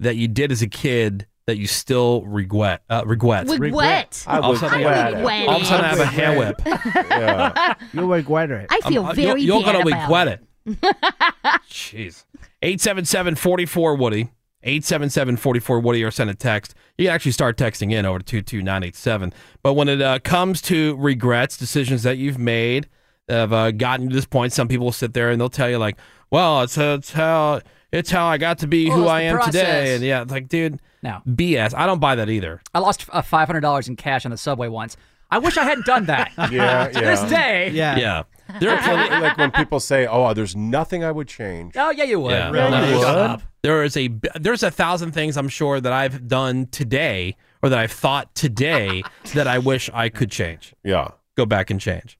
S2: that you did as a kid that you still regret? Uh, regret.
S3: Regret. Regret. I
S2: All of a
S3: was
S2: sudden,
S3: wet.
S2: I, all of a sudden I have a hair whip.
S7: You'll regret it.
S3: I feel
S2: Um, uh,
S3: very
S2: You're, you're
S3: bad
S2: going to
S3: about
S2: regret it. Jeez. 877 44 Woody. 877 44 Woody or send a text. You can actually start texting in over to 22987. But when it uh, comes to regrets, decisions that you've made that have uh, gotten to this point, some people will sit there and they'll tell you, like, well, it's, uh, it's how. It's how I got to be
S5: Well,
S2: who
S5: it's
S2: I
S5: the
S2: am
S5: process.
S2: today, and yeah, it's like, dude,
S5: No.
S2: BS. I don't buy that either.
S5: I lost uh, $500 in cash on the subway once. I wish I hadn't done that.
S4: Yeah, yeah.
S5: to this day.
S2: yeah.
S4: There are plenty, like when people say, "Oh, there's nothing I would change."
S5: Oh, yeah, you would.
S2: Yeah.
S5: Really? Shut up.
S2: There is a b- there's a thousand things I'm sure that I've done today or that I've thought today that I wish I could change.
S4: Yeah,
S2: go back and change.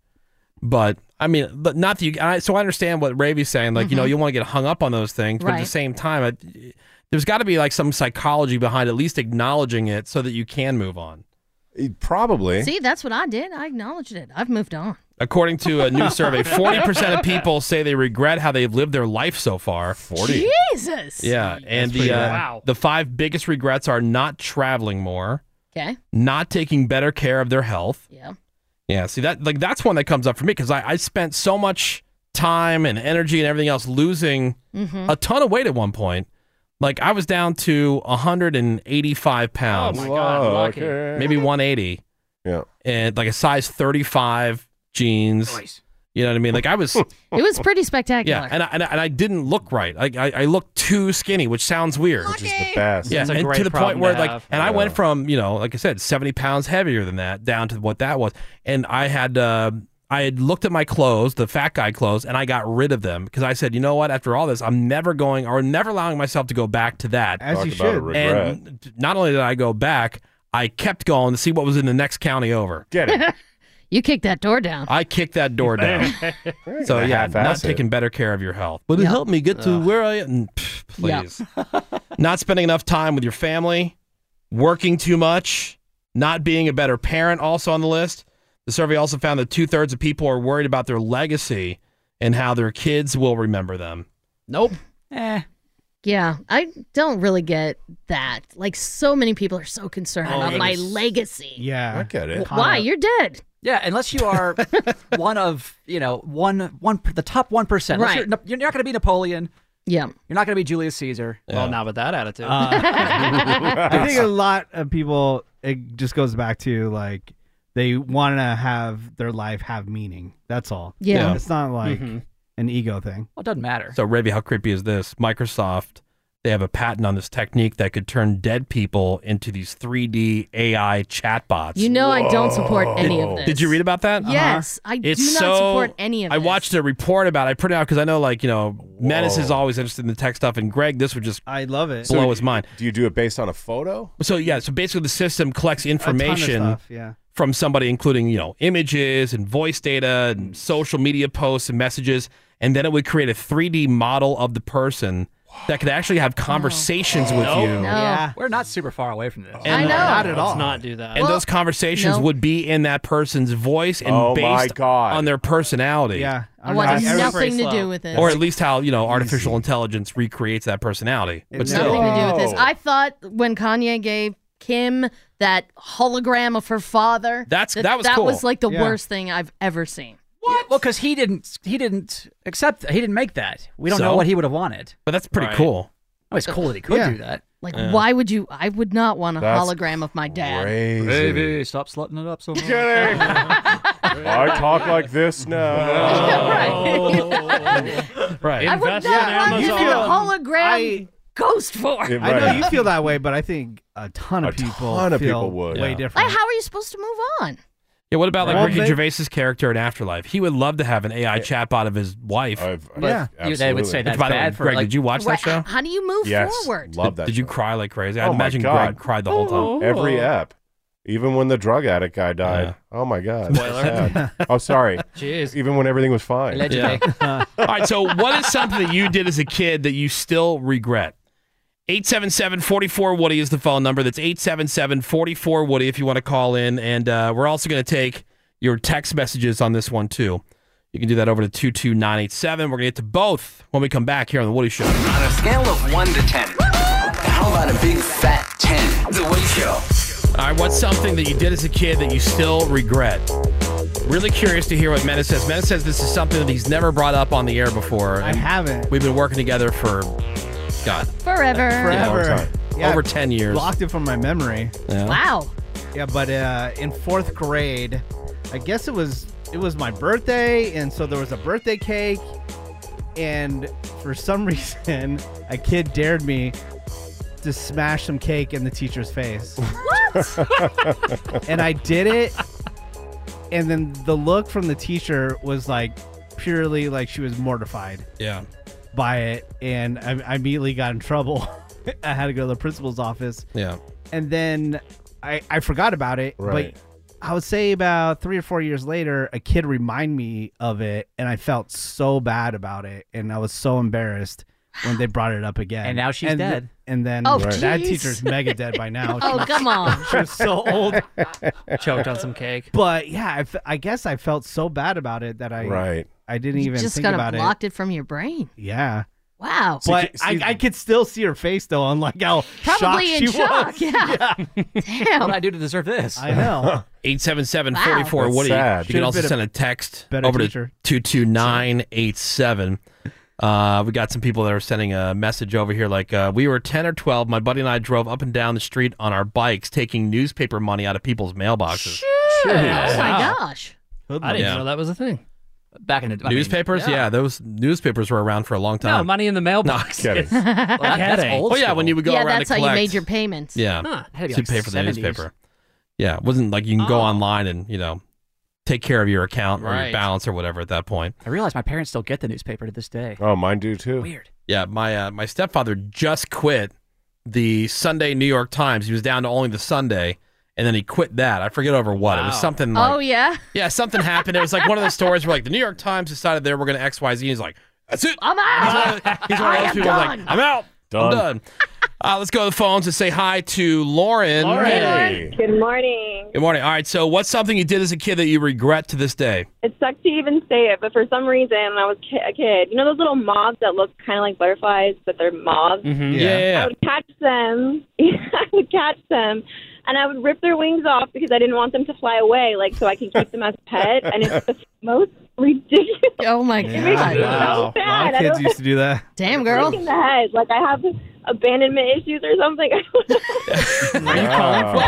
S2: But I mean, but not that you. I, so I understand what Ravi's saying. Like you know,
S4: Mhm.
S2: you want to get hung up on those things, but at the
S4: Right.
S2: same time, I, there's got to be like some psychology behind at least acknowledging it so that you can move on.
S4: Probably.
S3: See, that's what I did. I acknowledged it. I've moved on.
S2: According to a new survey, 40% of people say they regret how they've lived their life so far. 40.
S3: Jesus.
S2: Yeah, and
S3: pretty
S2: the uh,
S3: bad. Wow.
S2: the five biggest regrets are not traveling more,
S3: Okay.
S2: not taking better care of their health.
S3: Yeah.
S2: Yeah, see that like that's one that comes up for me because I, I spent so much time and energy and everything else losing
S3: Mhm.
S2: a ton of weight at one point. Like I was down to 185 pounds.
S4: Oh my God, Whoa, lucky. okay.
S2: Maybe 180.
S4: Yeah.
S2: And like a size 35 jeans. You know what I mean? Like I was
S3: It was pretty spectacular.
S2: yeah, and I, and I, and I didn't look right. I, I I looked too skinny, which sounds weird. Which
S4: is the best.
S2: Yeah,
S4: It's a
S2: and
S4: great
S2: to the point
S4: problem
S2: where
S4: to
S2: like,
S4: have.
S2: and I went
S4: Yeah.
S2: from you know, like I said, seventy pounds heavier than that down to what that was, and I had. Uh, I had looked at my clothes, the fat guy clothes, and I got rid of them because I said, you know what? After all this, I'm never going or never allowing myself to go back to that.
S7: As Talk you about a should. regret.
S2: And t- not only did I go back, I kept going to see what was in the next county over. Get
S3: you kicked that door down.
S2: I kicked that door down. so
S4: gonna
S2: yeah, not
S4: half-ass it.
S2: taking better care of your health. But it helped me get to where I am. Mm, Pff, Please. not spending enough time with your family, working too much, not being a better parent, also on the list. The survey also found that two thirds of people are worried about their legacy and how their kids will remember them. Nope.
S5: Eh.
S3: Yeah, I don't really get that. Like, so many people are so concerned
S5: Oh,
S3: about my
S5: goodness.
S3: legacy.
S7: Yeah.
S5: I get
S3: W- Why? You're dead.
S5: Yeah, unless you are one of you know one one the top one percent.
S3: Right.
S5: You're, no- you're not going to be Napoleon.
S3: Yeah.
S5: You're not going to be Julius Caesar.
S7: Well,
S5: not with that attitude.
S7: I think a lot of people it just goes back to like they want to have their life have meaning. That's all.
S2: Yeah. Yeah.
S7: It's not like
S2: Mhm.
S7: an ego thing.
S5: Well, it doesn't matter.
S2: So, Ravi, how creepy is this? Microsoft, They have a patent on this technique that could turn dead people into these 3D AI chatbots.
S3: You know I don't support any of
S2: Did-
S3: this.
S2: Did you read about that? Uh-huh.
S3: Yes, I do
S2: It's
S3: not
S2: so-
S3: support any of
S2: I
S3: this.
S2: watched a report about it. I printed it out because I know, like, you know, Menace is always interested in the tech stuff, and Greg, this would just
S7: I love it.
S2: blow his mind.
S4: Do you do it based on a photo?
S2: So, yeah, so basically the system collects information
S7: stuff, yeah.
S2: from somebody, including, you know, images and voice data and social media posts and messages, and then it would create a 3D model of the person that could actually have conversations with
S5: Nope.
S2: you.
S5: Yeah. We're not super far away from this.
S2: And- I know.
S5: Not
S2: Let's
S5: at all.
S9: not do that.
S2: And those conversations
S5: nope.
S2: would be in that person's voice and
S4: Oh, my
S2: based on their personality.
S7: Yeah.
S3: I want
S7: That's
S3: nothing
S7: very
S3: to
S7: slow.
S3: do with it.
S2: Or at least how, you know, artificial intelligence recreates that personality. But still.
S3: nothing to do with this. I thought when Kanye gave Kim that hologram of her father,
S2: That's- that was
S3: that
S2: cool.
S3: was like the
S5: Yeah.
S3: worst thing I've ever seen.
S5: What? Well, because he didn't. He didn't accept. He didn't make that. We don't
S2: So?
S5: know what he would have wanted.
S2: But that's pretty cool.
S5: Oh, it's cool that he could
S3: Yeah.
S5: do that.
S3: Like,
S5: Yeah.
S3: why would you? I would not want a
S5: That's
S3: hologram of my dad.
S5: Baby, stop slutting it up so much.
S4: I talk like this now.
S2: Oh, right.
S3: I would
S7: Invest
S3: not
S7: in
S3: want to be a
S7: Amazon.
S3: hologram ghost for.
S7: I know you feel that way, but I think a ton of people
S2: ton of
S7: feel
S2: people would.
S7: way
S2: Yeah.
S7: different.
S3: Like, how are you supposed to move on?
S2: Yeah, what about like
S7: Well,
S2: Ricky
S7: they-
S2: Gervais's character in Afterlife? He would love to have an AI chatbot of his wife.
S5: But yeah. you- they would say
S2: Which,
S5: that's
S2: by the way,
S5: bad for,
S2: Greg,
S5: like-
S2: did you watch that
S3: Wh-
S2: show?
S3: How do you move forward?
S4: Love that
S2: Did you cry like crazy? I'd
S4: Oh my
S2: imagine
S4: God.
S2: Greg cried the whole time.
S4: Every app. Even when the drug addict guy died. Oh my god. so
S2: Spoiler.
S4: sad. oh sorry.
S9: Jeez.
S4: Even when everything was fine.
S2: All right, so what is something that you did as a kid that you still regret? 877-44 Woody is the phone number. That's 877-44 Woody if you want to call in. And uh, we're also going to take your text messages on this one too. You can do that over to 22987. We're going to get to both when we come back here on the Woody Show.
S12: On a scale of 1 to 10, how about a big fat 10? The Woody Show.
S2: All right, what's something that you did as a kid that you still regret? Really curious to hear what Mena says. Mena says this is something that he's never brought up on the air before.
S7: I
S2: and
S7: haven't.
S2: We've been working together for, God,
S3: Forever.
S2: Yeah, long
S7: Forever.
S2: time. Over 10 years.
S7: Blocked it from my memory.
S2: Yeah.
S3: Wow.
S7: Yeah, but uh, in fourth grade, I guess it was it was my birthday, and so there was a birthday cake, and for some reason, a kid dared me to smash some cake in the teacher's face. What? and I did it, and then the look from the teacher was like purely like she was mortified
S2: Yeah.
S7: by it, and I, I immediately got in trouble. I had to go to the principal's office.
S2: Yeah.
S7: And then I, I forgot about it.
S2: Right.
S7: But I would say about three or four years later, a kid reminded me of it, and I felt so bad about it, and I was so embarrassed when they brought it up again.
S5: And now she's
S7: th-
S5: dead.
S7: and then
S5: Oh,
S7: that
S5: jeez.
S7: teacher's mega dead by now.
S3: Oh,
S7: She-
S3: come on.
S7: She was so old.
S9: Choked on some cake.
S7: But yeah, I, f- I guess I felt so bad about it that I
S4: Right.
S7: I didn't
S3: You
S7: even
S3: just
S7: think
S3: kind
S7: about
S3: of blocked it. from your brain.
S7: it. Yeah.
S3: Wow.
S7: But I, I could still see her face though. on like how shocked
S3: Probably
S7: she
S3: in shock.
S7: was.
S3: Yeah. Damn.
S5: What I do to deserve this?
S7: I know.
S2: 877
S5: Wow.
S2: 44 Woody.
S5: That's sad.
S2: You can also
S5: Should've been
S2: send
S5: a
S2: a text
S5: better
S2: over
S5: teacher.
S2: to 22987. Uh, we got some people that are sending a message over here like, uh, we were 10 or 12. My buddy and I drove up and down the street on our bikes, taking newspaper money out of people's mailboxes.
S3: Oh my
S2: Wow.
S3: gosh.
S9: I didn't
S2: Yeah.
S9: know that was a thing.
S5: Back in the
S2: Newspapers? yeah. those newspapers were around for a long time.
S9: No, money in the mailbox.
S2: No, I'm kidding.
S9: Headache.
S2: Oh, yeah, when you would go
S3: yeah,
S2: around
S3: that's
S2: to
S3: how you
S2: collect.
S3: made your payments.
S2: Yeah.
S3: Had to be
S2: to
S3: like
S2: pay for the
S3: 70s.
S2: newspaper. Yeah. It wasn't like you can
S9: Oh.
S2: go online and, you know, take care of your account or your
S5: Right.
S2: balance or whatever at that point.
S5: I realize my parents still get the newspaper to this day.
S4: Oh, mine do too.
S5: Weird.
S2: Yeah, my uh, my stepfather just quit the Sunday New York Times. He was down to only the Sunday, and then he quit that. I forget over what. It was
S9: Wow.
S2: something like
S3: oh yeah.
S2: yeah, something happened. It was like one of those stories where like the New York Times decided they were going to X Y Z. He's like, that's it.
S3: I'm out.
S2: He's one
S3: I
S2: of those
S3: am
S2: people like,
S3: done.
S2: I'm out.
S4: Done.
S2: I'm done. Uh, let's go to the phones and say hi to Lauren.
S25: Good morning.
S2: Good morning. All right, so what's something you did as a kid that you regret to this day?
S25: It sucked to even say it, but for some reason, when I was ki- a kid, you know those little moths that look kind of like butterflies, but they're moths?
S19: Mm-hmm.
S2: Mhm. Yeah, yeah, yeah.
S25: I would catch them. I would catch them, and I would rip their wings off because I didn't want them to fly away, like so I could keep them as a pet. And it's the most ridiculous.
S3: Oh, my
S25: It makes me
S7: Wow.
S25: so
S7: A lot
S25: sad.
S7: of
S25: I
S7: kids
S25: don't-
S7: used to do that.
S3: Damn,
S25: Freak in the head. Like I have abandonment issues or something.
S4: Uh,
S2: Well,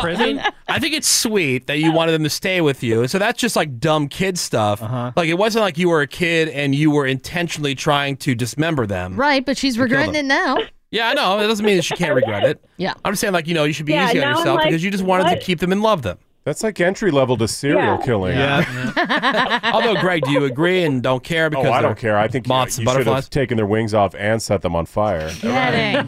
S2: I, mean, I think it's sweet that you wanted them to stay with you. So that's just like dumb kid stuff.
S4: Uh-huh.
S2: Like it wasn't like you were a kid and you were intentionally trying to dismember them.
S3: Right, but she's regretting
S2: them.
S3: it now.
S2: Yeah, I know. That doesn't mean that she can't regret it.
S3: Yeah.
S2: I'm just saying, like, you know, you should be
S25: Yeah,
S2: easy on
S25: now I'm
S2: yourself
S25: like,
S2: because you just wanted
S25: what?
S2: to keep them and love them.
S4: That's like entry level to serial
S25: Yeah.
S4: killing.
S2: Yeah. Although, Greg, do you agree and don't care because
S4: oh, I
S2: they're
S4: don't care. I think you,
S2: moths
S4: you
S2: and
S4: should
S2: butterflies?
S4: have taken their wings off and set them on fire.
S2: Yeah.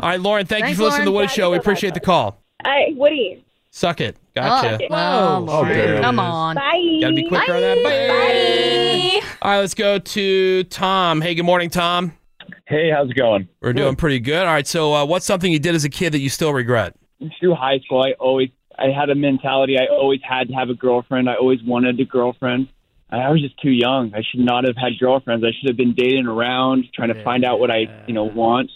S2: All right, Lauren, thank you
S25: Thanks,
S2: for listening to the
S25: Lauren.
S2: Woody Show. We appreciate the call.
S25: I Woody.
S2: Suck it. Gotcha.
S25: Oh, wow,
S2: Oh,
S25: Lauren.
S2: there it
S25: Come
S2: is.
S25: on. Bye.
S2: Gotta be quicker on that. Bye. All right, let's go to Tom. Hey, good morning, Tom.
S13: Hey, how's it going?
S2: We're doing pretty good. All right, so uh, what's something you did as a kid that you still regret?
S13: Through high school, I always I had a mentality. I always had to have a girlfriend. I always wanted a girlfriend. I was just too young. I should not have had girlfriends. I should have been dating around, trying to find out what I you know want.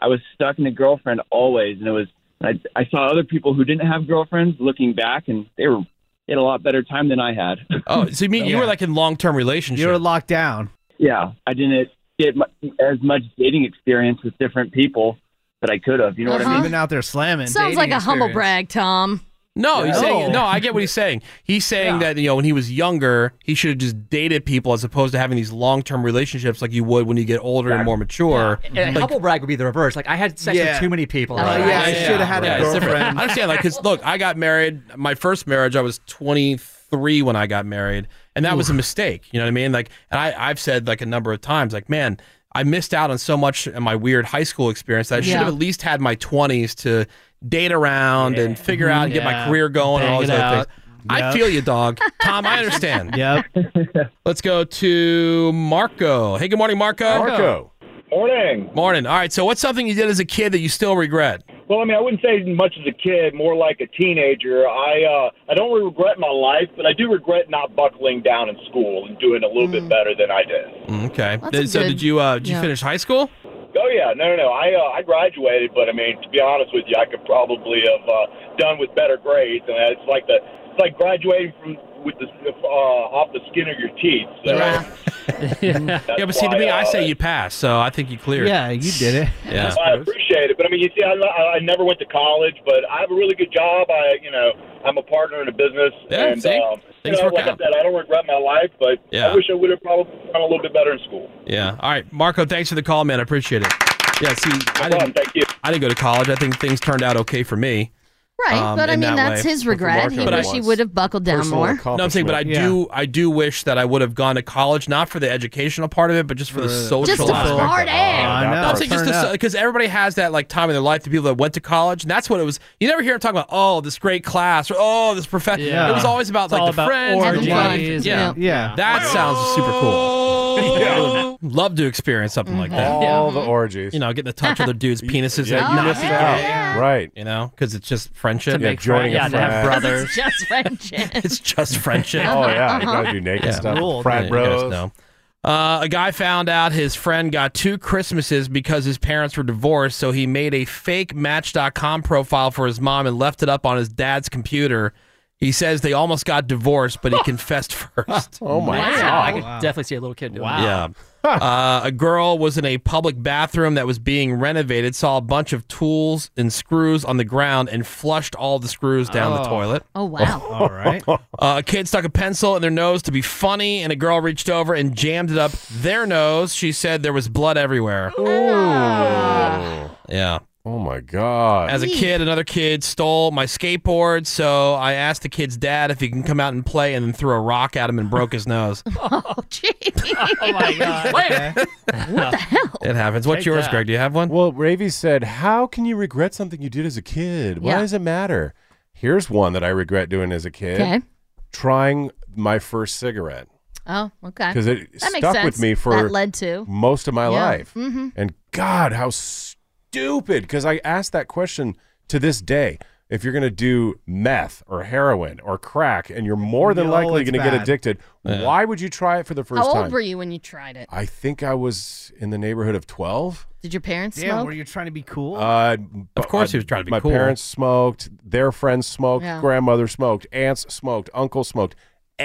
S13: I was stuck in a girlfriend always, and it was. I, I saw other people who didn't have girlfriends looking back, and they were they had a lot better time than I had.
S2: Oh, so you mean you were like in long term relationship? You were
S13: locked down. Yeah, I didn't get mu as much dating experience with different people that I could have. You know
S2: Uh-huh.
S13: what I
S7: You've
S13: mean?
S7: been out there slamming.
S3: Sounds like a
S7: dating
S3: humble
S7: experience.
S3: brag, Tom.
S2: No, he's
S7: No.
S2: saying no. I get what he's saying. He's saying that you know when he was younger, he should have just dated people as opposed to having these long term relationships like you would when you get older and more mature.
S5: And
S2: Like,
S5: humble brag would be the reverse. Like I had sex
S2: Yeah. Oh,
S5: with too many people.
S4: Uh,
S2: Yeah, it's different. I understand, like, because look, I got married. My first marriage, I was 23 when I got married, and that was a mistake. You know what I mean? Like, and I, I've said like a number of times, like, man, I missed out on so much in my weird high school experience. That I should
S4: Yeah.
S2: have at least had my 20s to date around and figure out and get
S4: Yeah.
S2: my career going and all
S4: Bang
S2: these
S4: it
S2: other
S4: out.
S2: things. I
S4: Yep.
S2: feel you, dog. Tom, I understand. yep. Let's go to Marco. Hey, good morning, Marco.
S4: Marco.
S26: Morning.
S2: Morning. All right. So, what's something you did as a kid that you still regret?
S26: Well, I mean, I wouldn't say much as a kid, more like a teenager. I uh, I don't really regret my life, but I do regret not buckling down in school and doing a little bit better than I did.
S2: Mm, Okay.
S26: That's
S2: Did-
S26: a
S2: so
S26: good-
S2: did you uh, did
S26: yeah.
S2: you finish high school?
S26: Oh yeah, no, no, no. I uh, I graduated, but I mean, to be honest with you, I could probably have uh, done with better grades. And it's like the it's like graduating from with the uh, off the skin of your teeth. So
S2: yeah, but see, to
S26: why,
S2: me, I
S26: uh,
S2: say you passed, so I think you cleared.
S26: Yeah,
S7: you did it.
S2: Yeah.
S26: I appreciate it, but I mean, you see, I, I I never went to college, but I have a really good job. I, you know, I'm a partner in a business,
S2: Yeah,
S26: and
S2: see?
S26: um, you
S2: Things
S26: know,
S2: work
S26: like
S2: out.
S26: I said, I don't regret my life, but
S2: Yeah.
S26: I wish I would have probably done a little bit better in school.
S2: Yeah. All right, Marco. Thanks for the call, man. I appreciate it. Yeah. See, I didn't.
S26: Thank you.
S2: I didn't go to college. I think things turned out okay for me.
S3: Right,
S2: um,
S3: but I
S2: in
S3: mean
S2: that
S3: that's
S2: way.
S3: his regret. He
S2: But I-
S3: wish he would have buckled down more.
S2: No, I'm saying, but I do, I do wish that I would have gone to college, not for the educational part of it, but just for the social.
S3: Just to
S2: aspect.
S3: smart ass.
S2: No, I'm saying
S3: Turn
S2: just
S3: up.
S2: because everybody has that like time in their life. The people that went to college, and that's what it was. You never hear them talking about oh this great class or oh this professor.
S7: Yeah.
S2: It was always about
S7: It's
S2: like
S7: all
S2: the
S7: about
S2: friends, and
S7: orgies
S2: fun.
S7: and-
S2: yeah.
S7: Yeah.
S2: That sounds super cool.
S4: Yeah.
S2: Love to experience something like that.
S4: All the orgies.
S2: You know, getting to touch other dudes' penises.
S4: Yeah,
S2: that
S4: you
S2: not
S4: missed
S2: get.
S4: out. Right.
S2: You know, because it's just friendship.
S4: To Yeah, make joining friends. a Yeah, to have friend. brothers.
S3: It's just friendship.
S2: it's just friendship.
S3: Oh, yeah, you gotta do
S4: naked stuff.
S2: Cool.
S4: Frat
S2: Yeah, you guys
S4: bros.
S2: know. Uh, a guy found out his friend got two Christmases because his parents were divorced, so he made a fake Match.com profile for his mom and left it up on his dad's computer. He says they almost got divorced, but he confessed first.
S5: Oh my Wow. God. I could Wow.
S2: definitely see a little kid doing
S5: that.
S2: Yeah. Uh, a girl was in a public bathroom that was being renovated, saw a bunch of tools and screws on the ground, and flushed all the screws down the
S3: Oh.
S2: toilet.
S3: Oh, wow.
S2: all right. Uh, a kid stuck a pencil in their nose to be funny, and a girl reached over and jammed it up their nose. She said there was blood everywhere. Yeah.
S4: Oh my god.
S2: As a kid, another kid stole my skateboard, so I asked the kid's dad if he can come out and play, and then threw a rock at him and broke his nose.
S3: Oh, jeez.
S9: oh my god.
S3: What the hell?
S2: It happens. What's
S4: Take
S2: yours,
S4: that.
S2: Greg? Do you have one?
S4: Well, Ravy said, How can you regret something you did as a kid? Why
S2: Yeah.
S4: does it matter? Here's one that I regret doing as a kid
S3: Okay.
S4: trying my first cigarette
S3: Oh, okay.
S4: because it
S3: That makes
S4: stuck with
S3: sense.
S4: me for
S3: that led to
S4: most of my
S3: Yeah.
S4: life.
S3: Mhm.
S4: And God, how stupid! Because I asked that question to this day. If you're going to do meth or heroin or crack, and you're more than
S3: No,
S4: likely
S3: it's
S4: going to get
S3: bad.
S4: addicted, why would you try it for the first
S3: How
S4: time?
S3: old were you when you tried it?
S4: I think I was in the neighborhood of twelve.
S3: Did your parents
S7: Damn,
S3: smoke?
S7: were you trying to be cool?
S4: Uh,
S2: of course,
S4: he
S2: was trying to be
S4: My
S2: cool.
S4: parents smoked. Their friends smoked.
S3: Yeah.
S4: Grandmother smoked. Aunts smoked. Uncle smoked.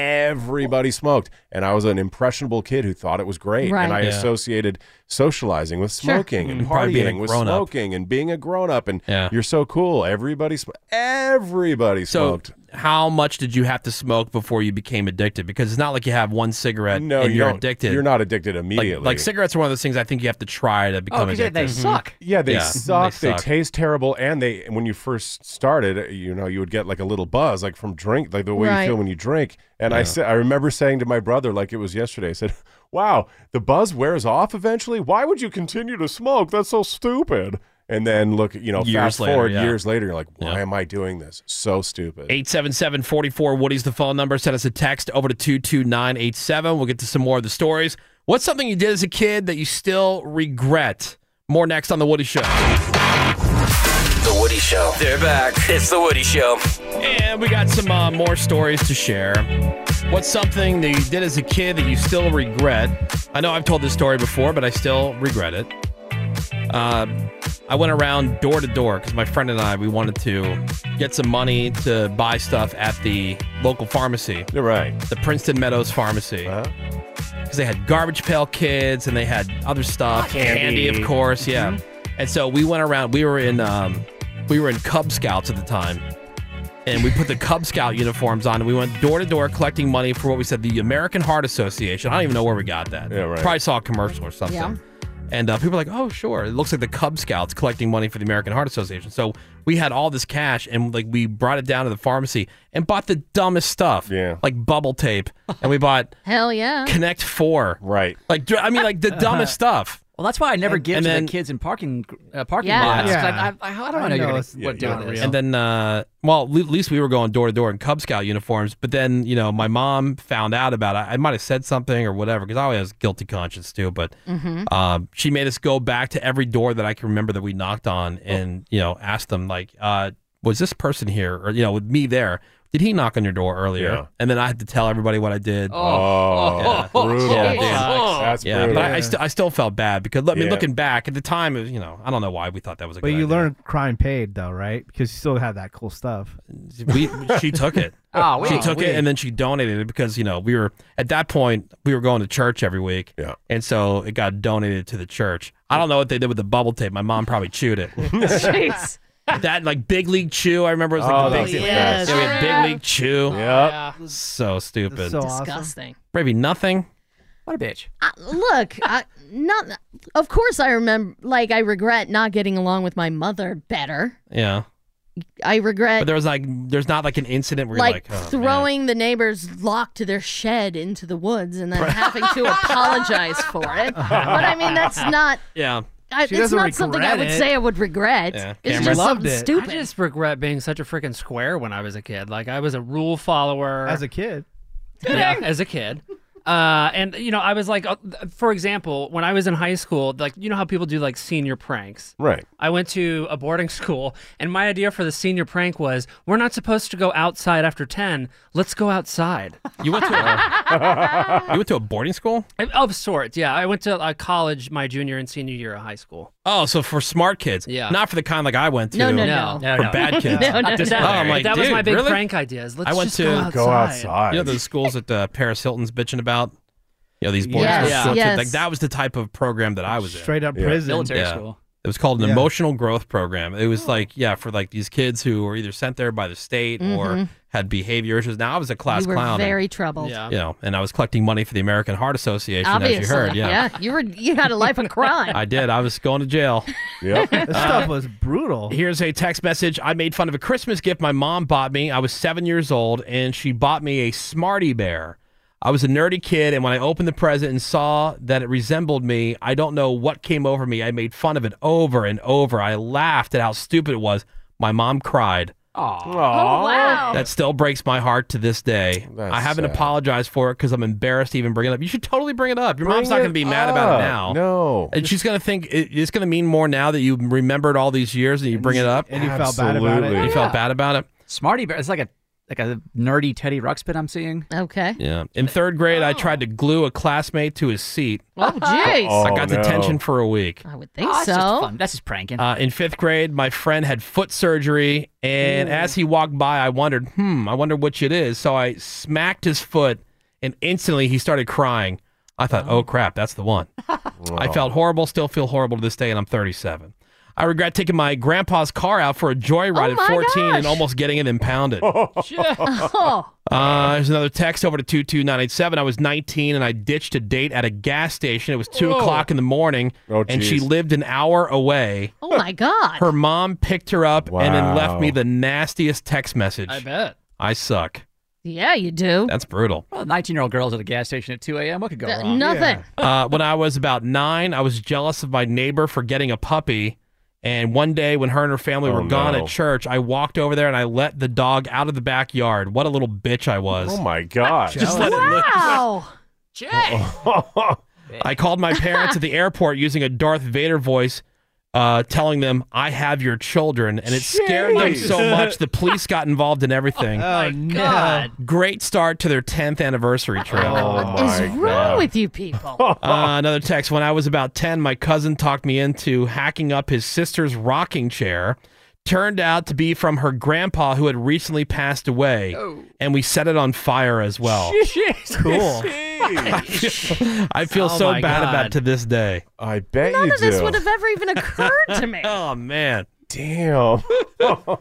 S4: Everybody smoked, and I was an impressionable kid who thought it was great,
S2: Right.
S4: and I
S2: Yeah.
S4: associated socializing with
S2: Sure.
S4: smoking and
S2: Mm, probably being a
S4: partying with
S2: grown-up.
S4: smoking and being a grown up, and
S2: Yeah.
S4: you're so cool. Everybody, sm- everybody
S2: So
S4: smoked.
S2: how much did you have to smoke before you became addicted? Because it's not like you have one cigarette
S4: No,
S2: and
S4: you
S2: you're
S4: don't-
S2: addicted.
S4: you're not addicted
S2: Like-
S4: immediately.
S2: Like, cigarettes are one of those things I think you have to try to become addicted.
S4: Oh, Mm-hmm. Yeah, they
S2: Yeah.
S4: suck. They, taste terrible, and they when you first started, you know, you would get like a little buzz, like from drink, like the way
S2: Right.
S4: you feel when you drink. And I
S2: Yeah.
S4: said, I remember saying to my brother, like it was yesterday, I said, "Wow, the buzz wears off eventually. Why would you continue to smoke? That's so stupid." And then look, you know,
S2: Years
S4: fast
S2: later,
S4: forward
S2: yeah.
S4: years later, you're like, "Why am I doing this? So stupid."
S2: 877 44 Woody's the phone number. Send us a text over to 22987. We'll get to some more of the stories. What's something you did as a kid that you still regret? More next on The Woody Show.
S1: The Woody Show. They're back. It's The Woody Show.
S2: And we got some uh, more stories to share. What's something that you did as a kid that you still regret? I know I've told this story before, but I still regret it. Um, I went around door to door because my friend and I we wanted to get some money to buy stuff at the local pharmacy.
S4: You're right, Uh-huh.
S2: the Princeton Meadows Pharmacy. Because they had garbage pail kids and they had other stuff,
S1: Candy.
S2: candy, of course, yeah. And so we went around. We were in um, we were in Cub Scouts at the time, and we put the Cub Scout uniforms on, and we went door to door collecting money for what we said the American Heart Association. I don't even know where we got that. Yeah, right. Probably saw a commercial or something.
S3: Yeah.
S2: And uh, people were like, "Oh, sure." It looks like the Cub Scouts collecting money for the American Heart Association. So we had all this cash, and like we brought it down to the pharmacy and bought the dumbest stuff, yeah, like bubble tape, and we bought
S3: Hell yeah.
S2: Connect Four,
S4: right?
S2: Like, dr- I mean, like the dumbest stuff.
S5: Well, that's why I never
S2: And-
S5: give
S2: and
S5: to
S2: then-
S5: the kids in parking uh, parking
S2: Yeah.
S5: lots. 'cause
S2: Yeah.
S5: I, I, I don't know. you're gonna, what doing this.
S2: And then, uh, well, at least we were going door to door in Cub Scout uniforms. But then, you know, my mom found out about it. I might have said something or whatever because I always have a guilty conscience too. But
S5: Mm-hmm.
S1: Mhm.
S2: um, she made us go back to every door that I can remember that we knocked on
S5: Oh.
S2: and, you know, asked them, like, uh, was this person here or, you know, with me there? Did he knock on your door earlier?
S4: Yeah.
S2: And then I had to tell everybody what I did.
S4: Oh. Oh.
S2: yeah.
S4: Brutal.
S2: Yeah, dude.
S4: Sucks. That's
S2: yeah, but I, I,
S4: brutal.
S2: st- I still felt bad because, I mean,
S4: Yeah.
S2: looking back at the time, it was, you know, I don't know why we thought that was a
S7: But
S2: good
S7: you learn crime paid though, right? Because you still have that cool stuff.
S2: we she took it.
S7: Oh,
S2: she
S7: wow.
S2: took it and then she donated it because you know we were at that point we were going to church every week. Yeah, and so it got donated to the church. I don't know what they did with the bubble tape. My mom probably chewed it.
S3: Jeez.
S2: that like big league chew. I remember it was like
S4: Oh,
S2: the
S4: that's
S2: big,
S4: the
S2: yeah,
S4: best.
S2: we had big league chew.
S4: Yeah.
S2: so stupid.
S3: so awesome. Disgusting.
S2: Maybe nothing.
S5: What a bitch.
S3: I, look, I, not. Of course, I remember. Like, I regret not getting along with my mother better.
S2: Yeah,
S3: I regret
S2: but there was like there's not like an incident where
S3: like,
S2: you're like oh, man.
S3: throwing the neighbor's lock to their shed into the woods and then having to apologize for it. But I mean, that's not.
S2: Yeah.
S3: I,
S9: She
S3: it's
S9: doesn't
S3: not something I
S9: regret
S3: would
S9: it.
S3: say I would regret. It's just something stupid.
S9: I just regret being such a freaking square when I was a kid. Like I was a rule follower
S7: As a kid.
S9: yeah, as a kid. Uh, and you know, I was like, uh, th- for example, when I was in high school, like you know how people do like senior pranks.
S4: Right.
S9: I went to a boarding school, and my idea for the senior prank was, we're not supposed to go outside after ten. Let's go outside.
S2: You went to a, you went to a boarding school?
S9: Of sorts, yeah. I went to uh, college my junior and senior year of high school.
S2: Oh, so for smart kids,
S9: Yeah.
S2: not for the kind like I went to.
S9: No, no, no. No,
S2: for
S9: no.
S2: bad kids.
S9: No, no,
S2: Just-
S9: no.
S2: oh, I'm like,
S9: That was
S2: dude,
S9: my big
S2: really?
S9: prank idea is let's
S2: I went
S9: just
S2: to
S9: go Go outside. outside.
S2: You know those schools that uh, Paris Hilton's bitching about. You know these boys.
S9: Yes,
S2: that go to-
S9: yes.
S2: Like that was the type of program that I was in.
S7: Straight up Yeah. prison. Military school.
S2: It was called an
S7: Yeah.
S2: emotional growth program. It was like yeah for like these kids who were either sent there by the state
S3: Mhm.
S2: or had behavior issues. Now I was a class
S3: you were
S2: clown. and-
S3: very troubled.
S2: you know, and I was collecting money for the American Heart Association,
S3: Obviously,
S2: as you heard.
S3: You were you had a life of crime.
S2: I did. I was going to jail.
S7: Yep. This stuff was
S2: brutal. Here's a text message. I made fun of a Christmas gift my mom bought me. I was seven years old, and she bought me a Smarty Bear. I was a nerdy kid, and when I opened the present and saw that it resembled me, I don't know what came over me. I made fun of it over and over. I laughed at how stupid it was. My mom cried.
S5: Oh,
S3: wow.
S2: That still breaks my heart to this day. I haven't
S4: sad.
S2: apologized for it because I'm embarrassed to even bring it up. You should totally bring it up. Your mom's
S4: Bring
S2: not going
S4: it
S2: to be mad about
S4: up.
S2: it now.
S4: No.
S2: And she's going to think it, it's going to mean more now that you remembered all these years and you bring it up.
S7: and you felt bad about it. Absolutely.
S2: You
S5: Yeah.
S2: felt bad about it.
S5: Smarty Bear. It's like a like a nerdy Teddy Ruxpin I'm seeing.
S3: Okay.
S2: Yeah. In third grade, I tried to glue a classmate to his seat.
S3: Oh, jeez.
S2: I got
S5: Oh, no.
S2: detention for a week.
S3: I would think
S5: Oh, that's
S3: so.
S5: just fun. That's just pranking.
S2: Uh, in fifth grade, my friend had foot surgery, and
S5: Ew.
S2: as he walked by, I wondered, hmm, I wonder which it is. So I smacked his foot, and instantly he started crying.
S3: Oh.
S2: I thought, oh, crap, that's the one. I felt horrible, still feel horrible to this day, and I'm 37. I regret taking my grandpa's car out for a joyride
S3: Oh
S2: at
S3: my
S2: 14
S3: gosh.
S2: and almost getting it impounded.
S3: Oh.
S2: Uh, there's another text over to 22987. I was 19 and I ditched a date at a gas station. It was 2
S3: Whoa.
S2: o'clock in the morning, and she
S3: geez.
S2: lived an hour away.
S3: Oh my God.
S2: Her mom picked her up and then left
S3: Wow.
S2: me the nastiest text message. I
S9: bet.
S2: I suck.
S3: Yeah, you do.
S2: That's brutal.
S5: Well, 19 year old girls at a gas station at 2 a.m. What could go
S3: Th-
S5: wrong?
S3: nothing.
S2: Uh, when I was about nine, I was jealous of my neighbor for getting a puppy. And one day, when her and her family were
S4: Oh,
S2: gone
S4: no.
S2: at church, I walked over there and I let the dog out of the backyard. What a little bitch I was!
S4: Oh my god!
S2: Just let it loose.
S3: Wow.
S2: I called my parents at the airport using a Darth Vader voice, uh, telling them, "I have your children," and it scared them
S4: Jeez.
S2: so much the police got involved in everything.
S7: Oh, no. God.
S2: Great start to their tenth anniversary trip.
S7: Oh,
S3: What is wrong with you people?
S2: Uh, another text. When I was about 10, my cousin talked me into hacking up his sister's rocking chair. Turned out to be from her grandpa who had recently passed away.
S3: Oh.
S2: And we set it on fire as well. Cool. I feel
S3: Oh
S2: so
S3: my
S2: bad about it
S3: God.
S2: to this day.
S4: I bet
S3: None of this would have ever even occurred to me.
S2: oh, man.
S4: Damn.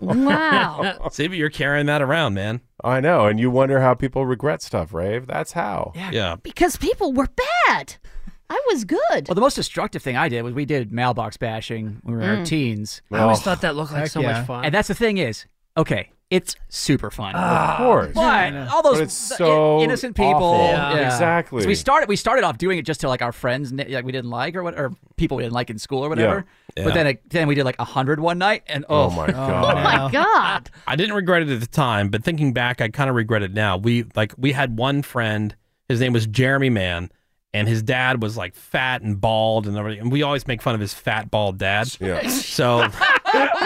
S3: Wow.
S2: See, but you're carrying that around, man.
S4: I know, and you wonder how people regret stuff, Rave. That's how.
S2: Yeah.
S3: Because people were bad. I was good.
S5: Well, the most destructive thing I did was we did mailbox bashing when we were in our
S3: Mm.
S5: teens.
S9: I always thought that looked like so much fun.
S5: And that's the thing is, okay, it's super fun.
S9: Ah. Of course.
S5: But
S9: Yeah.
S5: all those
S9: But it's
S5: the
S9: so
S5: in- innocent people.
S9: awful. Yeah.
S4: Exactly.
S5: So we started we started off doing it just to like our friends n- like we didn't like or what or people we didn't like in school or whatever.
S2: Yeah.
S5: But
S2: Yeah.
S5: then it, then we did like a hundred one night and oh,
S2: Oh, my God.
S5: Oh my
S3: God.
S2: I didn't regret it at the time, but thinking back, I kind of regret it now. We like we had one friend, his name was Jeremy Mann, and his dad was like fat and bald and everything. And we always make fun of his fat bald dad.
S4: Yeah.
S2: So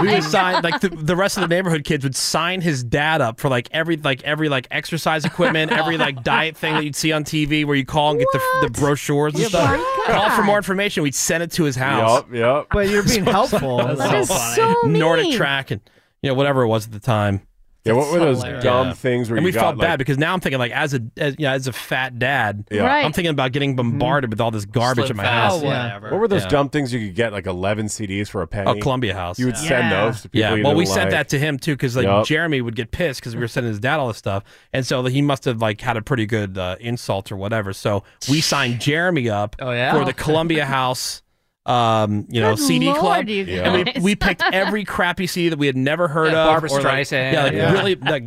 S2: we would sign like the, the rest of the neighborhood kids would sign his dad up for like every like every like exercise equipment, every like diet thing that you'd see on TV where you call and get the, the brochures and
S4: Yeah,
S2: stuff.
S4: my
S2: Call for more information. We'd send it to his house.
S4: Yep, yep.
S7: But you're being helpful.
S2: That is
S7: so mean.
S2: Nordic track and you know whatever it was at the time.
S4: Yeah, what were those Hilarious. dumb things where
S2: and
S4: you
S2: we
S4: got,
S2: felt bad
S4: like-
S2: because now I'm thinking like as a as, you know, as a fat dad,
S4: Yeah. Right.
S2: I'm thinking about getting bombarded with all this garbage in my house.
S4: Oh,
S7: Oh,
S4: What were those
S2: Yeah.
S4: dumb things you could get like 11 CDs for a penny?
S2: Oh, Columbia House.
S4: You would send those to people.
S2: Yeah.
S4: you
S2: well, we
S4: didn't
S2: sent
S4: like.
S2: that to him too because like
S4: Yup.
S2: Jeremy would get pissed because we were sending his dad all this stuff, and so he must have like had a pretty good uh, insult or whatever. So we signed Jeremy up
S5: Oh, yeah?
S2: for the Columbia House. Um, you know,
S5: Good
S2: CD club,
S5: lord, you Yeah.
S2: and we,
S5: guys.
S2: we picked every crappy CD that we had never heard
S5: Yeah,
S2: of.
S5: Barbra
S2: or, like-
S5: Streisand,
S2: yeah, like
S5: yeah.
S2: really, like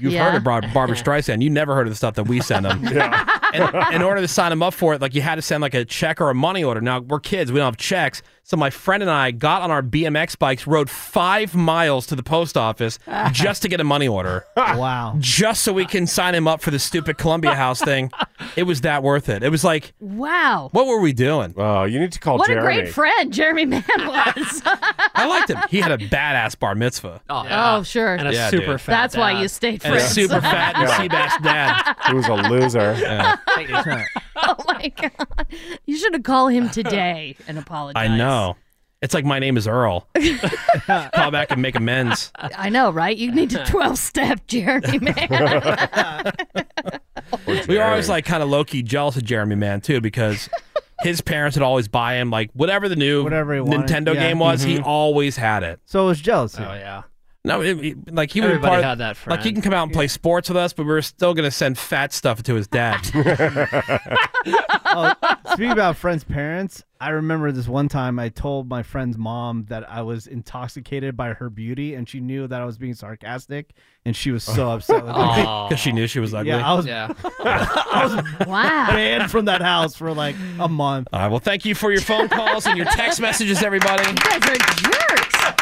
S2: you've
S5: Yeah.
S2: heard of Bar- Barbara Streisand, you never heard of the stuff that we sent them. And in order to sign him up for it, like you had to send like a check or a money order. Now we're kids, we don't have checks. So my friend and I got on our BMX bikes, rode five miles to the post office just to get a money order.
S7: wow.
S2: Just so we can sign him up for the stupid Columbia House thing. It was that worth it. It was like
S3: Wow.
S2: what were we doing?
S4: Oh, you need to call
S3: what a great friend Jeremy Mann was.
S2: I liked him. He had a badass bar mitzvah.
S5: Oh,
S3: oh, sure.
S2: And a Oh, Yeah, super dude. fat
S3: That's why
S2: dad.
S3: you stayed
S2: And a
S3: friends.
S2: super fat and Seabass dad.
S4: He was a loser.
S3: oh my God. You should have called him today and apologized.
S2: I know. It's like my name is Earl. Call back and make amends.
S3: I know, right? You need to 12 step Jeremy Mann.
S2: We were always like kind of low key jealous of Jeremy Man too because his parents would always buy him like whatever the new
S7: Whatever he wanted,
S2: Nintendo
S7: yeah.
S2: game was. He
S7: Mhm.
S2: always had it.
S7: So it was jealousy.
S9: Oh yeah.
S2: No, it, it- like he would
S9: Everybody
S2: part-
S9: had that
S2: Like he
S9: friend.
S2: can come out and play sports with us, but we were still gonna send fat stuff to his dad.
S7: oh, speaking about friends' parents, I remember this one time I told my friend's mom that I was intoxicated by her beauty, and she knew that I was being sarcastic, and she was so upset with me.
S2: because she knew she was ugly.
S7: Yeah, I was,
S2: Oh,
S3: wow.
S7: banned from that house for like a month.
S2: All right. Well, thank you for your phone calls and your text messages, everybody. You
S3: guys are jerks.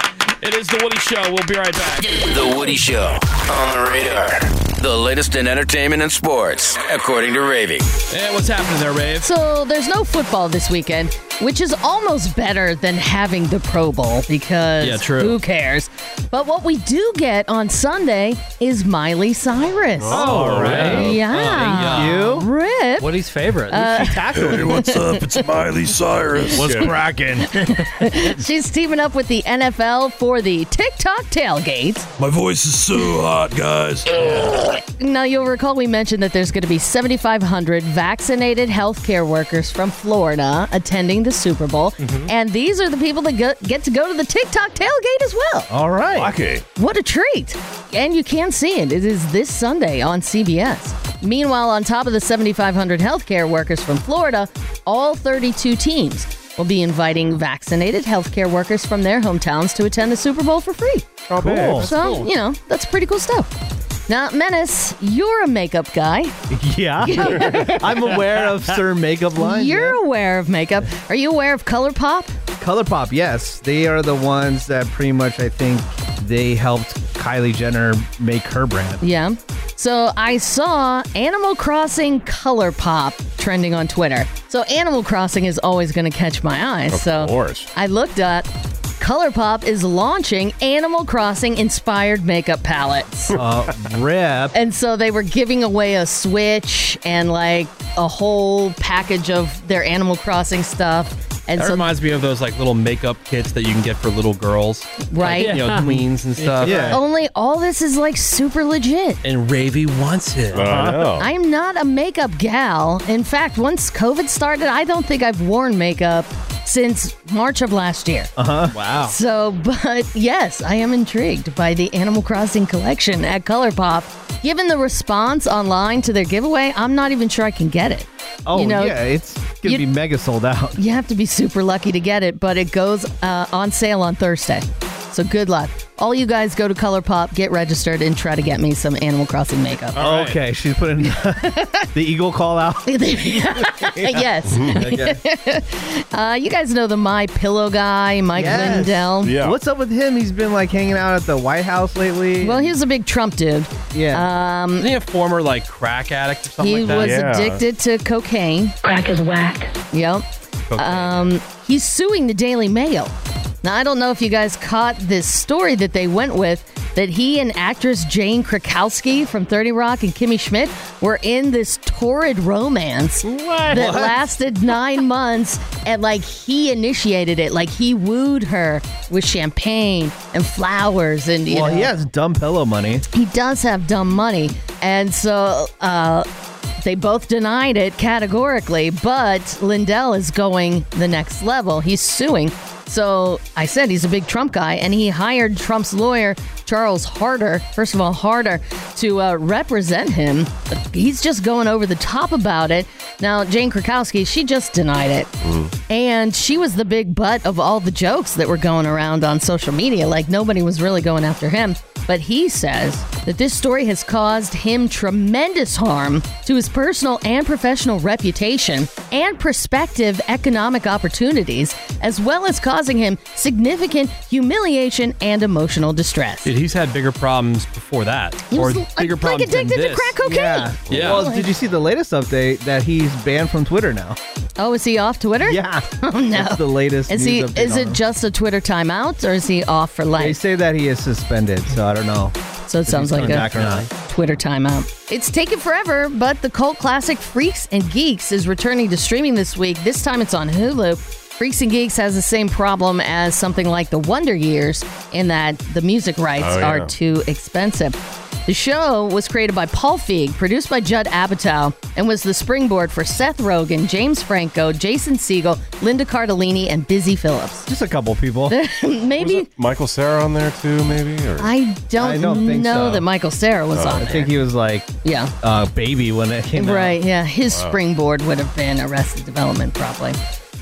S2: It is the Woody Show. We'll be right back.
S1: The Woody Show on the radar. The latest in entertainment and sports, according to Raving.
S2: Hey, what's happening there, Rave?
S3: So there's no football this weekend, which is almost better than having the Pro Bowl because
S2: Yeah, true.
S3: who cares? But what we do get on Sunday is Miley Cyrus.
S9: Oh, All right.
S3: Yeah. you.
S9: Oh,
S3: Rip.
S9: Woody's favorite.
S3: Uh,
S9: Hey,
S8: What's
S9: cracking?
S3: She's teaming up with the NFL for the TikTok tailgate.
S8: My voice is so hot, guys.
S3: Now, you'll recall we mentioned that there's going to be 7,500 vaccinated healthcare workers from Florida attending the Super Bowl.
S2: Mm-hmm.
S3: And these are the people that go- get to go to the TikTok tailgate as well.
S7: All right.
S4: Lucky.
S3: What a treat. And you can see it. It is this Sunday on CBS. Meanwhile, on top of the 7,500 healthcare workers from Florida, all 32 teams will be inviting vaccinated healthcare workers from their hometowns to attend the Super Bowl for free.
S4: Oh,
S7: babe, that's
S3: So,
S7: cool.
S3: you know, that's pretty cool stuff. Now, Menace, you're a makeup guy.
S7: Yeah. I'm aware of certain makeup lines.
S3: You're aware of makeup. Are you aware of ColourPop?
S7: ColourPop, yes. They are the ones that pretty much I think they helped Kylie Jenner make her brand.
S3: Yeah. So I saw Animal Crossing Color Pop trending on Twitter. So Animal Crossing is always going to catch my eye.
S4: Of
S3: so
S4: course.
S3: I looked at ColourPop is launching Animal Crossing inspired makeup palettes.
S7: Uh, rip.
S3: And so they were giving away a Switch and like a whole package of their Animal Crossing stuff. And
S2: that
S3: so
S2: reminds me of those like little makeup kits that you can get for little girls,
S3: Right.
S2: Like, you know,
S3: Yeah. Oh,
S2: queens and stuff.
S3: Only all this is like super legit.
S2: And Ravy wants it.
S3: Uh-huh.
S4: I know.
S3: I am not a makeup gal. In fact, once COVID started, I don't think I've worn makeup since March of last year.
S7: Uh huh. Wow.
S3: So, but yes, I am intrigued by the Animal Crossing collection at ColourPop. Given the response online to their giveaway, I'm not even sure I can get it.
S7: Oh,
S3: You know,
S7: yeah. It's going to
S3: you-
S7: be mega sold out.
S3: You have to be super lucky to get it, but it goes uh, on sale on Thursday. So good luck. All you guys go to ColourPop, get registered, and try to get me some Animal Crossing makeup.
S7: Okay. She's putting the Eagle call out.
S3: yes.
S7: Okay.
S3: uh, you guys know the My Pillow guy, Mike
S7: Yes.
S3: Lindell.
S7: What's up with him? He's been like hanging out at the White House lately.
S3: Well, he was a big Trump dude.
S7: Yeah.
S3: Um,
S2: Isn't he a former like crack addict or something
S3: he
S2: like
S3: was
S2: that?
S3: addicted to cocaine. Crack is whack. Yep. Um, he's suing the Daily Mail. Now, I don't know if you guys caught this story that they went with that he and actress Jane Krakowski from 30 Rock and Kimmy Schmidt were in this torrid romance that
S8: What?
S3: lasted nine months. And like he initiated it, like he wooed her with champagne and flowers. And you
S7: Well, he
S3: know.
S7: has dumb pillow money.
S3: He does have dumb money. And so uh, they both denied it categorically, but Lindell is going the next level. He's suing. So I said he's a big Trump guy, and he hired Trump's lawyer, Charles Harder, first of all, Harder, to uh, represent him. He's just going over the top about it. Now, Jane Krakowski, she just denied it. And she was the big butt of all the jokes that were going around on social media. Like nobody was really going after him. But he says that this story has caused him tremendous harm to his personal and professional reputation and prospective economic opportunities, as well as causing him significant humiliation and emotional distress.
S2: Dude, he's had bigger problems before that,
S3: He
S2: or
S3: was
S2: bigger
S3: l- like
S2: problems
S3: addicted
S2: than
S3: to
S2: this.
S3: crack cocaine.
S2: Yeah.
S7: Well, did you see the latest update that he's banned from Twitter now?
S3: Oh, is he off Twitter?
S7: Yeah.
S3: Oh no.
S7: That's the latest
S3: Is he?
S7: news update
S3: Is
S7: on
S3: it
S7: him.
S3: just a Twitter timeout, or is he off for life?
S7: They say that he is suspended, so I don't know.
S3: So it
S7: if
S3: sounds
S7: he's
S3: like
S7: coming
S3: a
S7: back or not.
S3: Twitter timeout. It's taken forever, but the cult classic Freaks and Geeks is returning to streaming this week. This time it's on Hulu. Freaks and Geeks has the same problem as something like The Wonder Years in that the music rights
S8: Oh, yeah.
S3: are too expensive. The show was created by Paul Feig, produced by Judd Apatow, and was the springboard for Seth Rogen, James Franco, Jason Segel, Linda Cardellini, and Busy Phillips.
S7: Just a couple people.
S3: Maybe
S4: Michael Sarah on there too, maybe? Or
S3: I don't,
S7: I don't think
S3: know
S7: so.
S3: that Michael Sarah was
S7: Uh,
S3: on
S7: I
S3: there.
S7: think he was like
S3: yeah,
S7: uh, baby when it came out.
S3: Right, yeah. His
S7: Wow.
S3: springboard would have been Arrested Development, probably.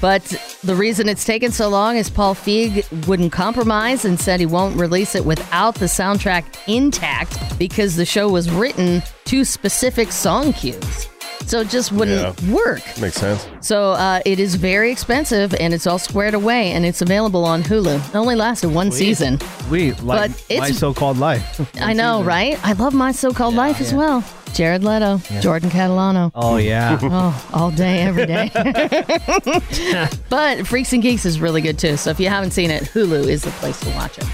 S3: But the reason it's taken so long is Paul Feig wouldn't compromise and said he won't release it without the soundtrack intact because the show was written to specific song cues. So it just wouldn't
S4: Yeah.
S3: work.
S4: Makes sense.
S3: So uh, it is very expensive and it's all squared away and it's available on Hulu. It only lasted one season.
S7: We like
S3: But it's-
S7: my so-called life.
S3: I know, right? I love my so-called life as well. Jared Leto,
S7: Yeah.
S3: Jordan Catalano.
S7: Oh, yeah.
S3: oh, all day, every day. but Freaks and Geeks is really good too. So if you haven't seen it, Hulu is the place to watch it.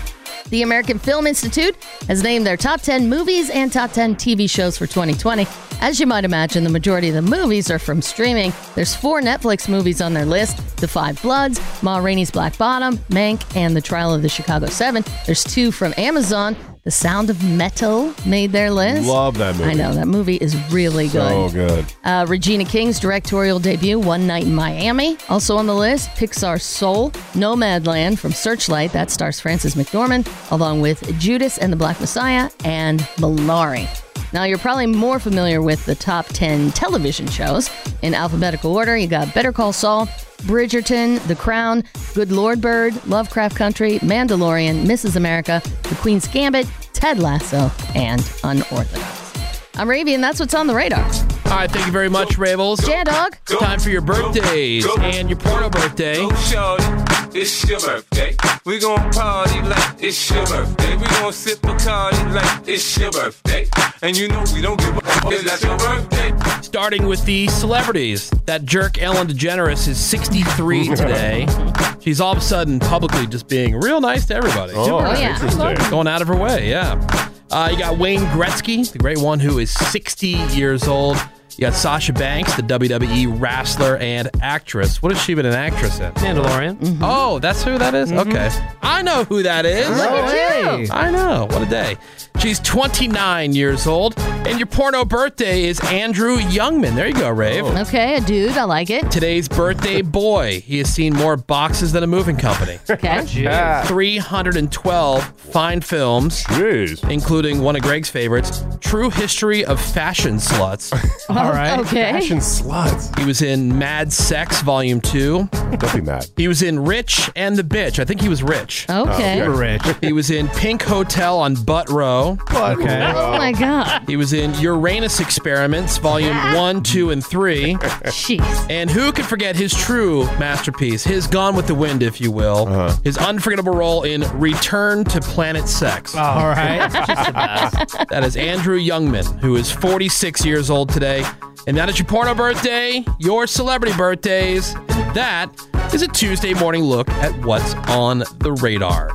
S3: The American Film Institute has named their top 10 movies and top 10 TV shows for 2020. As you might imagine, the majority of the movies are from streaming. There's four Netflix movies on their list The Five Bloods, Ma Rainey's Black Bottom, Mank, and The Trial of the Chicago Seven. There's two from Amazon. The Sound of Metal made their list.
S4: Love that movie.
S3: I know, that movie is really
S4: So
S3: good.
S4: good.
S3: Uh, Regina King's directorial debut, One Night in Miami, also on the list. Pixar's Soul, Nomadland from Searchlight, that stars Frances McDormand, along with Judas and the Black Messiah, and Malari. Now, you're probably more familiar with the top 10 television shows. In alphabetical order, you got Better Call Saul, Bridgerton, The Crown, Good Lord Bird, Lovecraft Country, Mandalorian, Mrs. America, The Queen's Gambit, Ted Lasso, and Unorthodox. I'm Ravi, and that's what's on the radar.
S2: All right, thank you very much, Ravels.
S3: Yeah, dog.
S2: It's time for your birthdays and your porno birthday.
S8: Shawty, it's your birthday. We gon' party like it's your birthday. We gon' sip a party like it's your birthday. And you know we don't give a fuck. It's not your birthday.
S2: Starting with the celebrities. That jerk Ellen DeGeneres is 63 today. She's all of a sudden publicly just being real nice to everybody.
S4: Oh, Oh, yeah. interesting.
S2: Going out of her way, yeah. Uh, you got Wayne Gretzky, the great one who is 60 years old. You got Sasha Banks, the WWE wrestler and actress. What has she been an actress in?
S9: Mandalorian. Mm-hmm.
S2: Oh, that's who that is? Okay. I know who that is.
S9: Look at you.
S2: I know. What a day. She's 29 years old. And your porno birthday is Andrew Youngman. There you go, Rave.
S9: Oh.
S3: Okay, a dude. I like it.
S2: Today's birthday boy. He has seen more boxes than a moving company.
S3: Okay.
S2: Yeah. 312 fine films, including one of Greg's favorites, True History of Fashion Sluts.
S3: All right. Oh, okay. Fashion
S2: Sluts. He was in Mad Sex Volume 2. Don't be mad. He was in Rich and the Bitch. I think he was Rich.
S3: Okay. Oh,
S2: rich. he was in Pink Hotel on Butt Row.
S3: Okay. Oh my god.
S2: He was in Uranus Experiments, Volume 1, 2, and 3.
S3: Jeez.
S2: And who could forget his true masterpiece, his Gone with the Wind, if you will, his unforgettable role in Return to Planet Sex.
S9: Oh, all right. Just the
S2: that is Andrew Youngman, who is 46 years old today. And that is your porno birthday, your celebrity birthdays. And that is a Tuesday morning look at what's on the radar.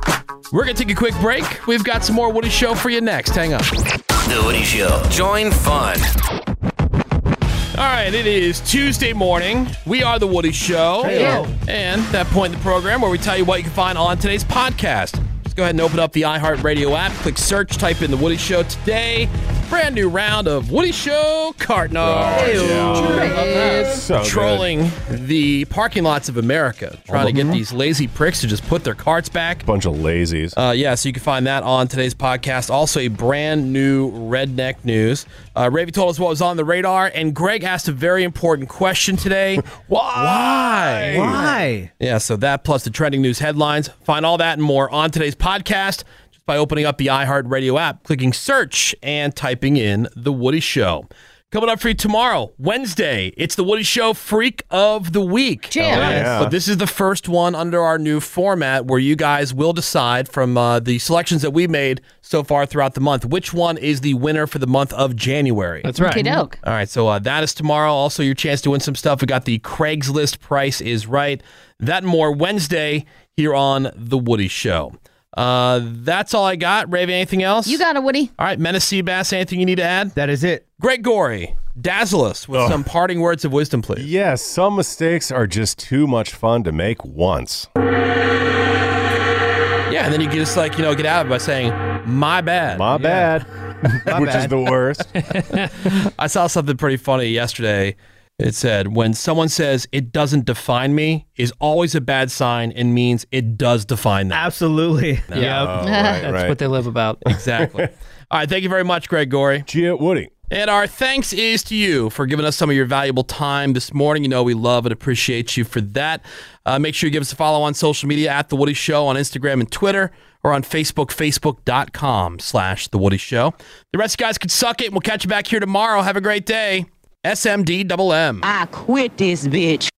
S2: We're going to take a quick break. We've got some more Woody Show for you next. Hang on.
S1: The Woody Show. Join fun.
S2: All right, it is Tuesday morning. We are The Woody Show.
S1: Hey-o.
S2: And that point in the program where we tell you what you can find on today's podcast. Just go ahead and open up the iHeartRadio app, click search, type in The Woody Show today. Brand new round of Woody Show Cart
S4: yeah. So good.
S2: Trolling the parking lots of America, trying to get these lazy pricks to just put their carts back.
S4: Bunch of lazies.
S2: Uh, yeah, so you can find that on today's podcast. Also, a brand new redneck news. Uh, Ravy told us what was on the radar, and Greg asked a very important question today. Why?
S7: Why? Why?
S2: Yeah, so that plus the trending news headlines. Find all that and more on today's podcast just by opening up the iHeartRadio app, clicking search, and typing in The Woody Show. Coming up for you tomorrow, Wednesday, it's The Woody Show Freak of the Week.
S3: Jam. Hell yeah.
S2: Oh, But this is the first one under our new format where you guys will decide from uh, the selections that we made so far throughout the month which one is the winner for the month of January. That's
S3: right. Okey-doke.
S2: All right, so uh, that is tomorrow. Also, your chance to win some stuff. We got the Craigslist price is right. That and more Wednesday here on The Woody Show. Uh, that's all I got. Rave, anything else? You
S3: got it, Woody.
S2: All right, Menace Seabass, anything you need to add? That is it. Greg Gory, dazzle us with some parting words of wisdom, please.
S4: Yes, some mistakes are just too much fun to make once.
S2: Yeah, and then you can just like, you know, get out of it by saying, my bad.
S4: My bad. Which is the worst.
S2: I saw something pretty funny yesterday. It said, when someone says it doesn't define me is always a bad sign and means it does define them.
S7: Absolutely.
S2: Yeah.
S7: Yep. Oh, right,
S9: That's right. what they live about.
S2: Exactly. All right. Thank you very much, Greg Gory.
S4: Gia Woody.
S2: And our thanks is to you for giving us some of your valuable time this morning. You know, we love and appreciate you for that. Uh, make sure you give us a follow on social media at The Woody Show on Instagram and Twitter or on Facebook, facebook.com slash The Woody Show. The rest of you guys could suck it. We'll catch you back here tomorrow. Have a great day. SMD double M.
S18: I quit this bitch.